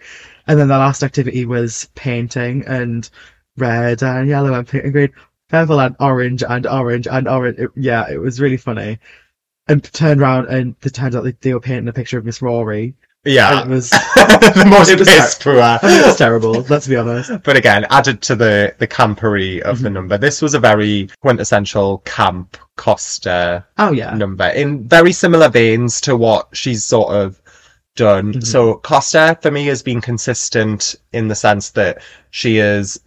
Speaker 1: And then the last activity was painting and red and yellow and pink and green, purple and orange and orange and orange. It- yeah, it was really funny. And turned round and it turns out they, they were painting a picture of Miss Rory. And
Speaker 2: Yeah,
Speaker 1: it was,
Speaker 2: the most
Speaker 1: It was
Speaker 2: piss poor.
Speaker 1: I mean, it was terrible, let's be honest.
Speaker 2: But again, added to the the campery of the number, this was a very quintessential camp Costa
Speaker 1: Oh, yeah.
Speaker 2: number in very similar veins to what she's sort of done.
Speaker 1: Mhm.
Speaker 2: So Costa for me has been consistent in the sense that she is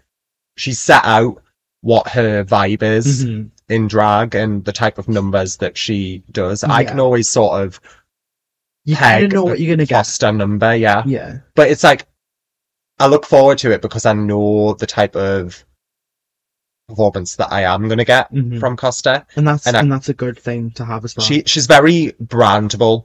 Speaker 2: she set out what her vibe is
Speaker 1: Mhm.
Speaker 2: in drag and the type of numbers that she does. I
Speaker 1: Yeah.
Speaker 2: can always sort of
Speaker 1: You kind
Speaker 2: peg
Speaker 1: of know what
Speaker 2: the
Speaker 1: you're going to get.
Speaker 2: Costa number, yeah
Speaker 1: Yeah.
Speaker 2: but it's like I look forward to it because I know the type of performance that I am gonna get
Speaker 1: Mhm.
Speaker 2: from Costa.
Speaker 1: And that's
Speaker 2: And
Speaker 1: and,
Speaker 2: I-
Speaker 1: that's a good thing to have as well.
Speaker 2: She she's very brandable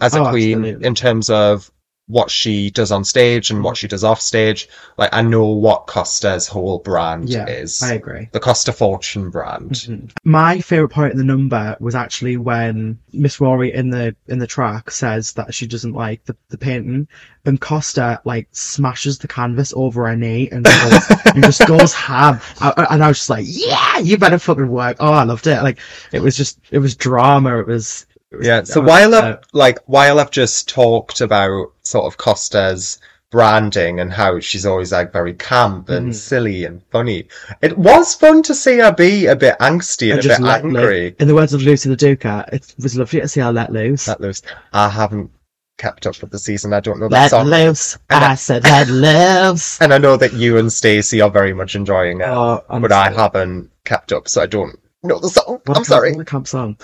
Speaker 2: as a
Speaker 1: Oh,
Speaker 2: queen
Speaker 1: absolutely. Mm.
Speaker 2: in terms of what she does on stage and what she does off stage. Like I know what Costa's whole brand
Speaker 1: Yeah,
Speaker 2: is.
Speaker 1: I Mm-hmm. agree.
Speaker 2: The Costa Fortune brand.
Speaker 1: My favorite part in the number was actually when Miss Rory in the in the track says that she doesn't like the, the painting, and Costa like smashes the canvas over her knee and, goes, and just goes ham. I, I- and I was just like, yeah, you better fucking work. Oh, I loved it. Like it was just it was drama. It was, it was-
Speaker 2: Yeah. So
Speaker 1: uh,
Speaker 2: while
Speaker 1: uh,
Speaker 2: I've like while I've just talked about sort of Costa's branding and how she's always like very camp and
Speaker 1: Mhm.
Speaker 2: silly and funny, it was fun to see her be a bit angsty and,
Speaker 1: and
Speaker 2: a bit
Speaker 1: just let
Speaker 2: angry.
Speaker 1: loose. In the words of Lucy the Duca, it was lovely to see her let loose.
Speaker 2: That loose. I haven't kept up with the season. I don't know that
Speaker 1: Let
Speaker 2: song.
Speaker 1: loose.
Speaker 2: And I-
Speaker 1: I said let loose.
Speaker 2: and I know that you and Stacey are very much enjoying it,
Speaker 1: Oh,
Speaker 2: but I haven't kept up, so I don't know the song.
Speaker 1: What a
Speaker 2: I'm
Speaker 1: camp-
Speaker 2: sorry.
Speaker 1: What a camp song.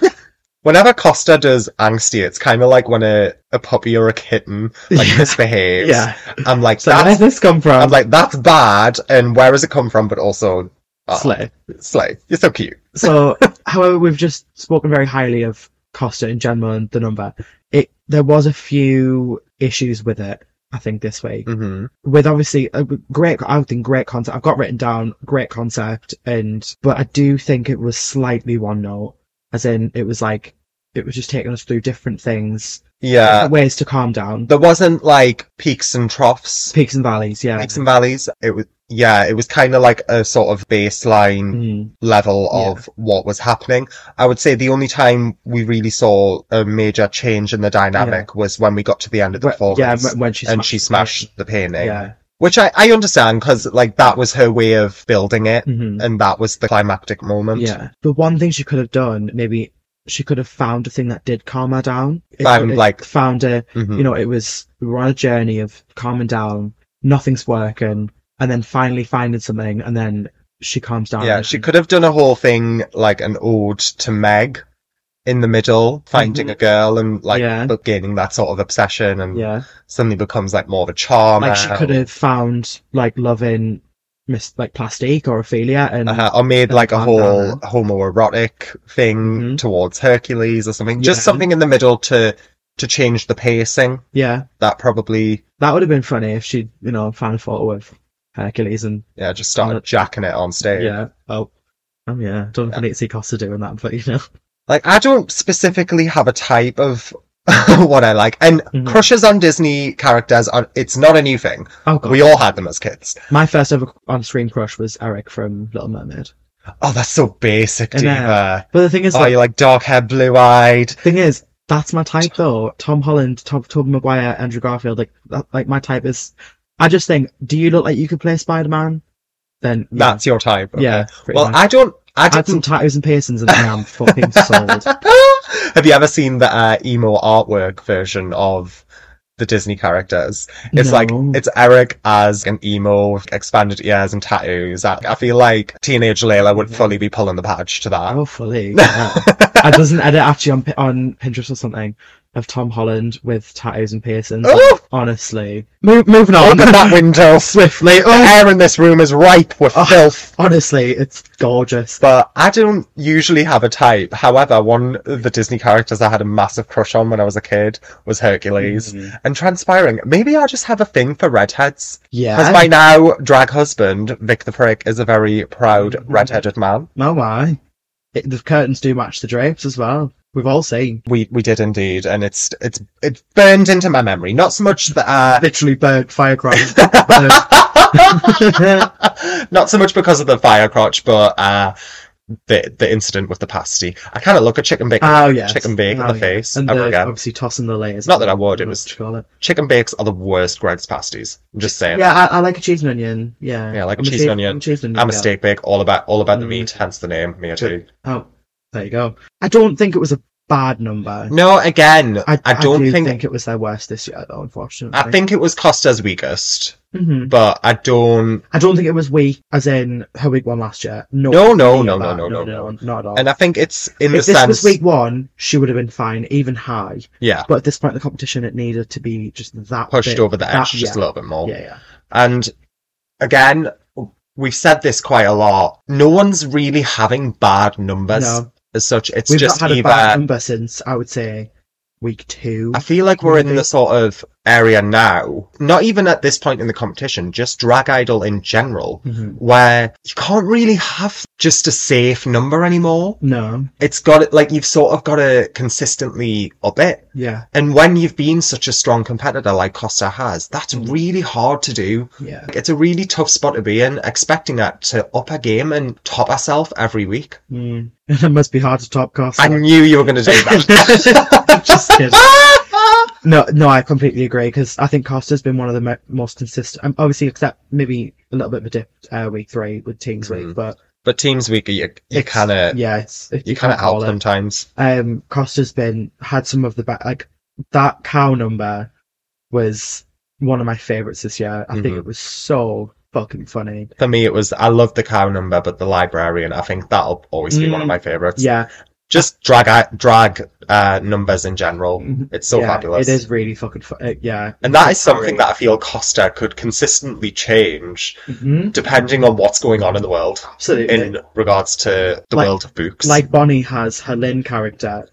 Speaker 2: Whenever Costa does angsty, it's kind of like when a, a puppy or a kitten like
Speaker 1: Yeah.
Speaker 2: misbehaves.
Speaker 1: Yeah.
Speaker 2: I'm like,
Speaker 1: So where does
Speaker 2: that's
Speaker 1: this come from?
Speaker 2: I'm like, that's bad, and where has it come from? But also, oh,
Speaker 1: Slay.
Speaker 2: Slay. You're so cute.
Speaker 1: So, however, we've just spoken very highly of Costa in general and the number. It there was a few issues with it. I think this week
Speaker 2: hmm
Speaker 1: with obviously a great, I would think great concept. I've got written down great concept, and but I do think it was slightly one note, as in it was like it was just taking us through different things,
Speaker 2: Yeah.
Speaker 1: different ways to calm down,
Speaker 2: There wasn't like peaks and troughs,
Speaker 1: peaks and valleys. Yeah,
Speaker 2: peaks and valleys. It was, yeah, it was kind of like a sort of baseline
Speaker 1: Mm.
Speaker 2: level
Speaker 1: Yeah.
Speaker 2: of what was happening. I would say the only time we really saw a major change in the dynamic was when we got to the end of the
Speaker 1: Wh- yeah,
Speaker 2: performance.
Speaker 1: wh- when she
Speaker 2: and she smashed the painting,
Speaker 1: Yeah,
Speaker 2: which I, I understand because like that was her way of building it,
Speaker 1: Mhm.
Speaker 2: and that was the climactic moment.
Speaker 1: Yeah. The one thing she could have done, maybe she could have found a thing that did calm her down. It-
Speaker 2: Found,
Speaker 1: it
Speaker 2: like-
Speaker 1: found a
Speaker 2: Mhm.
Speaker 1: you know, it was we were on a journey of calming down, nothing's working, and then finally finding something and then she calms down.
Speaker 2: Yeah,
Speaker 1: and-
Speaker 2: she could have done a whole thing like an ode to Meg in the middle, finding a girl and like
Speaker 1: Yeah.
Speaker 2: but gaining that sort of obsession and
Speaker 1: Yeah.
Speaker 2: suddenly becomes like more of a charmer.
Speaker 1: Like she could have found like loving Miss like plastique or Ophelia and
Speaker 2: Uh-huh, or made like a
Speaker 1: Calm
Speaker 2: whole
Speaker 1: down.
Speaker 2: homoerotic thing
Speaker 1: Mhm.
Speaker 2: towards Hercules or something. Just
Speaker 1: Yeah.
Speaker 2: something in the middle to to change the pacing.
Speaker 1: yeah.
Speaker 2: That probably
Speaker 1: That would have been funny if she'd, you know, found a photo of Hercules and
Speaker 2: yeah, just started
Speaker 1: Uh,
Speaker 2: jacking it on stage.
Speaker 1: yeah. Oh. Oh yeah. Don't know if I need to see Costa doing that, but you know.
Speaker 2: Like I don't specifically have a type of what I like. And
Speaker 1: Mhm.
Speaker 2: crushes on Disney characters are it's not a new thing.
Speaker 1: Oh god.
Speaker 2: We all had them as kids.
Speaker 1: My first ever on screen crush was Eric from Little Mermaid.
Speaker 2: Oh, that's so basic,
Speaker 1: I know.
Speaker 2: Diva.
Speaker 1: But the thing is,
Speaker 2: Oh,
Speaker 1: like,
Speaker 2: you like dark hair, blue eyed.
Speaker 1: thing is, that's my type though. Tom Holland, Tom, Tom Maguire, Andrew Garfield, like, that, like my type is. I just think, do you look like you could play Spider Man? Then yeah.
Speaker 2: That's your type. Okay.
Speaker 1: yeah. pretty
Speaker 2: Well,
Speaker 1: much.
Speaker 2: I don't. I
Speaker 1: Add some
Speaker 2: didn't.
Speaker 1: tattoos and piercings, and I'm fucking sold.
Speaker 2: Have you ever seen the uh, emo artwork version of the Disney characters. It's like
Speaker 1: No.
Speaker 2: it's Eric as an emo, with expanded ears and tattoos. I, I feel like teenage Layla would fully be pulling the patch to that.
Speaker 1: Oh. Hopefully, yeah. I does an edit actually on Pi- on Pinterest or something of Tom Holland with tattoos and piercings.
Speaker 2: Oh!
Speaker 1: Honestly, Mo- moving on.
Speaker 2: Open that window.
Speaker 1: swiftly.
Speaker 2: The air in this room is ripe with
Speaker 1: Oh.
Speaker 2: filth.
Speaker 1: Honestly, it's gorgeous.
Speaker 2: But I don't usually have a type. However, one of the Disney characters I had a massive crush on when I was a kid was Hercules. And transpiring, maybe I just have a thing for redheads. Because
Speaker 1: Yeah.
Speaker 2: by now, drag husband, Vic the Prick, is a very proud redheaded man.
Speaker 1: No, why? It, the curtains do match the drapes as well. We've all seen.
Speaker 2: We we did indeed, and it's it's it's burned into my memory. Not so much that uh,
Speaker 1: Literally burnt firecrackers.
Speaker 2: not so much because of the fire crotch, but uh, the the incident with the pasty. I cannot look at chicken bake.
Speaker 1: oh yeah,
Speaker 2: Chicken bake in the face,
Speaker 1: and
Speaker 2: ever
Speaker 1: the,
Speaker 2: again.
Speaker 1: obviously tossing the layers.
Speaker 2: Not that I would, it
Speaker 1: What
Speaker 2: was-
Speaker 1: do you call it.
Speaker 2: chicken bakes are the worst Greg's pasties. I'm just saying.
Speaker 1: Yeah, I, I like a cheese and onion. Yeah,
Speaker 2: Yeah, like a
Speaker 1: I'm
Speaker 2: cheese and onion.
Speaker 1: I'm a cheese and onion.
Speaker 2: I'm a
Speaker 1: girl.
Speaker 2: steak bake, all about all about the
Speaker 1: Mm.
Speaker 2: meat, hence the name, me too.
Speaker 1: Oh, there you go. I don't think it was a bad number.
Speaker 2: No, again, I,
Speaker 1: I,
Speaker 2: don't
Speaker 1: do
Speaker 2: think,
Speaker 1: think... it was their worst this year, though. Unfortunately,
Speaker 2: I think it was Costa's weakest,
Speaker 1: Mhm.
Speaker 2: but I don't
Speaker 1: I don't think it was weak, as in her week one last year. No,
Speaker 2: No, no, no,
Speaker 1: nothing
Speaker 2: no,
Speaker 1: about-
Speaker 2: no, no, no.
Speaker 1: not at all.
Speaker 2: and I think it's in
Speaker 1: if
Speaker 2: the
Speaker 1: this
Speaker 2: sense
Speaker 1: was week one, she would have been fine, even high.
Speaker 2: Yeah.
Speaker 1: But at this point in the competition, it needed to be just that
Speaker 2: Pushed
Speaker 1: bit-
Speaker 2: over the edge
Speaker 1: that-
Speaker 2: just a
Speaker 1: yeah,
Speaker 2: little bit more.
Speaker 1: Yeah, yeah.
Speaker 2: And again, we've said this quite a lot. No one's really having bad numbers
Speaker 1: No.
Speaker 2: as such. It's
Speaker 1: We've
Speaker 2: just
Speaker 1: not had a
Speaker 2: either
Speaker 1: bad number since I would say week two.
Speaker 2: I feel like we're in
Speaker 1: Maybe.
Speaker 2: the sort of area now, not even at this point in the competition, just drag idol in general,
Speaker 1: Mhm.
Speaker 2: where you can't really have just a safe number anymore.
Speaker 1: No,
Speaker 2: It's got it like you've sort of got to consistently up it.
Speaker 1: yeah,
Speaker 2: And when you've been such a strong competitor like Costa has, that's
Speaker 1: Mm.
Speaker 2: really hard to do.
Speaker 1: yeah.
Speaker 2: Like, It's a really tough spot to be in, expecting that to up her game and top herself every week.
Speaker 1: Mm. it must be hard to top cost.
Speaker 2: I knew you were going to do that.
Speaker 1: Just kidding. No, no, I completely agree because I think Costa's been one of the mo- most consistent. Um, obviously, except maybe a little bit of a dip uh, week three with Teams
Speaker 2: Mhm.
Speaker 1: Week, but
Speaker 2: but teams week, you, you
Speaker 1: it's-
Speaker 2: kind of
Speaker 1: yeah, it's, it,
Speaker 2: you kind of
Speaker 1: can't call
Speaker 2: out
Speaker 1: it.
Speaker 2: sometimes.
Speaker 1: Um, Costa's been had some of the best. Like that cow number was one of my favorites this year. I think
Speaker 2: Mhm.
Speaker 1: it was so fucking funny.
Speaker 2: For me, it was I love the cow number, but the librarian. I think that'll always be one of
Speaker 1: Mm.
Speaker 2: my favorites.
Speaker 1: Yeah,
Speaker 2: just drag out- drag uh, numbers in general.
Speaker 1: Mhm.
Speaker 2: It's so
Speaker 1: yeah,
Speaker 2: fabulous.
Speaker 1: It is really fucking fu- uh, yeah.
Speaker 2: And that is something that I feel Costa could consistently change
Speaker 1: hmm
Speaker 2: depending on what's going on in the world
Speaker 1: Absolutely.
Speaker 2: in regards to the
Speaker 1: Like-
Speaker 2: world of books.
Speaker 1: like Bonnie has her Lynn character,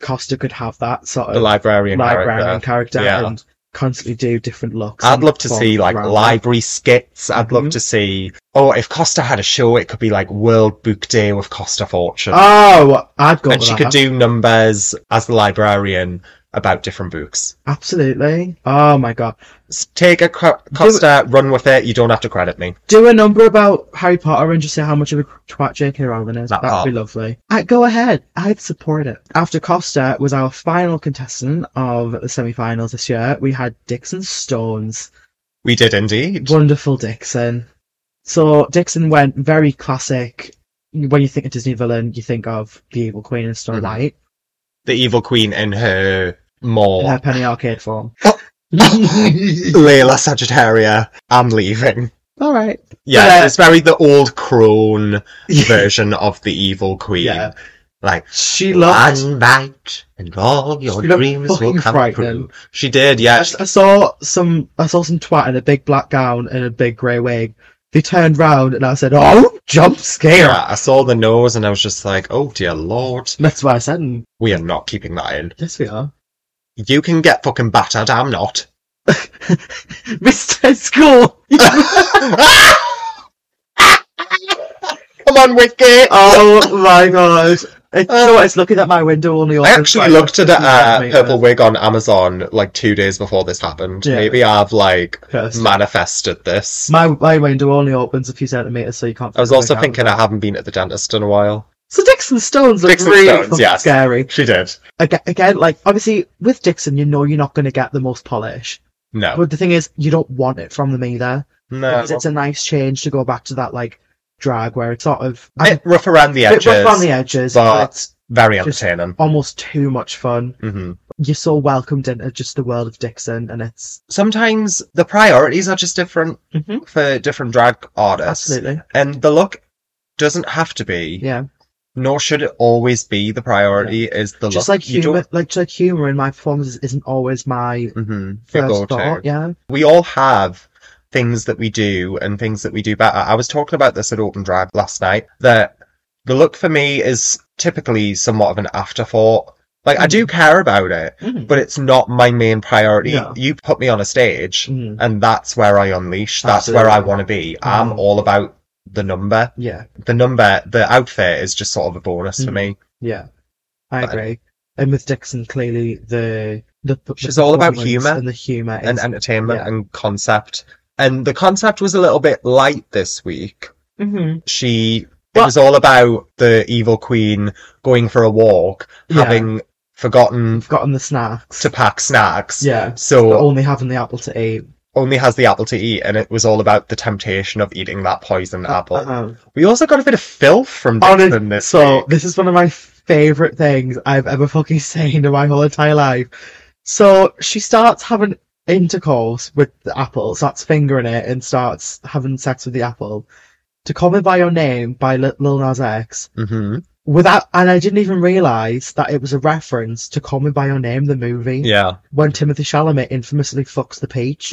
Speaker 1: Costa could have that sort of
Speaker 2: the librarian,
Speaker 1: librarian
Speaker 2: character.
Speaker 1: character,
Speaker 2: Yeah.
Speaker 1: and constantly do different looks.
Speaker 2: I'd
Speaker 1: and
Speaker 2: love to see
Speaker 1: forms
Speaker 2: like
Speaker 1: around it.
Speaker 2: library skits. I'd love
Speaker 1: Mhm.
Speaker 2: to see. Oh, if Costa had a show, it could be like World Book Day with Costa Fortune.
Speaker 1: Oh, I'd go.
Speaker 2: and
Speaker 1: with
Speaker 2: she
Speaker 1: that.
Speaker 2: could do numbers as the librarian about different books.
Speaker 1: absolutely. Oh my god,
Speaker 2: S- Take a cro- Costa, run with it. You don't have to credit me.
Speaker 1: do a number about Harry Potter and just say how much of a twat J.K. Rowling is.
Speaker 2: That
Speaker 1: That'd
Speaker 2: part.
Speaker 1: be lovely. I, go ahead, I'd support it. After Costa was our final contestant of the semi-finals this year, we had Dixon Stones.
Speaker 2: We did indeed.
Speaker 1: Wonderful Dixon. So Dixon went very classic. When you think of Disney villain, you think of the Evil Queen in Snow
Speaker 2: Mhm.
Speaker 1: White
Speaker 2: The evil queen in her
Speaker 1: in her
Speaker 2: more
Speaker 1: Penny Arcade form.
Speaker 2: Oh. Layla Sagittaria. I'm leaving.
Speaker 1: All right.
Speaker 2: Yeah,
Speaker 1: But, uh,
Speaker 2: it's very the old crone version of the evil queen.
Speaker 1: Yeah.
Speaker 2: Like
Speaker 1: She loved.
Speaker 2: one night and all your
Speaker 1: She looked
Speaker 2: dreams will
Speaker 1: fucking
Speaker 2: come
Speaker 1: frightened.
Speaker 2: true. She did,
Speaker 1: I,
Speaker 2: yeah.
Speaker 1: s- I saw some. I saw some twat in a big black gown and a big grey wig. They turned round and I said, "Oh, jump scare!"
Speaker 2: Yeah, I saw the nose and I was just like, oh dear lord,
Speaker 1: That's what I said. And
Speaker 2: we are not keeping that in.
Speaker 1: yes, we are,
Speaker 2: You can get fucking battered, I'm not.
Speaker 1: Mister School.
Speaker 2: Come on, Wicket!
Speaker 1: oh my god! It's, you know what, it's looking at my window only.
Speaker 2: Uh, I
Speaker 1: opens
Speaker 2: actually
Speaker 1: right
Speaker 2: looked
Speaker 1: up
Speaker 2: at a
Speaker 1: to
Speaker 2: uh,
Speaker 1: me.
Speaker 2: purple wig on Amazon like two days before this happened.
Speaker 1: Yeah.
Speaker 2: Maybe I've like
Speaker 1: Yes.
Speaker 2: manifested this.
Speaker 1: My my window only opens a few centimeters, so you can't.
Speaker 2: I was
Speaker 1: figure
Speaker 2: also
Speaker 1: it out.
Speaker 2: thinking I haven't been at the dentist in a while.
Speaker 1: So Dixon Stones look
Speaker 2: Dixon
Speaker 1: really
Speaker 2: Stones,
Speaker 1: fucking
Speaker 2: yes.
Speaker 1: scary.
Speaker 2: She did.
Speaker 1: Aga- Again, like obviously with Dixon, you know you're not going to get the most polish.
Speaker 2: No.
Speaker 1: But the thing is, you don't want it from them either
Speaker 2: No.
Speaker 1: because it's a nice change to go back to that like drag where it's sort of I-
Speaker 2: Bit rough around the
Speaker 1: bit
Speaker 2: edges,
Speaker 1: rough on the edges, but
Speaker 2: but
Speaker 1: it's
Speaker 2: very
Speaker 1: just-
Speaker 2: entertaining.
Speaker 1: almost too much fun.
Speaker 2: hmm
Speaker 1: You're so welcomed into just the world of Dixon, and it's
Speaker 2: Sometimes the priorities are just different
Speaker 1: Mhm.
Speaker 2: for different drag artists,
Speaker 1: absolutely
Speaker 2: and the look doesn't have to be,
Speaker 1: yeah.
Speaker 2: nor should it always be. The priority is the
Speaker 1: Just
Speaker 2: look.
Speaker 1: like humor, like just like humor in my performances isn't always my
Speaker 2: hmm
Speaker 1: first thought. Yeah,
Speaker 2: we all have things that we do and things that we do better. I was talking about this at Open Drag last night that the look for me is typically somewhat of an afterthought. Like I
Speaker 1: Mm.
Speaker 2: do care about it,
Speaker 1: Mhm.
Speaker 2: but it's not my main priority.
Speaker 1: No.
Speaker 2: You put me on a stage
Speaker 1: Mhm.
Speaker 2: and that's where I unleash. That's where I
Speaker 1: Absolutely.
Speaker 2: want to be. I'm
Speaker 1: Mhm.
Speaker 2: all about the number.
Speaker 1: yeah,
Speaker 2: The number, the outfit is just sort of a bonus for
Speaker 1: Mhm.
Speaker 2: me.
Speaker 1: yeah. I
Speaker 2: But-
Speaker 1: agree. And with Dixon, clearly the the the
Speaker 2: She's all about
Speaker 1: performance
Speaker 2: humour
Speaker 1: and the humor
Speaker 2: and
Speaker 1: is-
Speaker 2: entertainment
Speaker 1: yeah.
Speaker 2: and concept. And the concept was a little bit light this week.
Speaker 1: Mhm.
Speaker 2: she it
Speaker 1: Well-
Speaker 2: was all about the evil queen going for a walk
Speaker 1: Yeah.
Speaker 2: having forgotten
Speaker 1: I've gotten the snacks.
Speaker 2: to pack snacks
Speaker 1: Yeah,
Speaker 2: so
Speaker 1: but only having the apple to eat.
Speaker 2: only has the apple to eat and it was all about the temptation of eating that poisoned apple
Speaker 1: Uh-uh.
Speaker 2: we also got a bit of filth from
Speaker 1: Honest-
Speaker 2: Dixon this
Speaker 1: So
Speaker 2: week.
Speaker 1: this is one of my favorite things I've ever fucking seen in my whole entire life. So she starts having intercourse with the apple, starts fingering it, and starts having sex with the apple. To call me by your name by Li- Lil Nas X
Speaker 2: Mhm.
Speaker 1: without, and I didn't even realize that it was a reference to Call Me by Your Name, the movie,
Speaker 2: yeah
Speaker 1: when Timothy Chalamet infamously fucks the peach.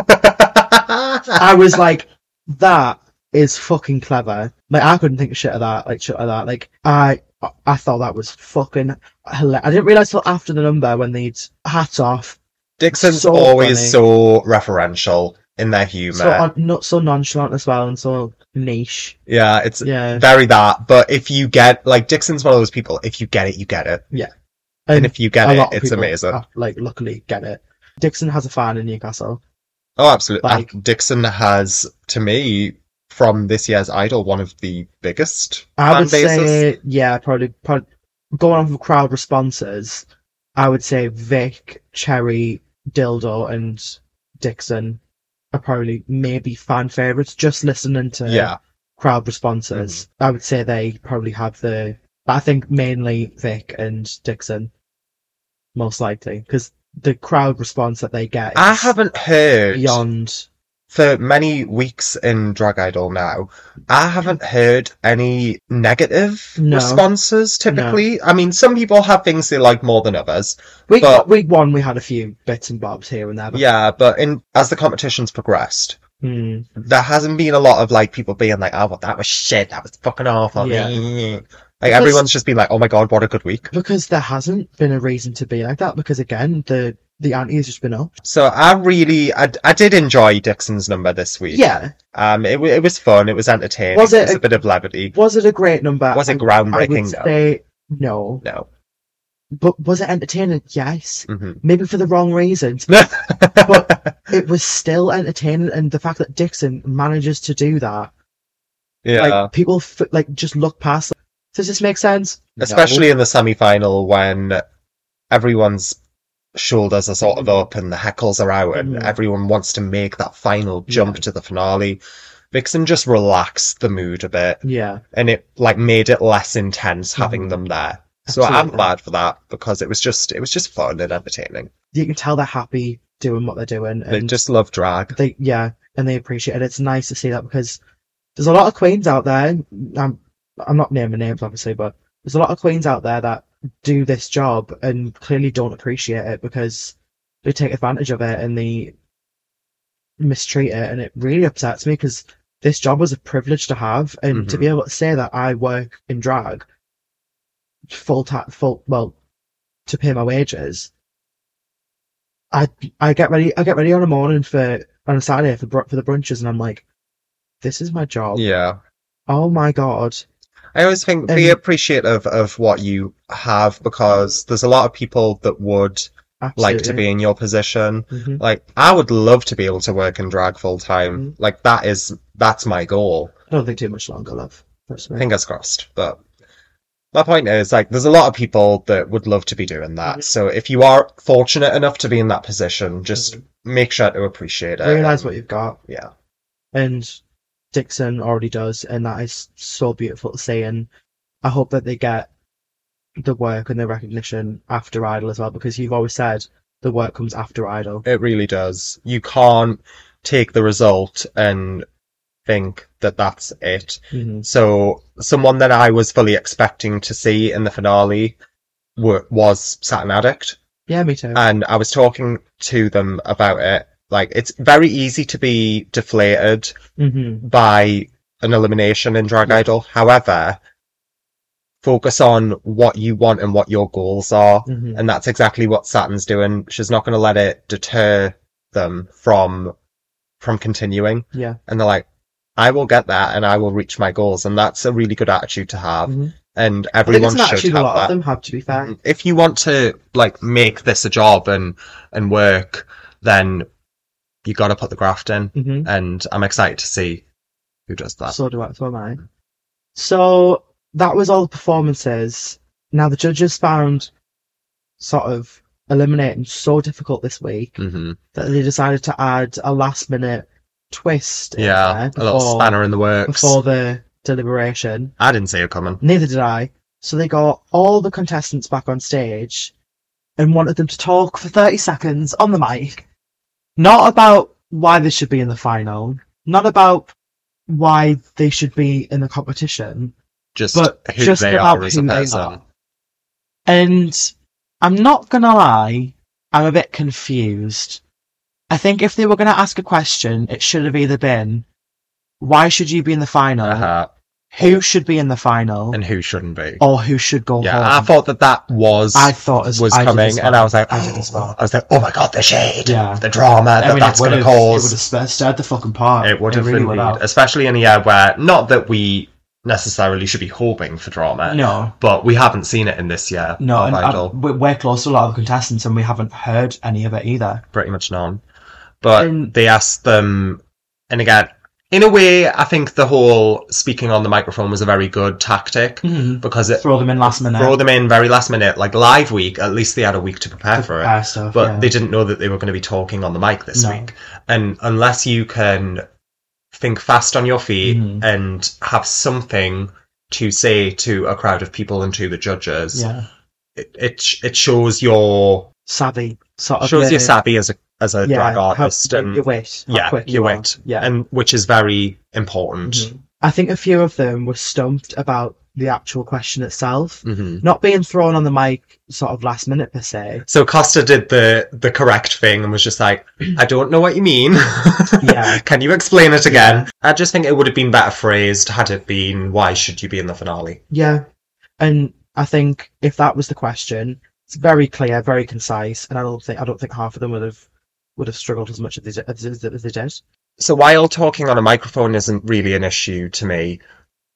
Speaker 1: I was like, that is fucking clever. Like, I couldn't think of shit of that. Like, shit of that. Like, I, I thought that was fucking hilarious. I didn't realize till after the number when they'd hats off,
Speaker 2: Dixon's
Speaker 1: so
Speaker 2: always
Speaker 1: funny.
Speaker 2: so referential in their humor
Speaker 1: so on, not so nonchalant as well and so niche.
Speaker 2: yeah it's
Speaker 1: Yeah,
Speaker 2: very that but if you get like Dixon's one of those people if you get it you get it and, if you get
Speaker 1: a
Speaker 2: it
Speaker 1: lot of
Speaker 2: it's
Speaker 1: people
Speaker 2: amazing
Speaker 1: have, like, luckily get it. Dixon has a fan in Newcastle.
Speaker 2: Oh, absolutely.
Speaker 1: Like-
Speaker 2: And Dixon has, to me, from this year's Idol, one of the biggest
Speaker 1: I
Speaker 2: fan
Speaker 1: would
Speaker 2: bases.
Speaker 1: say, yeah, probably, probably going off of crowd responses. I would say Vic, Cherry, Dildo, and Dixon are probably maybe fan favorites. Just listening to
Speaker 2: yeah, Mm-hmm.
Speaker 1: crowd responses, I would say they probably have the. But I think mainly Vic and Dixon, most likely, because the crowd response that they get
Speaker 2: I
Speaker 1: is
Speaker 2: haven't heard
Speaker 1: beyond.
Speaker 2: for many weeks in Drag Idol now. I haven't heard any negative
Speaker 1: No.
Speaker 2: responses. Typically, I mean, some people have things they like more than others.
Speaker 1: Week
Speaker 2: but-
Speaker 1: week one, we had a few bits and bobs here and there. But,
Speaker 2: Yeah, but in as the competition's progressed,
Speaker 1: Hmm,
Speaker 2: there hasn't been a lot of like people being like, "Oh, well, that was shit. That was fucking awful."
Speaker 1: Yeah.
Speaker 2: Like
Speaker 1: Because-
Speaker 2: everyone's just been like, "Oh my god, what a good week."
Speaker 1: Because there hasn't been a reason to be like that. Because again, the the ante has just been up.
Speaker 2: So I really, I, I did enjoy Dixon's number this week.
Speaker 1: Yeah.
Speaker 2: Um, it, wa- it was fun. It was entertaining.
Speaker 1: Was it
Speaker 2: was
Speaker 1: a-
Speaker 2: a bit of levity.
Speaker 1: Was it a great number?
Speaker 2: Was
Speaker 1: I-
Speaker 2: it
Speaker 1: I would
Speaker 2: groundbreaking? No.
Speaker 1: say no.
Speaker 2: No.
Speaker 1: But was it entertaining? Yes.
Speaker 2: Mhm.
Speaker 1: Maybe for the wrong reasons. It was still entertaining, and the fact that Dixon manages to do that,
Speaker 2: yeah.
Speaker 1: like people f- like just look past. Like, Does this make sense? No.
Speaker 2: Especially in the semi-final when everyone's shoulders are sort
Speaker 1: Mm-hmm.
Speaker 2: of up and the heckles are out and
Speaker 1: Mhm.
Speaker 2: everyone wants to make that final jump to the finale. Vixen just relaxed the mood a bit
Speaker 1: Yeah.
Speaker 2: and it like made it less intense having
Speaker 1: Mhm.
Speaker 2: them there. So I'm
Speaker 1: Absolutely.
Speaker 2: glad for that because it was just it was just fun and entertaining.
Speaker 1: You can tell they're happy doing what they're doing,
Speaker 2: They
Speaker 1: and
Speaker 2: just love drag.
Speaker 1: they yeah, and they appreciate it. It's nice to see that because there's a lot of queens out there. I'm I'm not naming names obviously, but there's a lot of queens out there that do this job and clearly don't appreciate it because they take advantage of it and they mistreat it, and it really upsets me because this job was a privilege to have, and to
Speaker 2: Mhm.
Speaker 1: be able to say that I work in drag full time, full well, to pay my wages. I I get ready. I get ready on a morning for on a Saturday for br- for the brunches, and I'm like, this is my job.
Speaker 2: Yeah.
Speaker 1: Oh my god.
Speaker 2: I always think be
Speaker 1: And-
Speaker 2: appreciative of what you have because there's a lot of people that would
Speaker 1: Absolutely.
Speaker 2: like to be in your position.
Speaker 1: Mhm.
Speaker 2: Like I would love to be able to work in drag full time.
Speaker 1: Mhm.
Speaker 2: Like that is that's my goal.
Speaker 1: I don't think too much longer, love. Trust me.
Speaker 2: Fingers crossed. But my point is like there's a lot of people that would love to be doing that.
Speaker 1: Mhm.
Speaker 2: So if you are fortunate enough to be in that position, just make sure to appreciate it.
Speaker 1: Mm-hmm. Realize
Speaker 2: and-
Speaker 1: what you've got,
Speaker 2: yeah.
Speaker 1: and Dixon already does, and that is so beautiful to see. And I hope that they get the work and the recognition after Idol as well, because you've always said the work comes after Idol.
Speaker 2: It really does. You can't take the result and think that that's it.
Speaker 1: Mhm.
Speaker 2: So, someone that I was fully expecting to see in the finale were, was Saturn Addict.
Speaker 1: Yeah, me too.
Speaker 2: and I was talking to them about it. Like, it's very easy to be deflated
Speaker 1: hmm
Speaker 2: by an elimination in Drag Idol. However, focus on what you want and what your goals are.
Speaker 1: hmm
Speaker 2: And that's exactly what Saturn's doing. She's not going to let it deter them from, from continuing.
Speaker 1: Yeah.
Speaker 2: And they're like, I will get that and I will reach my goals. And that's a really good attitude to have.
Speaker 1: Mhm.
Speaker 2: And
Speaker 1: I think
Speaker 2: everyone
Speaker 1: it's not
Speaker 2: should
Speaker 1: actually
Speaker 2: have
Speaker 1: a lot
Speaker 2: that Mm-hmm.
Speaker 1: of them have, to be fair.
Speaker 2: if you want to like make this a job and and work then you got to put the graft in
Speaker 1: hmm
Speaker 2: and i'm excited to see who does that
Speaker 1: So do I. So am I. So that was all the performances. Now the judges found sort of eliminating so difficult this week
Speaker 2: hmm
Speaker 1: that they decided to add a last minute twist. in
Speaker 2: yeah
Speaker 1: there
Speaker 2: a little
Speaker 1: before-
Speaker 2: spanner in the works
Speaker 1: before the deliberation.
Speaker 2: i didn't see it coming
Speaker 1: Neither did I. So they got all the contestants back on stage and wanted them to talk for 30 seconds on the mic. Not about why they should be in the final, not about why they should be in the competition,
Speaker 2: just
Speaker 1: but
Speaker 2: who
Speaker 1: just
Speaker 2: they
Speaker 1: about
Speaker 2: are as a
Speaker 1: who they
Speaker 2: person
Speaker 1: are. And I'm not gonna lie, I'm a bit confused. I think if they were gonna ask a question, it should have either been, why should you be in the final?
Speaker 2: uh-huh.
Speaker 1: Who should be in the final?
Speaker 2: and who shouldn't be
Speaker 1: or who should go
Speaker 2: yeah
Speaker 1: home?
Speaker 2: i thought that that was
Speaker 1: Oh, I thought as
Speaker 2: was
Speaker 1: I did as
Speaker 2: coming and i
Speaker 1: well.
Speaker 2: was like
Speaker 1: I did as well.
Speaker 2: i was like oh my god the shade
Speaker 1: Yeah.
Speaker 2: the drama that that's
Speaker 1: would
Speaker 2: gonna
Speaker 1: have-
Speaker 2: cause
Speaker 1: It would have spur- stirred the fucking pot.
Speaker 2: It would have
Speaker 1: really
Speaker 2: indeed,
Speaker 1: have.
Speaker 2: especially in a year where not that we necessarily should be hoping for drama,
Speaker 1: No,
Speaker 2: but we haven't seen it in this year.
Speaker 1: no,
Speaker 2: of
Speaker 1: and um, I,
Speaker 2: Idol,
Speaker 1: we're we're close to a lot of contestants, and we haven't heard any of it either.
Speaker 2: pretty much none. But
Speaker 1: Um,
Speaker 2: they asked them, and again, in a way, I think the whole speaking on the microphone was a very good tactic
Speaker 1: Mm-hmm.
Speaker 2: because it
Speaker 1: Throw them in last minute.
Speaker 2: throw them in very last minute, like live week. At least they had a week to prepare for it.
Speaker 1: uh, stuff,
Speaker 2: but
Speaker 1: yeah.
Speaker 2: they didn't know that they were going to be talking on the mic this
Speaker 1: No.
Speaker 2: week. And unless you can think fast on your feet
Speaker 1: Mhm.
Speaker 2: and have something to say to a crowd of people and to the judges,
Speaker 1: yeah,
Speaker 2: it, it sh- it shows your
Speaker 1: savvy sort of
Speaker 2: shows
Speaker 1: the-
Speaker 2: your savvy as a as a drag artist
Speaker 1: how,
Speaker 2: and
Speaker 1: your wit, how
Speaker 2: yeah,
Speaker 1: quick
Speaker 2: your
Speaker 1: you are.
Speaker 2: wit.
Speaker 1: yeah.
Speaker 2: and which is very important.
Speaker 1: Mhm. I think a few of them were stumped about the actual question itself,
Speaker 2: Mhm.
Speaker 1: not being thrown on the mic sort of last minute per se.
Speaker 2: So Costa did the the correct thing and was just like, I don't know what you mean.
Speaker 1: Yeah.
Speaker 2: Can you explain it again? I just think it would have been better phrased had it been, why should you be in the finale?
Speaker 1: Yeah. And I think if that was the question, it's very clear, very concise, and I don't think I don't think half of them would have would have struggled as much as they did, as, as, as they did.
Speaker 2: So while talking on a microphone isn't really an issue to me,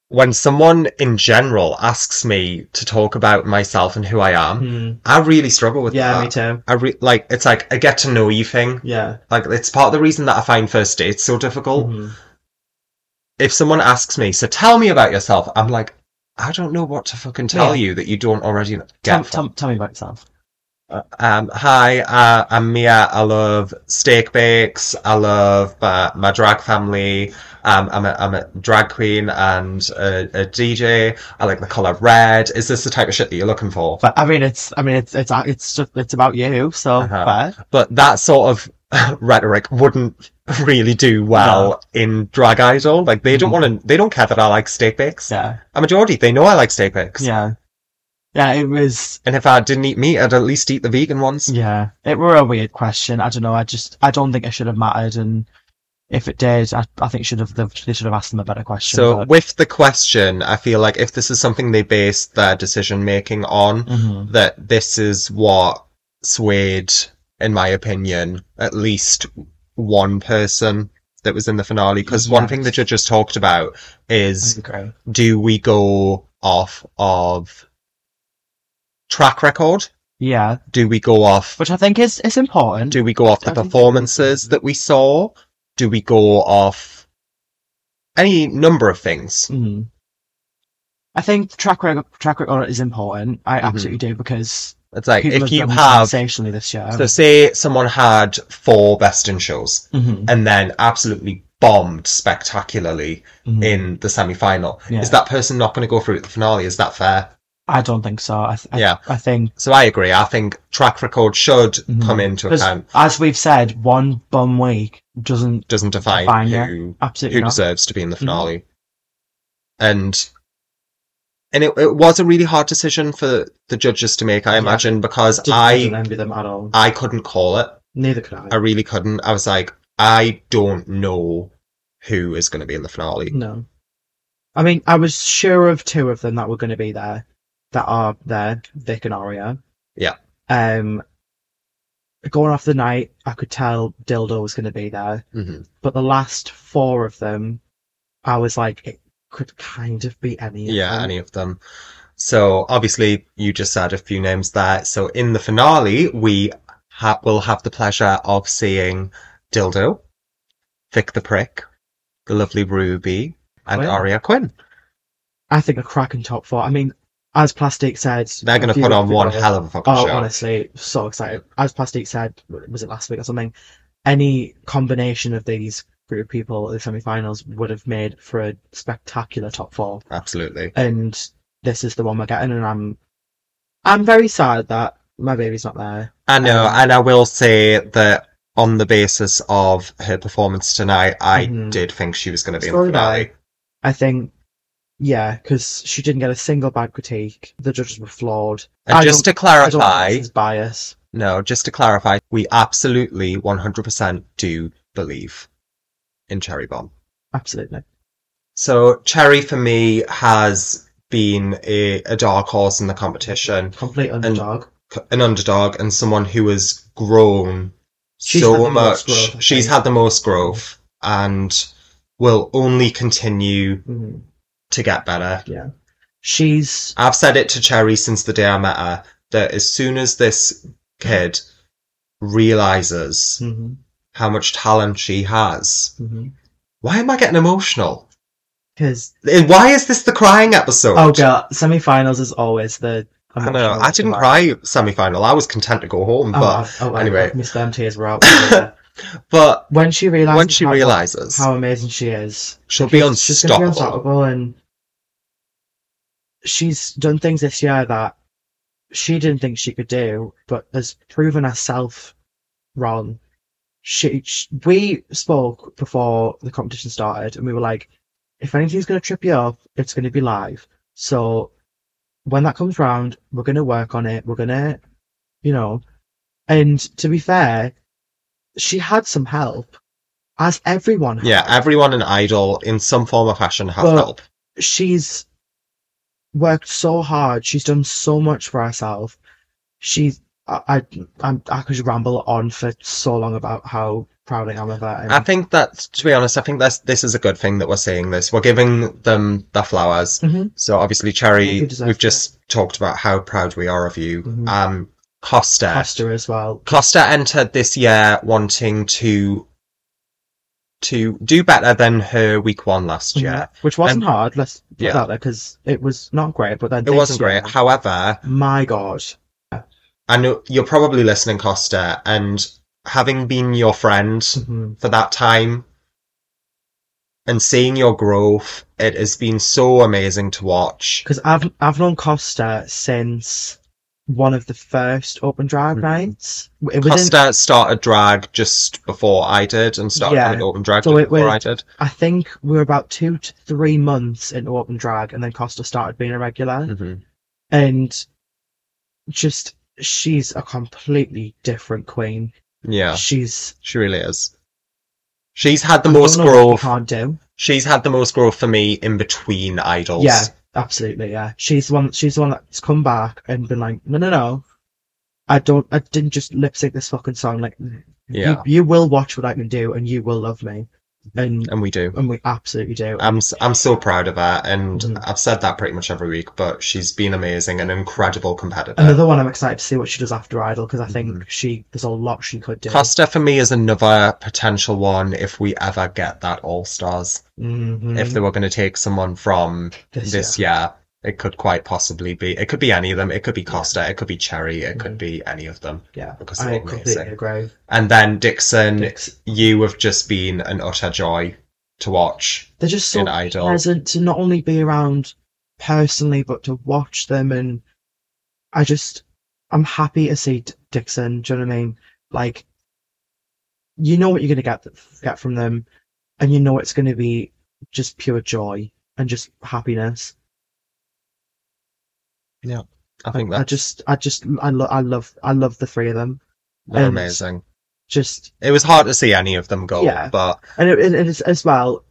Speaker 2: when someone in general asks me to talk about myself and who I am, I really struggle with
Speaker 1: Hmm. Mm-hmm. Yeah,
Speaker 2: that.
Speaker 1: me too.
Speaker 2: I re- like it's like a get to know you thing.
Speaker 1: Yeah.
Speaker 2: Like it's part of the reason that I find first dates so difficult.
Speaker 1: Mhm.
Speaker 2: if someone asks me, so tell me about yourself, I'm like, I don't know what to fucking tell
Speaker 1: Yeah.
Speaker 2: you that you don't already know. get.
Speaker 1: Tell,
Speaker 2: from.
Speaker 1: tell, tell me about yourself.
Speaker 2: Um, hi, uh, I'm Mia. I love steak bakes. I love uh, my drag family. Um, I'm a, I'm a drag queen and a, a DJ. I like the color red. Is this the type of shit that you're looking for?
Speaker 1: But I mean, it's I mean, it's it's it's just, it's about you, so
Speaker 2: Uh-huh.
Speaker 1: fair.
Speaker 2: But that sort of rhetoric wouldn't really do well in Drag Idol. Like they don't
Speaker 1: Mhm.
Speaker 2: want to. They don't care that I like steak bakes.
Speaker 1: Yeah.
Speaker 2: I'm a Geordie. They know I like steak bakes.
Speaker 1: Yeah. Yeah. It was.
Speaker 2: And if I didn't eat meat, I'd at least eat the vegan ones.
Speaker 1: Yeah. It were a weird question. I don't know. I just I don't think it should have mattered, and if it did, I, I think should have they should have asked them a better question.
Speaker 2: So
Speaker 1: but-
Speaker 2: with the question, I feel like if this is something they base their decision making on,
Speaker 1: Mhm.
Speaker 2: that this is what swayed, in my opinion, at least one person that was in the finale. Because one
Speaker 1: Yes.
Speaker 2: thing the judges talked about is
Speaker 1: agree.
Speaker 2: do we go off of track record?
Speaker 1: Yeah,
Speaker 2: Do we go off
Speaker 1: which I think is is important.
Speaker 2: Do we go off the
Speaker 1: I think-
Speaker 2: performances that we saw? Do we go off any number of things?
Speaker 1: Mhm. I think track record track record is important. I
Speaker 2: Mhm.
Speaker 1: absolutely do because
Speaker 2: It's like
Speaker 1: people
Speaker 2: if you
Speaker 1: done
Speaker 2: have,
Speaker 1: sensationally this year.
Speaker 2: so say someone had four best in shows
Speaker 1: Mhm.
Speaker 2: and then absolutely bombed spectacularly
Speaker 1: Mm-hmm. Hmm.
Speaker 2: in the semi final.
Speaker 6: Yeah.
Speaker 2: Is that person not going to go through to the finale? Is that fair?
Speaker 6: I don't think so. I th- I,
Speaker 2: Yeah.
Speaker 6: I think
Speaker 2: So I agree. I think track record should come into
Speaker 6: because
Speaker 2: account.
Speaker 6: as we've said, one bum week doesn't
Speaker 2: Doesn't define
Speaker 6: define it.
Speaker 2: who
Speaker 6: absolutely
Speaker 2: who
Speaker 6: not.
Speaker 2: deserves to be in the finale. And and it, it was a really hard decision for the judges to make, I imagine, because
Speaker 1: Didn't, didn't
Speaker 2: I
Speaker 1: envy them at all.
Speaker 2: I couldn't call it.
Speaker 1: Neither could I.
Speaker 2: I really couldn't. I was like, I don't know who is going to be in the finale.
Speaker 1: No. I mean, I was sure of two of them that were going to be there, that are there, Vic and Aria.
Speaker 2: Yeah.
Speaker 1: Um, going off the night, I could tell Dildo was going to be there,
Speaker 2: hmm
Speaker 1: but the last four of them, I was like, it could kind of be any. of
Speaker 2: Yeah,
Speaker 1: them.
Speaker 2: any of them. So obviously, you just said a few names there. So in the finale, we ha- will have the pleasure of seeing Dildo, Vic the Prick, the lovely Ruby, and
Speaker 1: Quinn.
Speaker 2: Aria Quinn.
Speaker 1: I think a cracking top four. I mean, as Plastic said,
Speaker 2: They're going to put on one hell of a fucking
Speaker 1: Oh,
Speaker 2: show.
Speaker 1: honestly, so excited. As Plastic said, was it last week or something? Any combination of these group of people at the semi finals would have made for a spectacular top four.
Speaker 2: Absolutely.
Speaker 1: And this is the one we're getting, and I'm I'm very sad that my baby's not there.
Speaker 2: I know,
Speaker 1: Um,
Speaker 2: and I will say that on the basis of her performance tonight, I
Speaker 1: Mhm.
Speaker 2: did think she was going to be in
Speaker 1: So
Speaker 2: the
Speaker 1: did
Speaker 2: finale.
Speaker 1: I think, yeah, because she didn't get a single bad critique. The judges were flawed.
Speaker 2: And
Speaker 1: I
Speaker 2: just to
Speaker 1: don't- I don't think
Speaker 2: clarify,
Speaker 1: this is bias.
Speaker 2: no, just to clarify, we absolutely 100% do believe in Cherry Bomb.
Speaker 1: Absolutely.
Speaker 2: So Cherry for me has been a, a dark horse in the competition,
Speaker 1: Complete underdog.
Speaker 2: c- an underdog, and someone who has grown
Speaker 1: She's had
Speaker 2: so
Speaker 1: the
Speaker 2: much.
Speaker 1: most growth, I
Speaker 2: She's
Speaker 1: think.
Speaker 2: had the most growth and will only continue
Speaker 1: Mhm.
Speaker 2: to get better.
Speaker 1: She's
Speaker 2: I've said it to Cherry since the day I met her that as soon as this kid realizes
Speaker 1: mhm,
Speaker 2: how much talent she has,
Speaker 1: mhm.
Speaker 2: why am I getting emotional?
Speaker 1: 'Cause
Speaker 2: Eh, Why is this the crying episode?
Speaker 1: Oh girl, semi-finals is always the.
Speaker 2: I know. I didn't cry semi-final. I was content to go home,
Speaker 1: Oh,
Speaker 2: but
Speaker 1: I- oh, I-
Speaker 2: anyway.
Speaker 1: my sperm tears were out.
Speaker 2: but
Speaker 1: when she realizes,
Speaker 2: when she
Speaker 1: how,
Speaker 2: realizes,
Speaker 1: how amazing she is,
Speaker 2: she'll be
Speaker 1: she's gonna be
Speaker 2: unstoppable.
Speaker 1: unstoppable, and she's done things this year that she didn't think she could do, but has proven herself wrong. She, sh we spoke before the competition started, and we were like, if anything's going to trip you up, it's going to be live. So when that comes round, we're going to work on it. We're going to, you know, and to be fair, she had some help, as everyone had.
Speaker 2: yeah, everyone in Idol, in some form or fashion, has
Speaker 1: Well,
Speaker 2: help.
Speaker 1: she's worked so hard. She's done so much for herself. She's I I, I, I could ramble on for so long about how proud I am of her. And
Speaker 2: I think that, to be honest, I think that's this is a good thing that we're seeing this. We're giving them their flowers.
Speaker 1: Mhm.
Speaker 2: So obviously,
Speaker 1: Yeah,
Speaker 2: Cherry,
Speaker 1: you deserve
Speaker 2: we've just talked about how proud we are of you.
Speaker 1: Mhm.
Speaker 2: Um, Costa,
Speaker 1: Costa as well.
Speaker 2: Costa entered this year wanting to to do better than her week one last
Speaker 1: Mm-hmm.
Speaker 2: year.
Speaker 1: Which wasn't
Speaker 2: And-
Speaker 1: hard. Let's put
Speaker 2: Um, Yeah.
Speaker 1: that there because it was not great. But then
Speaker 2: It
Speaker 1: this
Speaker 2: wasn't
Speaker 1: year,
Speaker 2: great. However,
Speaker 1: My God,
Speaker 2: I know you're probably listening, Costa, and having been your friend
Speaker 1: Mhm.
Speaker 2: for that time and seeing your growth, it has been so amazing to watch.
Speaker 1: because I've I've known Costa since one of the first open drag
Speaker 2: Mhm.
Speaker 1: nights. It was in-
Speaker 2: Costa started drag just before I did and started
Speaker 1: Yeah.
Speaker 2: doing open drag
Speaker 1: So
Speaker 2: just
Speaker 1: it
Speaker 2: before
Speaker 1: was-
Speaker 2: I did.
Speaker 1: I think we were about two to three months into open drag, and then Costa started being a regular.
Speaker 2: Mhm.
Speaker 1: and just she's a completely different queen.
Speaker 2: Yeah,
Speaker 1: She's
Speaker 2: she really is. She's had the
Speaker 1: I don't
Speaker 2: most
Speaker 1: know what you
Speaker 2: growth
Speaker 1: Can't do.
Speaker 2: She's had the most growth for me in between idols.
Speaker 1: Yeah, absolutely. Yeah, she's the one. She's the one that's come back and been like, no, no, no. I don't. I didn't just lip sync this fucking song. Like,
Speaker 2: Yeah.
Speaker 1: you, you will watch what I can do, and you will love me, and
Speaker 2: And we do.
Speaker 1: and we absolutely do.
Speaker 2: I'm s- I'm so proud of her, and
Speaker 1: Mhm.
Speaker 2: I've said that pretty much every week. But she's been amazing, an incredible competitor.
Speaker 1: Another one I'm excited to see what she does after Idol because I think she there's a lot she could do.
Speaker 2: Mm-hmm. Costa for me is another potential one if we ever get that All Stars.
Speaker 1: Mhm.
Speaker 2: If they were going to take someone from
Speaker 1: This
Speaker 2: Mm-hmm. this, year, it could quite possibly be. It could be any of them. It could be Costa. It could be Cherry. It could be any of them.
Speaker 1: yeah,
Speaker 2: because
Speaker 1: I
Speaker 2: they're
Speaker 1: completely
Speaker 2: amazing.
Speaker 1: agree.
Speaker 2: And then Dixon,
Speaker 1: Dix-
Speaker 2: you have just been an utter joy. to watch.
Speaker 1: They're just so
Speaker 2: An idol.
Speaker 1: present to not only be around personally, but to watch them. And I just, I'm happy to see D- Dixon. Do you know what I mean? Like, you know what you're gonna get get from them, and you know it's gonna be just pure joy and just happiness.
Speaker 2: I think
Speaker 1: I
Speaker 2: that's
Speaker 1: just, I just, I love, I love, I love the three of them.
Speaker 2: they're
Speaker 1: um,
Speaker 2: amazing.
Speaker 1: Just
Speaker 2: It was hard to see any of them go,
Speaker 1: Yeah.
Speaker 2: but
Speaker 1: And it, and it's, as well,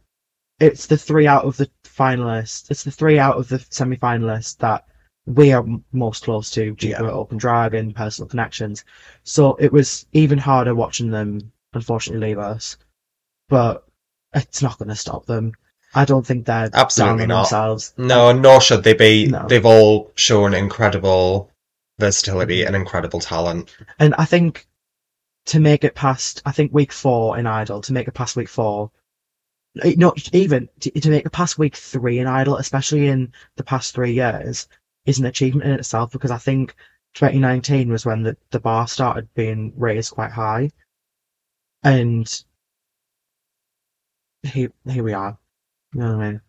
Speaker 1: it's the three out of the finalists. It's the three out of the semi-finalists that we are m- most close to due
Speaker 2: Yeah.
Speaker 1: to our open drive and personal connections. So it was even harder watching them, unfortunately, leave us. But it's not going to stop them. I don't think they're
Speaker 2: Absolutely
Speaker 1: down on
Speaker 2: not.
Speaker 1: themselves.
Speaker 2: no, nor should they be.
Speaker 1: No.
Speaker 2: They've all shown incredible
Speaker 1: Mm-hmm.
Speaker 2: versatility and incredible talent.
Speaker 1: And I think to make it past, I think week four in Idol, to make it past week four, eh, not even to, to make it past week three in Idol, especially in the past three years, is an achievement in itself because I think 2019 was when the, the bar started being raised quite high. And here, here we are. You know what I mean?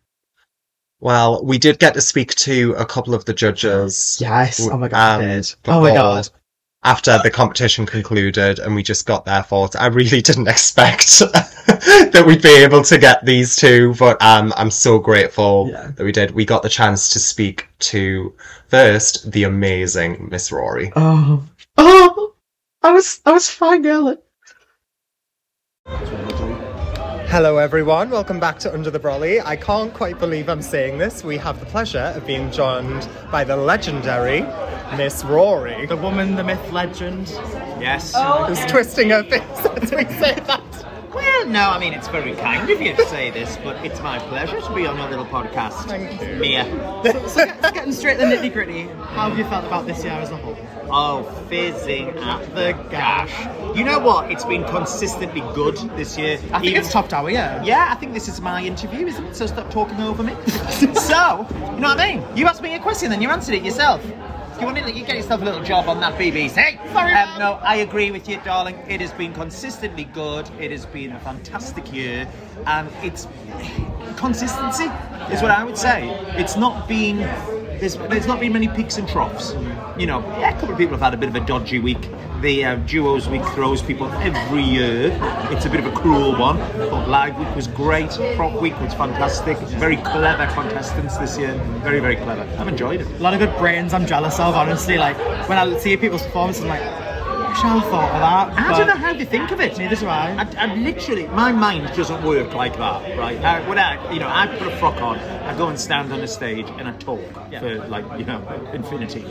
Speaker 2: Well, we did get to speak to a couple of the judges.
Speaker 1: Yes.
Speaker 2: w-
Speaker 1: Oh my God. I
Speaker 2: and
Speaker 1: did. Oh my
Speaker 2: before-
Speaker 1: God.
Speaker 2: After the competition concluded, and we just got their thoughts. I really didn't expect that we'd be able to get these two, but um, I'm so grateful
Speaker 1: Yeah.
Speaker 2: that we did. We got the chance to speak to first the amazing Miss Rory.
Speaker 1: Oh. Oh. I was, I was fine girl.
Speaker 7: Hello, everyone. Welcome back to Under the Brolly. I can't quite believe I'm saying this. We have the pleasure of being joined by the legendary Miss Rory,
Speaker 8: The woman, the myth, legend.
Speaker 9: Yes.
Speaker 7: who's twisting her face as we say that.
Speaker 9: Well, no, I mean, it's very kind of you to say this, but it's my pleasure to be on your little podcast.
Speaker 7: Thank you.
Speaker 9: Mia.
Speaker 8: Getting straight to the nitty gritty. How have you felt about this year as a whole?
Speaker 9: Oh, fizzing at the gash. You know what? It's been consistently good this year.
Speaker 8: I think
Speaker 9: Even-
Speaker 8: it's topped out, yeah.
Speaker 9: Yeah, I think this is my interview, isn't it? So stop talking over me. so, you know what I mean? You asked me a question, then you answered it yourself. If you want to, you get yourself a little job on that BBC. Sorry, um, No, I agree with you, darling. It has been consistently good. It has been a fantastic year, and it's consistency is what I would say. It's not been. There's, there's not been many peaks and troughs. You know, yeah, a couple of people have had a bit of a dodgy week. The uh, duos week throws people every year. It's a bit of a cruel one, but live week was great. Prop week was fantastic. Very clever contestants this year. Very, very clever. I've enjoyed it.
Speaker 8: A lot of good brains I'm jealous of, honestly. Like, when I see people's performances, I'm like, I wish I thought of that.
Speaker 9: I
Speaker 8: but-
Speaker 9: don't know how they think of it.
Speaker 8: Neither do I.
Speaker 9: I, I literally, my mind doesn't work like that, right? I, when I, you know, I put a frock on, I go and stand on a stage and I talk for like, you know, infinity.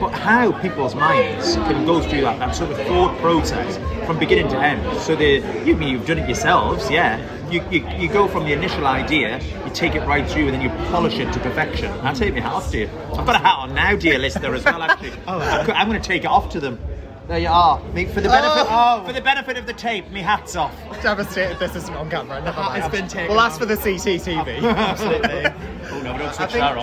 Speaker 9: But how people's minds can go through that, that sort of thought process from beginning to end. So the, you mean you've done it yourselves, yeah. You, you, you go from the initial idea, you take it right through, and then you polish it to perfection. I take my hat off to you. I've got a hat on now, dear listener, as well, actually.
Speaker 8: Oh,
Speaker 9: I could- I'm going to take it off to them. There you are. Me, for the benefit
Speaker 8: Oh.
Speaker 9: for the benefit of the tape, me hats off.
Speaker 7: Devastated this isn't on camera. Never mind.
Speaker 8: has been taken
Speaker 7: Well, that's
Speaker 8: off.
Speaker 7: for the CCTV.
Speaker 9: Absolutely. oh no, don't
Speaker 7: I
Speaker 9: switch
Speaker 7: think,
Speaker 9: that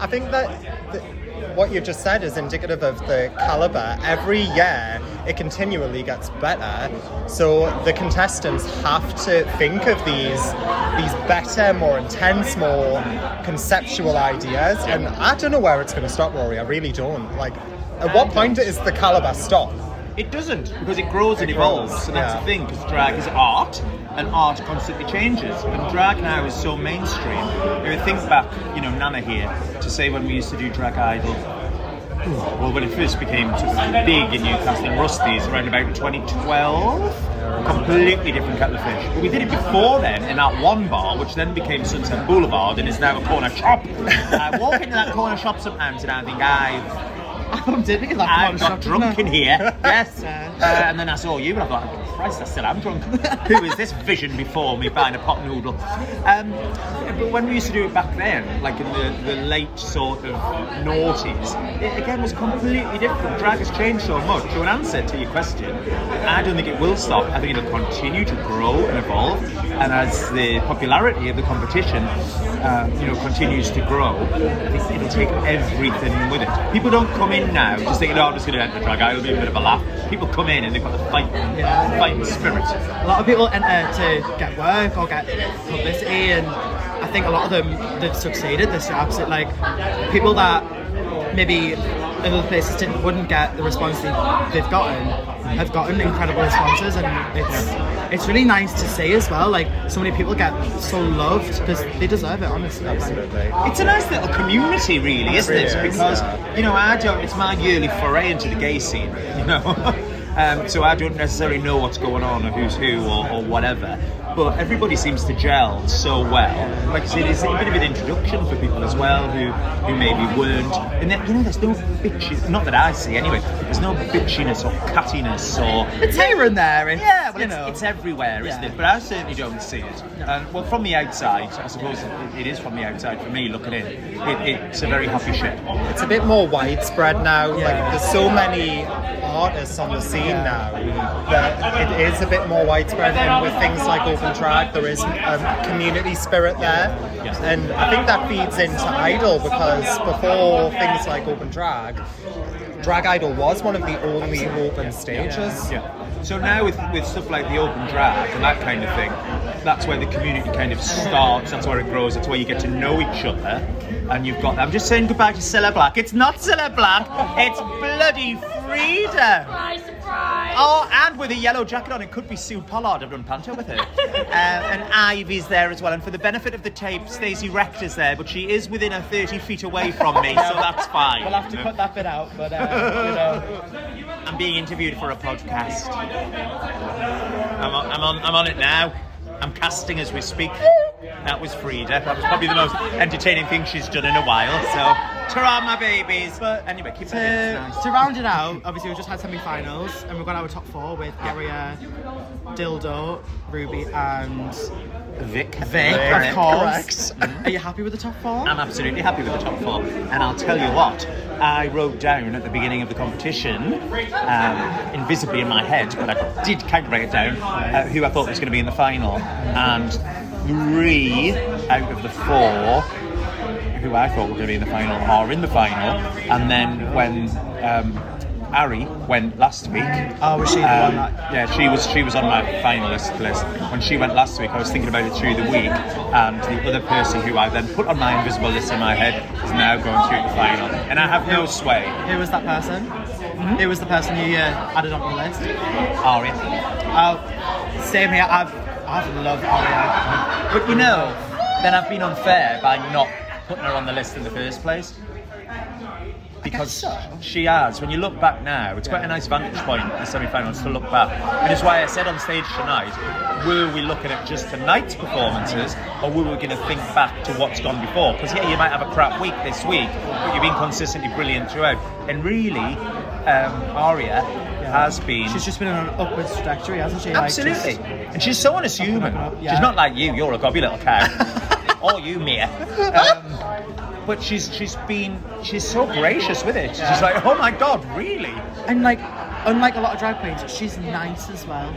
Speaker 7: I think that th- what you just said is indicative of the caliber. Every year, it continually gets better. So the contestants have to think of these these better, more intense, more conceptual ideas. And I don't know where it's going to stop, Rory. I really don't. Like, at what point is the caliber stop?
Speaker 9: It doesn't because it grows and
Speaker 7: It
Speaker 9: evolves,
Speaker 7: grows,
Speaker 9: and that's
Speaker 7: yeah.
Speaker 9: the thing. Because drag is art, and art constantly changes. And drag now is so mainstream. If you think back, you know, Nana here to say when we used to do drag idol. Well, when it first became sort of big in Newcastle and Rusty's around about 2012, completely different kettle of fish. But we did it before then in that one bar, which then became Sunset Boulevard and is now a corner shop. I walk into that corner shop sometimes and I think I've
Speaker 8: I'm doing it, like,
Speaker 9: I
Speaker 8: one
Speaker 9: got
Speaker 8: shot,
Speaker 9: drunk in
Speaker 8: didn't I?
Speaker 9: here. Yes. Uh, and then I saw you, and I thought, "Oh, Christ, I still am drunk. Who is this vision before me buying a pot noodle? Um, but when we used to do it back then, like in the, the late sort of noughties, it again was completely different. Drag has changed so much. So, in answer to your question, I don't think it will stop. I think it'll continue to grow and evolve. And as the popularity of the competition, um, you know, continues to grow, I think it'll take everything with it. People don't come in in now, just thinking, oh, I'm just going to enter drag out, it'll be a bit of a laugh. People come in and they've got the fight, fighting spirit.
Speaker 8: A lot of people enter to get work or get publicity, and I think a lot of them they've succeeded. This absolute like people that maybe other places didn't wouldn't get the response they, they've gotten have gotten incredible responses, and it's it's really nice to see as well. Like so many people get so loved because they deserve it. Honestly,
Speaker 9: It's a nice little community, really, isn't it? because, you know, I don't, it's my yearly foray into the gay scene, you know. um, so I don't necessarily know what's going on or who's who or, or whatever. But everybody seems to gel so well. Like I said, it's a bit of an introduction for people as well who, who maybe weren't. And then, you know, there's no bitchiness, not that I see anyway, there's no bitchiness or cattiness or
Speaker 8: it's here and there. It's,
Speaker 9: yeah, well,
Speaker 8: you
Speaker 9: it's,
Speaker 8: know.
Speaker 9: it's everywhere, isn't
Speaker 8: Yeah.
Speaker 9: it? But I certainly don't see it. Um, well, from the outside, I suppose it, it is from the outside. For me, looking in, it, it's a very happy ship.
Speaker 3: It's a bit more widespread now.
Speaker 8: Yeah.
Speaker 3: Like there's so many artists on the scene now that it is a bit more widespread. And with things like open drag, there is a community spirit there, and I think that feeds into Idol because before things like open drag, Drag Idol was one of the only open stages.
Speaker 9: Yeah. So now with, with stuff like the open draft and that kind of thing, that's where the community kind of starts. That's where it grows. That's where you get to know each other, and you've got. I'm just saying goodbye to Cilla Black. It's not Cilla Black. It's bloody Frida.
Speaker 10: Surprise, surprise!
Speaker 9: Oh, and with a yellow jacket on, it could be Sue Pollard. I've done panto with her. uh, and Ivy's there as well. And for the benefit of the tape, Stacey Rector's there, but she is within a 30 feet away from me, so that's fine.
Speaker 8: We'll have to cut that bit out, but uh, you know.
Speaker 9: I'm being interviewed for a podcast. I'm on, I'm on, I'm on it now. I'm casting as we speak. That was Frida. That was probably the most entertaining thing she's done in a while. So, ta my babies. But anyway, keep that in.
Speaker 8: to,
Speaker 9: It's nice.
Speaker 8: to round it out, obviously we just had semi-finals and we've got our top four with Garia, Dildo, Ruby, and
Speaker 9: Vic.
Speaker 8: Vic, of
Speaker 9: Correct.
Speaker 8: course.
Speaker 3: Mm-hmm.
Speaker 8: Are you happy with the top four?
Speaker 9: I'm absolutely happy with the top four. And I'll tell you what, I wrote down at the beginning of the competition, um, invisibly in my head, but I did kind of write it down, uh, who I thought was going to be in the final. And three out of the four who I thought were going to be in the final are in the final. And then when. Um, Ari went last week.
Speaker 8: Oh, was she the
Speaker 3: Um,
Speaker 8: one that-
Speaker 9: Yeah, she was she was on my finalist list. When she went last week, I was thinking about it through the week, and the other person who I then put on my invisible list in my head is now going through the final, and I have no sway.
Speaker 8: Who was that person?
Speaker 3: Mm-hmm.
Speaker 8: Who was the person you uh, added on your list?
Speaker 9: Aria.
Speaker 8: Oh, same here. I've I've loved Aria.
Speaker 9: But you know, then I've been unfair by not putting her on the list in the first place. Because she has. When you look back now, it's quite a nice vantage point, the semi-finals, to look back. And it's why I said on stage tonight, were we looking at just tonight's performances, or were we going to think back to what's gone before? Because yeah, you might have a crap week this week, but you've been consistently brilliant throughout. And really, um, Aria has been
Speaker 8: She's just been on an upwards trajectory, hasn't she? Like,
Speaker 9: Absolutely.
Speaker 8: just-
Speaker 9: and she's so unassuming.
Speaker 8: Up, up, yeah.
Speaker 9: She's not like you, you're a gobby little cow. or you, Mia. Um, but she's she's been she's so gracious with it. She's like, oh my god, really?
Speaker 8: and like, unlike a lot of drag queens, she's nice as well.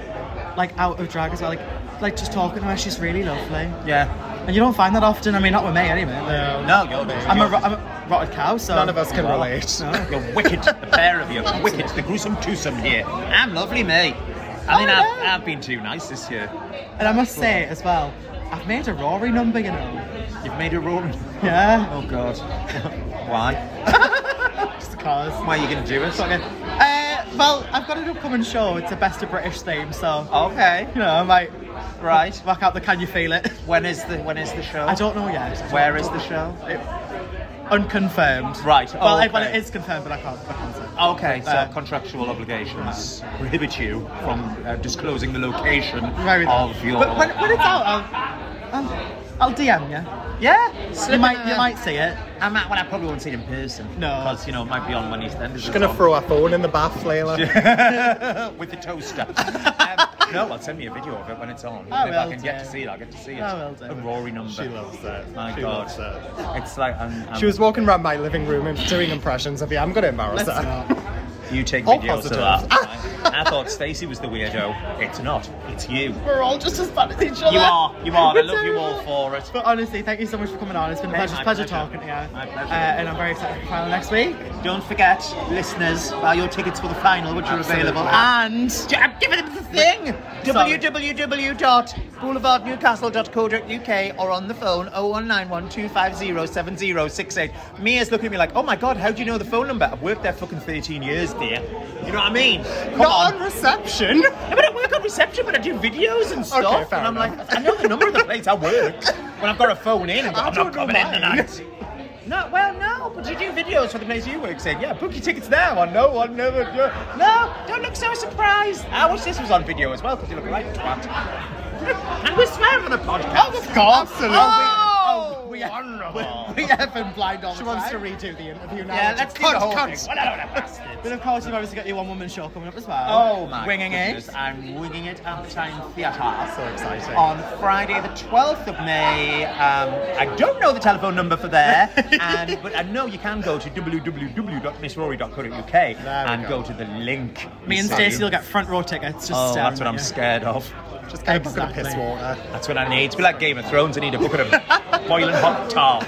Speaker 8: Like out of drag as well. Like, like just talking to her, she's really lovely.
Speaker 9: Yeah.
Speaker 8: And you don't find that often. I mean, not with me anyway. but-
Speaker 9: No, you're
Speaker 8: I'm a, ro- I'm a rotted cow, so
Speaker 3: None of us can relate.
Speaker 9: You're wicked, the pair of you. Wicked, the gruesome twosome here. I'm lovely, mate. I mean,
Speaker 8: Oh,
Speaker 9: I've,
Speaker 8: yeah.
Speaker 9: I've been too nice this year.
Speaker 8: And I must say as well, I've made a Rory number, you know.
Speaker 9: You've made a rule.
Speaker 8: Yeah,
Speaker 9: Oh god. Why?
Speaker 8: just cause.
Speaker 9: Why are you going to do it?
Speaker 8: Uh, well, I've got an upcoming show. It's a best of British theme, so
Speaker 9: Okay.
Speaker 8: you know I might
Speaker 9: Right.
Speaker 8: whack out the "Can you feel it?"
Speaker 9: When is the when is the show?
Speaker 8: I don't know yet.
Speaker 9: Where is the show?
Speaker 8: Unconfirmed.
Speaker 9: Right, oh,
Speaker 8: well, it- well,
Speaker 9: okay.
Speaker 8: it is confirmed, but I can't. I can't say.
Speaker 9: Oh, Okay, so
Speaker 8: Uh,
Speaker 9: contractual obligations prohibit you from uh, disclosing the location
Speaker 8: Very
Speaker 9: of your.
Speaker 8: But when, when it's out, I'll, I'll, I'll DM you.
Speaker 9: yeah,
Speaker 8: You might, you might see it.
Speaker 9: I might. Well, I probably won't see it in person.
Speaker 8: No.
Speaker 9: because you know it might be on when he's then.
Speaker 3: Just gonna throw a phone in the bath, Layla.
Speaker 9: with the toaster. um, no, well, send me a video of it when it's on.
Speaker 8: I
Speaker 9: if I
Speaker 8: will
Speaker 9: can get
Speaker 8: do.
Speaker 9: to see it, I'll get to see it.
Speaker 8: I will do.
Speaker 9: A Rory number.
Speaker 3: She loves that.
Speaker 9: My
Speaker 3: she
Speaker 9: God,
Speaker 3: loves that.
Speaker 9: it's like I'm, I'm,
Speaker 3: She was walking around my living room and doing impressions of you. I'm gonna embarrass her.
Speaker 10: You take
Speaker 3: All
Speaker 10: videos of
Speaker 3: positive.
Speaker 10: that. I thought Stacey was the weirdo. It's not. It's you.
Speaker 8: We're all just as bad as each other.
Speaker 10: You are. You are.
Speaker 8: We're
Speaker 10: and I love you all for it.
Speaker 8: But honestly, thank you so much for coming on. It's been a pleasure,
Speaker 10: my
Speaker 8: pleasure
Speaker 10: pleasure.
Speaker 8: talking to you.
Speaker 10: My pleasure.
Speaker 8: Uh, and I'm very excited for the final next week.
Speaker 9: Don't forget, listeners, buy your tickets for the final, which
Speaker 4: Absolutely.
Speaker 9: are available. And I'm giving them the thing. www.boulevardnewcastle.co.uk or on the phone 0191 250 7068. Mia's looking at me like, oh my god, how do you know the phone number? I've worked there fucking 13 years, dear. You know what I mean? Come
Speaker 3: Not
Speaker 9: on.
Speaker 3: on reception.
Speaker 9: I mean, I work on reception, but I do videos and stuff.
Speaker 3: Okay, fair
Speaker 9: and I'm
Speaker 3: enough.
Speaker 9: like, I know the number of the place I work. When I've got a phone in, I'm,
Speaker 3: I
Speaker 9: like, I'm
Speaker 3: don't
Speaker 9: not
Speaker 3: know
Speaker 9: coming in
Speaker 3: mine.
Speaker 9: tonight. No, well, no, but you do videos for the place you work. Saying, yeah, book your tickets now. I know, I never. do." No, don't look so surprised. I wish this was on video as well because you look right twat. and we're swearing on a podcast. of course, oh, we, oh, we, wonderful.
Speaker 8: We have been blind all
Speaker 3: She
Speaker 8: the time.
Speaker 3: wants to redo the interview now.
Speaker 9: yeah, let's do the
Speaker 3: Cunt,
Speaker 9: whole
Speaker 3: cunt.
Speaker 9: thing. Well, no, no, bastard.
Speaker 8: But of course, you've obviously got your one woman show coming up as well.
Speaker 9: Oh my
Speaker 8: Winging
Speaker 9: goodness.
Speaker 8: it. Ah,
Speaker 9: I'm winging it at the Time Theatre.
Speaker 3: So exciting.
Speaker 8: Oh,
Speaker 9: On Friday the 12th of May. Um, I don't know the telephone number for there, and, but I know you can go to www.missrory.co.uk and
Speaker 3: go.
Speaker 9: go. to the link.
Speaker 8: Me and
Speaker 9: So-
Speaker 8: Stacey will get front row tickets. Just
Speaker 9: Oh,
Speaker 8: staring
Speaker 9: that's what
Speaker 8: at
Speaker 9: I'm
Speaker 8: you.
Speaker 9: scared of.
Speaker 3: Just get a bucket of
Speaker 8: Exactly.
Speaker 3: piss water.
Speaker 10: That's what I need. To be like Game of Thrones, I need a bucket of boiling hot tar.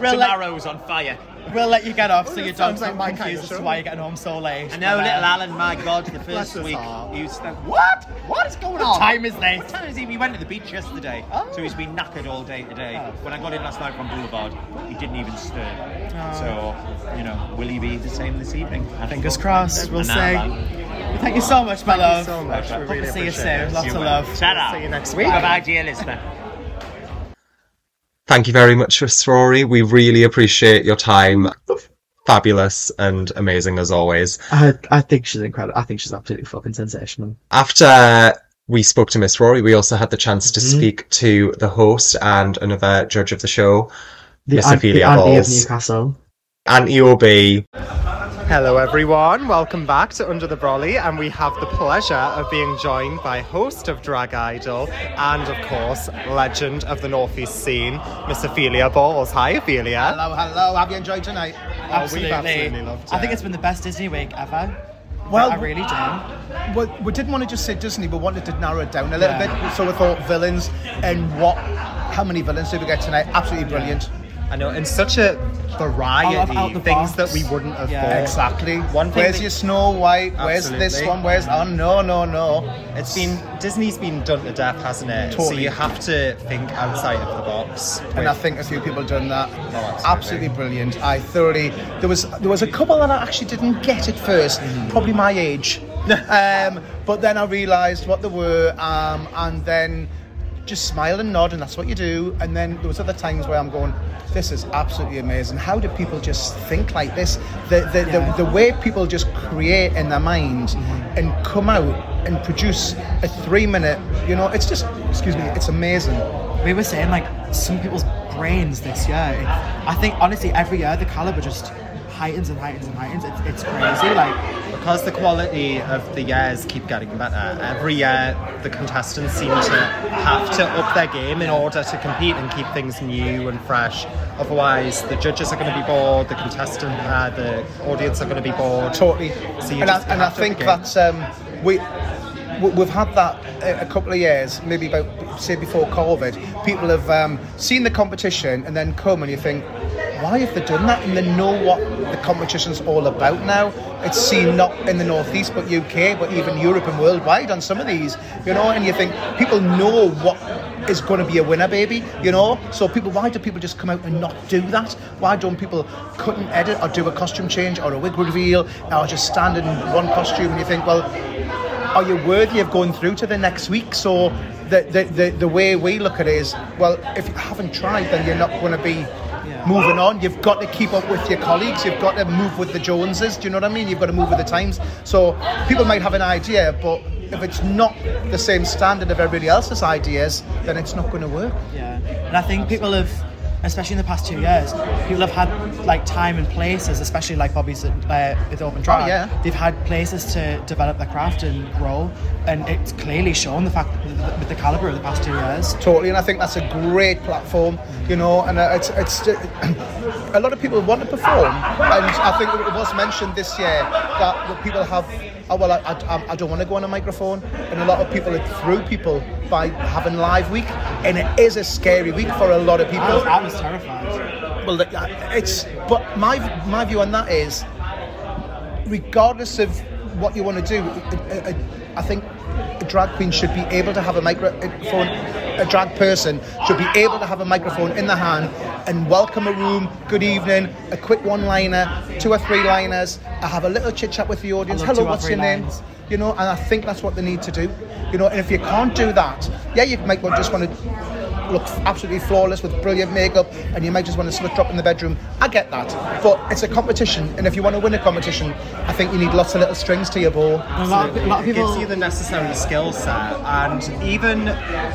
Speaker 8: We'll let,
Speaker 10: Tomorrow's on fire.
Speaker 8: we'll let you get off so
Speaker 3: that
Speaker 8: your
Speaker 3: sounds
Speaker 8: dog's not
Speaker 3: like my kind
Speaker 8: confused
Speaker 3: of
Speaker 8: as to
Speaker 3: show.
Speaker 8: why you're getting home so late.
Speaker 9: I know,
Speaker 8: But,
Speaker 9: little
Speaker 8: uh,
Speaker 9: Alan, my God, the first
Speaker 3: his
Speaker 9: week
Speaker 3: heart.
Speaker 9: you said, What? What is going on?
Speaker 8: time is late.
Speaker 9: What time is he? We went to the beach yesterday, so he's been knackered all day today.
Speaker 8: Oh.
Speaker 9: When I got in last night from Boulevard, he didn't even stir. So, you know, will he be the same this evening? I
Speaker 8: Oh. Fingers
Speaker 9: thought-
Speaker 8: crossed, we'll
Speaker 9: And
Speaker 8: see.
Speaker 9: now, man.
Speaker 8: Thank you so much, my
Speaker 3: Thank you
Speaker 8: love.
Speaker 3: so much. We really
Speaker 8: See you
Speaker 3: appreciate
Speaker 8: soon.
Speaker 3: it.
Speaker 8: Lots
Speaker 9: You
Speaker 8: of
Speaker 9: will.
Speaker 8: love.
Speaker 9: Shut up.
Speaker 3: See you next week.
Speaker 9: Bye-bye, dear listener.
Speaker 2: Thank you very much for Sorori. We really appreciate your time. Fabulous and amazing as always.
Speaker 1: I, I think she's incredible. I think she's absolutely fucking sensational.
Speaker 2: After we spoke to Miss Rory, we also had the chance to
Speaker 1: Mhm.
Speaker 2: speak to the host and another judge of the show,
Speaker 1: The,
Speaker 2: Miss
Speaker 1: An- the
Speaker 2: Ophelia
Speaker 1: Auntie of
Speaker 2: Balls.
Speaker 1: Newcastle.
Speaker 2: Auntie OB.
Speaker 3: Hello, everyone. Welcome back to Under the Brolly, and we have the pleasure of being joined by host of Drag Idol and, of course, legend of the Northeast scene, Miss Ophelia Balls. Hi, Ophelia.
Speaker 9: Hello, hello. Have you enjoyed tonight?
Speaker 3: Oh, we've absolutely loved
Speaker 8: I think
Speaker 3: it.
Speaker 8: it's been the best Disney week ever.
Speaker 11: Well-
Speaker 8: I really do.
Speaker 11: Well, we didn't want to just say Disney, but wanted to narrow it down a little
Speaker 8: Yeah.
Speaker 11: bit. So we thought villains and what, how many villains did we get tonight? Absolutely brilliant.
Speaker 3: I know, and such a
Speaker 8: Out
Speaker 3: variety,
Speaker 8: of- out the
Speaker 3: things that
Speaker 8: box.
Speaker 3: we wouldn't have
Speaker 8: Yeah.
Speaker 3: thought.
Speaker 11: Exactly.
Speaker 3: One thing
Speaker 11: Where's
Speaker 3: that-
Speaker 11: your Snow White? Where's this
Speaker 3: Absolutely.
Speaker 11: one? Where's oh no no no?
Speaker 3: It's been Disney's been done to death, hasn't it? So
Speaker 11: Totally.
Speaker 3: you have to think outside of the box.
Speaker 11: and I think a few people done that.
Speaker 3: absolutely.
Speaker 11: absolutely. brilliant. I thoroughly there was there was a couple that I actually didn't get at 1st probably my age. um, but then I realised what they were, um, and then just smile and nod, and that's what you do. And then there was other times where I'm going, this is absolutely amazing. How do people just think like this? The the,
Speaker 8: Yeah.
Speaker 11: the, the way people just create in their mind and come out and produce a three minute, you know, it's just excuse me, it's amazing.
Speaker 8: We were saying like some people's brains this year. It- I think honestly, every year the caliber just heightens and heightens and heightens. It's, it's crazy. Like
Speaker 3: Because the quality of the years keep getting better, every year the contestants seem to have to up their game in order to compete and keep things new and fresh. Otherwise, the judges are going to be bored, the contestant, uh, the audience are going to be bored.
Speaker 11: Totally.
Speaker 3: So you
Speaker 11: and I,
Speaker 3: just
Speaker 11: and I
Speaker 3: have to
Speaker 11: think
Speaker 3: begin.
Speaker 11: that um, we. we- We've had that a- a couple of years, maybe about say before COVID. People have um, seen the competition and then come and you think, why have they done that? And they know what the competition's all about now. It's seen not in the northeast, but UK, but even Europe and worldwide on some of these, you know. And you think people know what is going to be a winner, baby, you know. So people, why do people just come out and not do that? Why don't people cut and edit or do a costume change or a wig reveal or just stand in one costume? And you think, well, are you worthy of going through to the next week? So the the, the, the way we look at it is, well, if you haven't tried, then you're not going to be moving on. You've got to keep up with your colleagues. You've got to move with the Joneses. Do you know what I mean? You've got to move with the times. So people might have an idea, but if it's not the same standard of everybody else's ideas, then it's not going to work.
Speaker 8: yeah, and I think people have especially in the past two years, people have had like time and places, especially like Bobby's uh, with Open Drag.
Speaker 11: yeah.
Speaker 8: They've had places to develop their craft and grow, and it's clearly shown the fact that with the caliber of the past two years.
Speaker 11: Totally, and I think that's a great platform, you know. And uh, it's it's ju- a lot of people want to perform, and I think it was mentioned this year that the people have. Oh, well, I, I, I don't want to go on a microphone, and a lot of people it threw people by having live week, and it is a scary week for a lot of people.
Speaker 8: I was, I was terrified.
Speaker 11: Well, like, uh, it's but my my view on that is, regardless of what you want to do, I- I- I think a drag queen should be able to have a microphone. A drag person should be able to have a microphone in the hand and welcome a room. Good evening. A quick one-liner, two or three liners. I have a little chit-chat with the audience.
Speaker 8: I love two
Speaker 11: Hello,
Speaker 8: or
Speaker 11: what's
Speaker 8: three
Speaker 11: your name?
Speaker 8: lines.
Speaker 11: You know, and I think that's what they need to do. You know, and if you can't do that, yeah, you might well just want to look absolutely flawless with brilliant makeup, and you might just want to slip drop in the bedroom. I get that, but it's a competition, and if you want to win a competition, I think you need lots of little strings to your bow.
Speaker 8: A lot, of, a lot of
Speaker 3: It gives
Speaker 8: people.
Speaker 3: you the necessary skill set, and even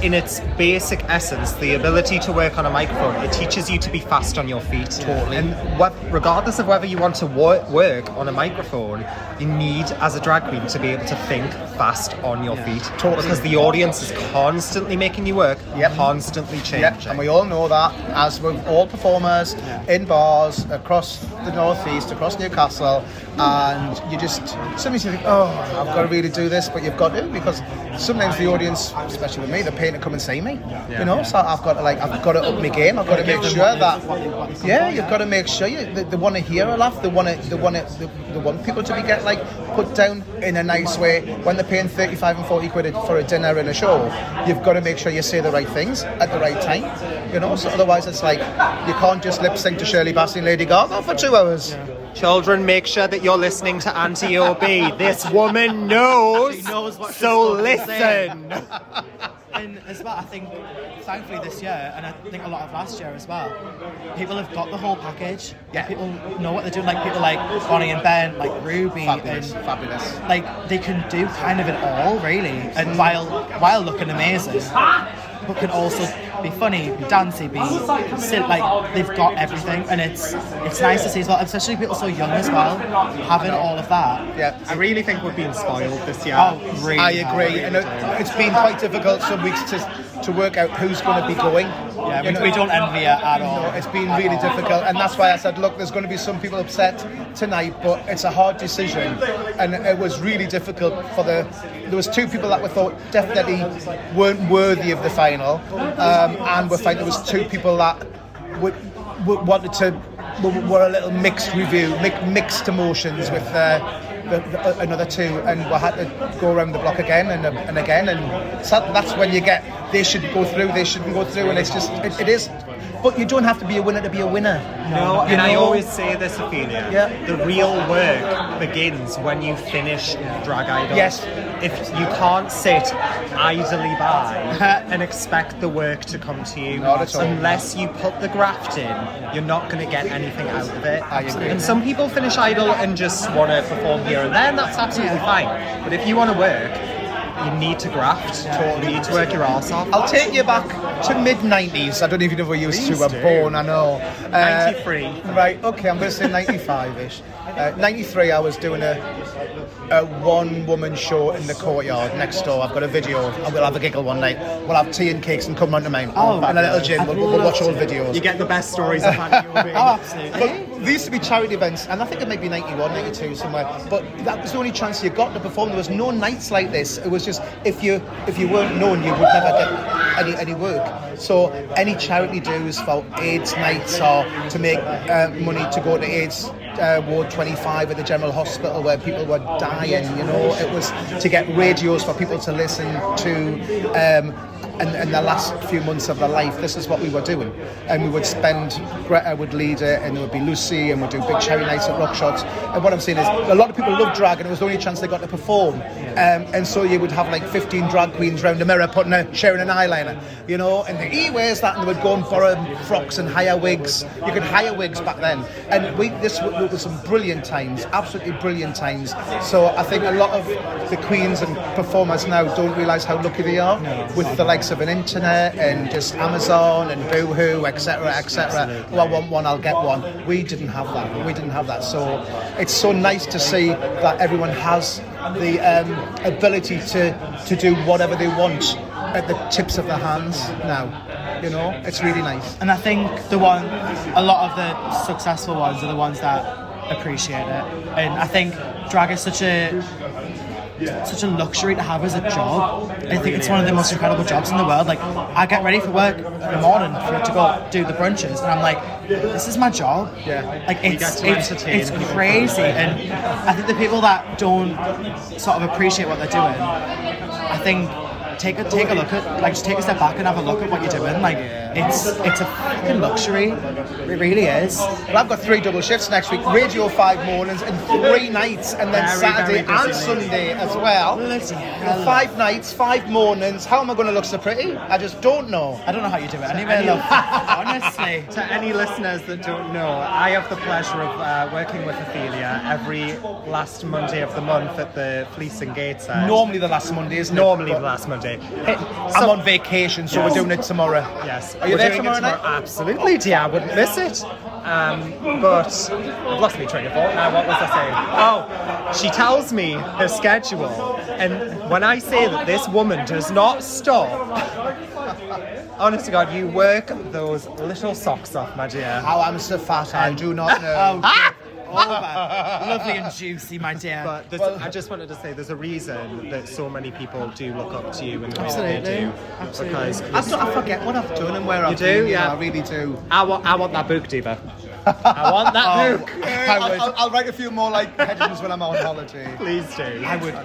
Speaker 3: in its basic essence, the ability to work on a microphone, it teaches you to be fast on your feet. Totally. And whe- regardless of whether you want to wo- work on a microphone, you need, as a drag queen, to be able to think fast on your feet. Totally. Because the audience is constantly making you work,
Speaker 11: Yep.
Speaker 3: constantly changing.
Speaker 11: Yep, and we all know that as with all performers in bars across the northeast, across Newcastle, and you just sometimes you think, oh, I've got to really do this, but you've got to because sometimes the audience, especially with me, they're paying to come and see me. You know, so I've got to like I've got to up my game. I've got to make sure that yeah, you've got to make sure you they, they want to hear a laugh. They want to they want to they, they want people to be get like put down in a nice way when they're paying 35 and 40 quid for a dinner and a show you've got to make sure you say the right things at the right time you know so otherwise it's like you can't just lip sync to Shirley Bassey and Lady Gaga for two hours
Speaker 3: Children, make sure that you're listening to Auntie OB. This woman knows,
Speaker 8: She knows what she's
Speaker 3: so
Speaker 8: fucking saying.
Speaker 3: listen.
Speaker 8: And as well, I think thankfully this year, and I think a lot of last year as well, people have got the whole package. Yeah. People know what they're doing. Like people like Bonnie and Ben, like Ruby,
Speaker 11: fabulous
Speaker 8: and
Speaker 11: fabulous
Speaker 8: like they can do kind of it all really, and while while looking amazing, but can also be funny, be dancey, be silly. Like they've got everything, and it's it's nice to see as well, especially people so young as well, having all of that.
Speaker 11: yeah
Speaker 3: I really think we've been spoiled this year.
Speaker 8: Oh, really?
Speaker 11: I agree and it, has been quite difficult some weeks to to work out who's going to be going
Speaker 8: Yeah,
Speaker 11: You know,
Speaker 8: we, we don't envy it at all.
Speaker 11: No, it's been
Speaker 8: At
Speaker 11: really
Speaker 8: all.
Speaker 11: difficult, and that's why I said, look, there's going to be some people upset tonight, but it's a hard decision, and it was really difficult for the. There was two people that we thought definitely weren't worthy of the final, um, and we found there was two people that would, would wanted to were, were a little mixed review, mi- mixed emotions with. Uh, the, the, another two, and we had to go around the block again and, um, and again, and so that's when you get they should go through, they shouldn't go through, and it's just it, it is but you don't have to be a winner to be a winner.
Speaker 3: No,
Speaker 11: You
Speaker 3: and I
Speaker 11: know?
Speaker 3: always say this, Ophelia.
Speaker 11: Yeah.
Speaker 3: The real work begins when you finish Drag Idol.
Speaker 11: Yes.
Speaker 3: If you can't sit idly by and expect the work to come to you,
Speaker 11: Not at all.
Speaker 3: unless you put the graft in, you're not going to get anything out of it.
Speaker 11: I agree.
Speaker 3: And some people finish Idol and just want to perform here and there, and that's absolutely fine. But if you want to work, you need to graft. You need to work your ass off.
Speaker 11: I'll take you back to mid 90s. I don't even know if we used to.
Speaker 3: Please
Speaker 11: I'm
Speaker 3: do.
Speaker 11: born, I know. Uh,
Speaker 3: 93.
Speaker 11: Right, okay, I'm going to say 95 ish. Uh, 93, I was doing a, a one woman show in the courtyard next door. I've got a video. I will have a giggle one night. We'll have tea and cakes and come round to mine.
Speaker 8: Oh,
Speaker 11: and a little gin.
Speaker 8: I'd
Speaker 11: We'll, we'll
Speaker 8: love
Speaker 11: watch old
Speaker 8: to.
Speaker 11: videos.
Speaker 3: You get the best stories of Auntie Obi.
Speaker 8: Oh, absolutely.
Speaker 11: But these Ah, used to be charity events, and I think it may be 91, 92 somewhere. But that was the only chance you got to perform. There was no nights like this. It was just if you if you weren't known, you would never get any any work. So any charity dues for AIDS nights or to make uh, money to go to AIDS. Uh, Ward 25 at the General Hospital, where people were dying, you know, it was to get radios for people to listen to, um, and in the last few months of their life, this is what we were doing. And we would spend, Greta would lead it, and there would be Lucy, and we'd do big cherry nights at Rock Shots. And what I'm saying is, a lot of people love drag, and it was the only chance they got to perform. Um, and so you would have like 15 drag queens round a mirror putting a, sharing an eyeliner, you know, and the E wears that, and they would go and borrow frocks and hire wigs. You could hire wigs back then. And we, this w- it was some brilliant times, absolutely brilliant times. So I think a lot of the queens and performers now don't realise how lucky they are with the likes mix of an internet and just Amazon and Boohoo, etc., etc. Oh, I want one, I'll get one. We didn't have that. We didn't have that. So it's so nice to see that everyone has the um, ability to to do whatever they want at the tips of their hands now. You know, it's really nice.
Speaker 8: And I think the one, a lot of the successful ones are the ones that appreciate it. And I think drag is such a such a luxury to have as a job. I think it's one of the most incredible jobs in the world. Like I get ready for work in the morning for, to go do the brunches, and I'm like, this is my job. Yeah. Like
Speaker 9: You
Speaker 8: it's
Speaker 9: get to
Speaker 8: it's,
Speaker 9: entertain
Speaker 8: it's
Speaker 9: people.
Speaker 8: crazy, and I think the people that don't sort of appreciate what they're doing, I think. Take a take a look at like just take a step back and have a look at what you're doing. Like it's it's a fucking luxury. It really is.
Speaker 11: Well, I've got three double shifts next week: Radio Five mornings and three nights, and then
Speaker 8: Very,
Speaker 11: Saturday
Speaker 8: very busy
Speaker 11: and
Speaker 8: nights.
Speaker 11: Sunday as well. Five nights, five mornings. How am I going to look so pretty? I just don't know.
Speaker 8: I don't know how you do it.
Speaker 11: Anyway, love.
Speaker 8: honestly.
Speaker 3: To any listeners that don't know, I have the pleasure of uh, working with Ophelia every last Monday of the month at the Fleece and Gates. end.
Speaker 11: Normally the last Monday, isn't
Speaker 3: Normally
Speaker 11: it?
Speaker 3: the last Monday.
Speaker 11: I'm
Speaker 3: So-
Speaker 11: on vacation, so
Speaker 3: Yes.
Speaker 11: we're doing it tomorrow.
Speaker 3: Yes.
Speaker 11: Are you
Speaker 3: We're
Speaker 11: there
Speaker 3: doing it
Speaker 11: tomorrow night?
Speaker 3: Absolutely, dear. I wouldn't miss it. Um, but I've lost my train of thought now. What was I saying? Oh, she tells me her schedule, and when I say that this woman does not stop, honest to God, you work those little socks off, my dear. Oh,
Speaker 11: How I'm so fat, I do not know.
Speaker 8: Lovely and juicy, my dear.
Speaker 3: But there's, I just wanted to say there's a reason that so many people do look up to you and the way that they do.
Speaker 11: Absolutely.
Speaker 3: Because
Speaker 11: I sort of forget what I've done and where I've
Speaker 3: do,
Speaker 11: been. know,
Speaker 3: yeah.
Speaker 11: I really do. Oh,
Speaker 3: I want, I want that book, Diva. I want that book.
Speaker 11: I will I'll, I'll write a few more like headings when I'm on holiday.
Speaker 3: Please do.
Speaker 8: I would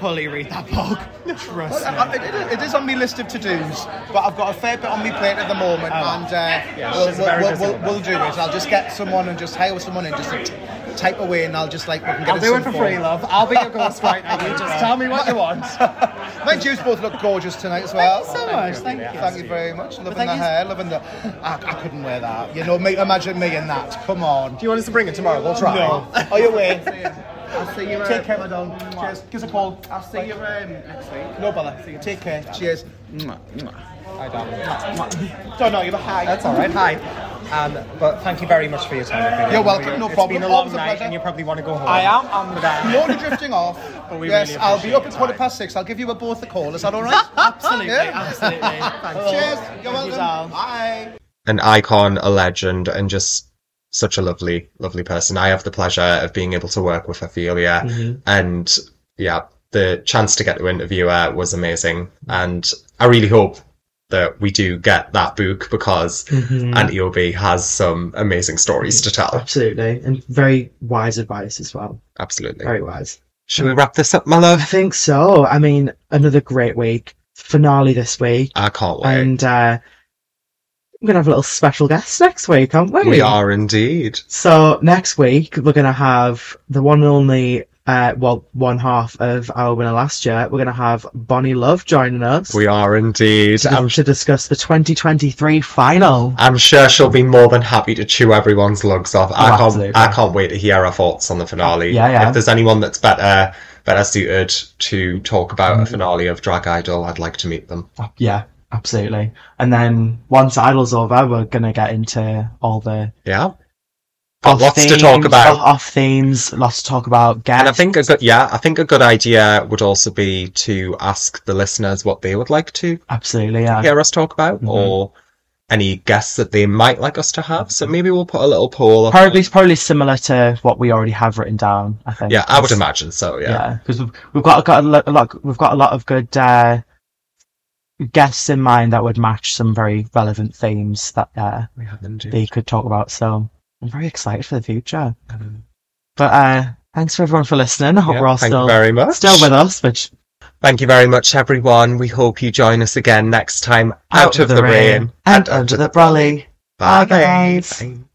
Speaker 8: fully read that book. Trust me.
Speaker 11: Well, I- I- it- it is on my list of to dos, but I've got a fair bit on my plate at the moment,
Speaker 3: Oh.
Speaker 11: and uh, we'll,
Speaker 3: she's a very
Speaker 11: we'll,
Speaker 3: busy
Speaker 11: we'll,
Speaker 3: woman.
Speaker 11: we'll do it. I'll just get someone and just hire someone and just like, type away, and I'll just like we can get
Speaker 3: I'll
Speaker 11: us
Speaker 3: do it
Speaker 11: some
Speaker 3: for
Speaker 11: form.
Speaker 3: free, love. I'll be your ghostwriter. You just tell me what you want.
Speaker 11: My Jews both look gorgeous tonight as well.
Speaker 8: Thank you so much, thank you.
Speaker 11: Thank you very much. Loving
Speaker 8: thank
Speaker 11: the
Speaker 8: you-
Speaker 11: hair, loving the. I, I couldn't wear that. You know, me, imagine me in that. Come on.
Speaker 3: Do you want us to bring it tomorrow? We'll try.
Speaker 11: No. Are you away? I'll see you. Take care, my darling. Cheers. Give us a call. I'll see you um, next week. No bother. See you. Take care. Cheers. Hi, darling. Don't know. You're a high.
Speaker 3: That's all right. Hi. Um, but thank you very much for your time. Ophelia.
Speaker 11: You're welcome, no problem.
Speaker 3: It's been a long
Speaker 11: Always a
Speaker 3: night,
Speaker 11: pleasure.
Speaker 3: and you probably want to go home.
Speaker 11: I am. I'm
Speaker 3: Right.
Speaker 11: slowly drifting off.
Speaker 3: But we
Speaker 11: yes,
Speaker 3: really
Speaker 11: I'll be up at
Speaker 3: appreciate
Speaker 11: quarter
Speaker 3: your
Speaker 11: past six. I'll give you a both a call. Is that all right? Absolutely.
Speaker 8: Absolutely.
Speaker 11: Cheers. You're
Speaker 8: Thank you,
Speaker 11: welcome.
Speaker 8: Zal.
Speaker 11: Bye.
Speaker 2: an icon, a legend, and just such a lovely, lovely person. I have the pleasure of being able to work with Ophelia, and yeah, the chance to get to interview her was amazing. And I really hope that we do get that book because Auntie Obi has some amazing stories to tell.
Speaker 1: Absolutely. And very wise advice as well.
Speaker 2: Absolutely.
Speaker 1: Very wise.
Speaker 2: Should we wrap this up, my
Speaker 1: I
Speaker 2: love?
Speaker 1: think so. I mean, another great week. Finale this week.
Speaker 2: I can't wait.
Speaker 1: And uh, we're going to have a little special guest next week, aren't we?
Speaker 2: we are indeed.
Speaker 1: So next week, we're going to have the one and only, uh, well, one half of our winner last year. We're going to have Bonnie Love joining us.
Speaker 2: We are indeed.
Speaker 1: to,
Speaker 2: I'm,
Speaker 1: to discuss the 2023 final.
Speaker 2: I'm sure she'll be more than happy to chew everyone's lugs off. I can't.
Speaker 1: absolutely.
Speaker 2: I can't wait to hear her thoughts on the finale.
Speaker 1: Yeah, yeah.
Speaker 2: If there's anyone that's better better suited to talk about a finale of Drag Idol, I'd like to meet them.
Speaker 6: Yeah, absolutely. And then once Idol's over, we're gonna get into all the
Speaker 2: Yeah. Got lots to
Speaker 6: off-themes-
Speaker 2: talk about.
Speaker 6: Off themes, lots to talk about. Guests.
Speaker 2: And I think a good yeah, I think a good idea would also be to ask the listeners what they would like to
Speaker 6: absolutely. Yeah.
Speaker 2: hear us talk about or any guests that they might like us to have. So maybe we'll put a little poll up.
Speaker 6: Probably, probably similar to what we already have written down. I think.
Speaker 2: Yeah, I would imagine so, yeah.
Speaker 6: Yeah, because we've, we've got got a lot, a lot we've got a lot of good uh, guests in mind that would match some very relevant themes that uh,
Speaker 2: We have them do.
Speaker 6: they could talk about. So I'm very excited for the future. But uh, thanks for everyone for listening. I hope
Speaker 2: Mm-hmm. Yeah,
Speaker 6: we're all
Speaker 2: thank
Speaker 6: still
Speaker 2: you very much.
Speaker 6: still with us, which
Speaker 2: Thank you very much, everyone. We hope you join us again next time out, of the, rain,
Speaker 6: and under the brolly.
Speaker 2: Bye.
Speaker 6: Bye, guys.
Speaker 2: Bye.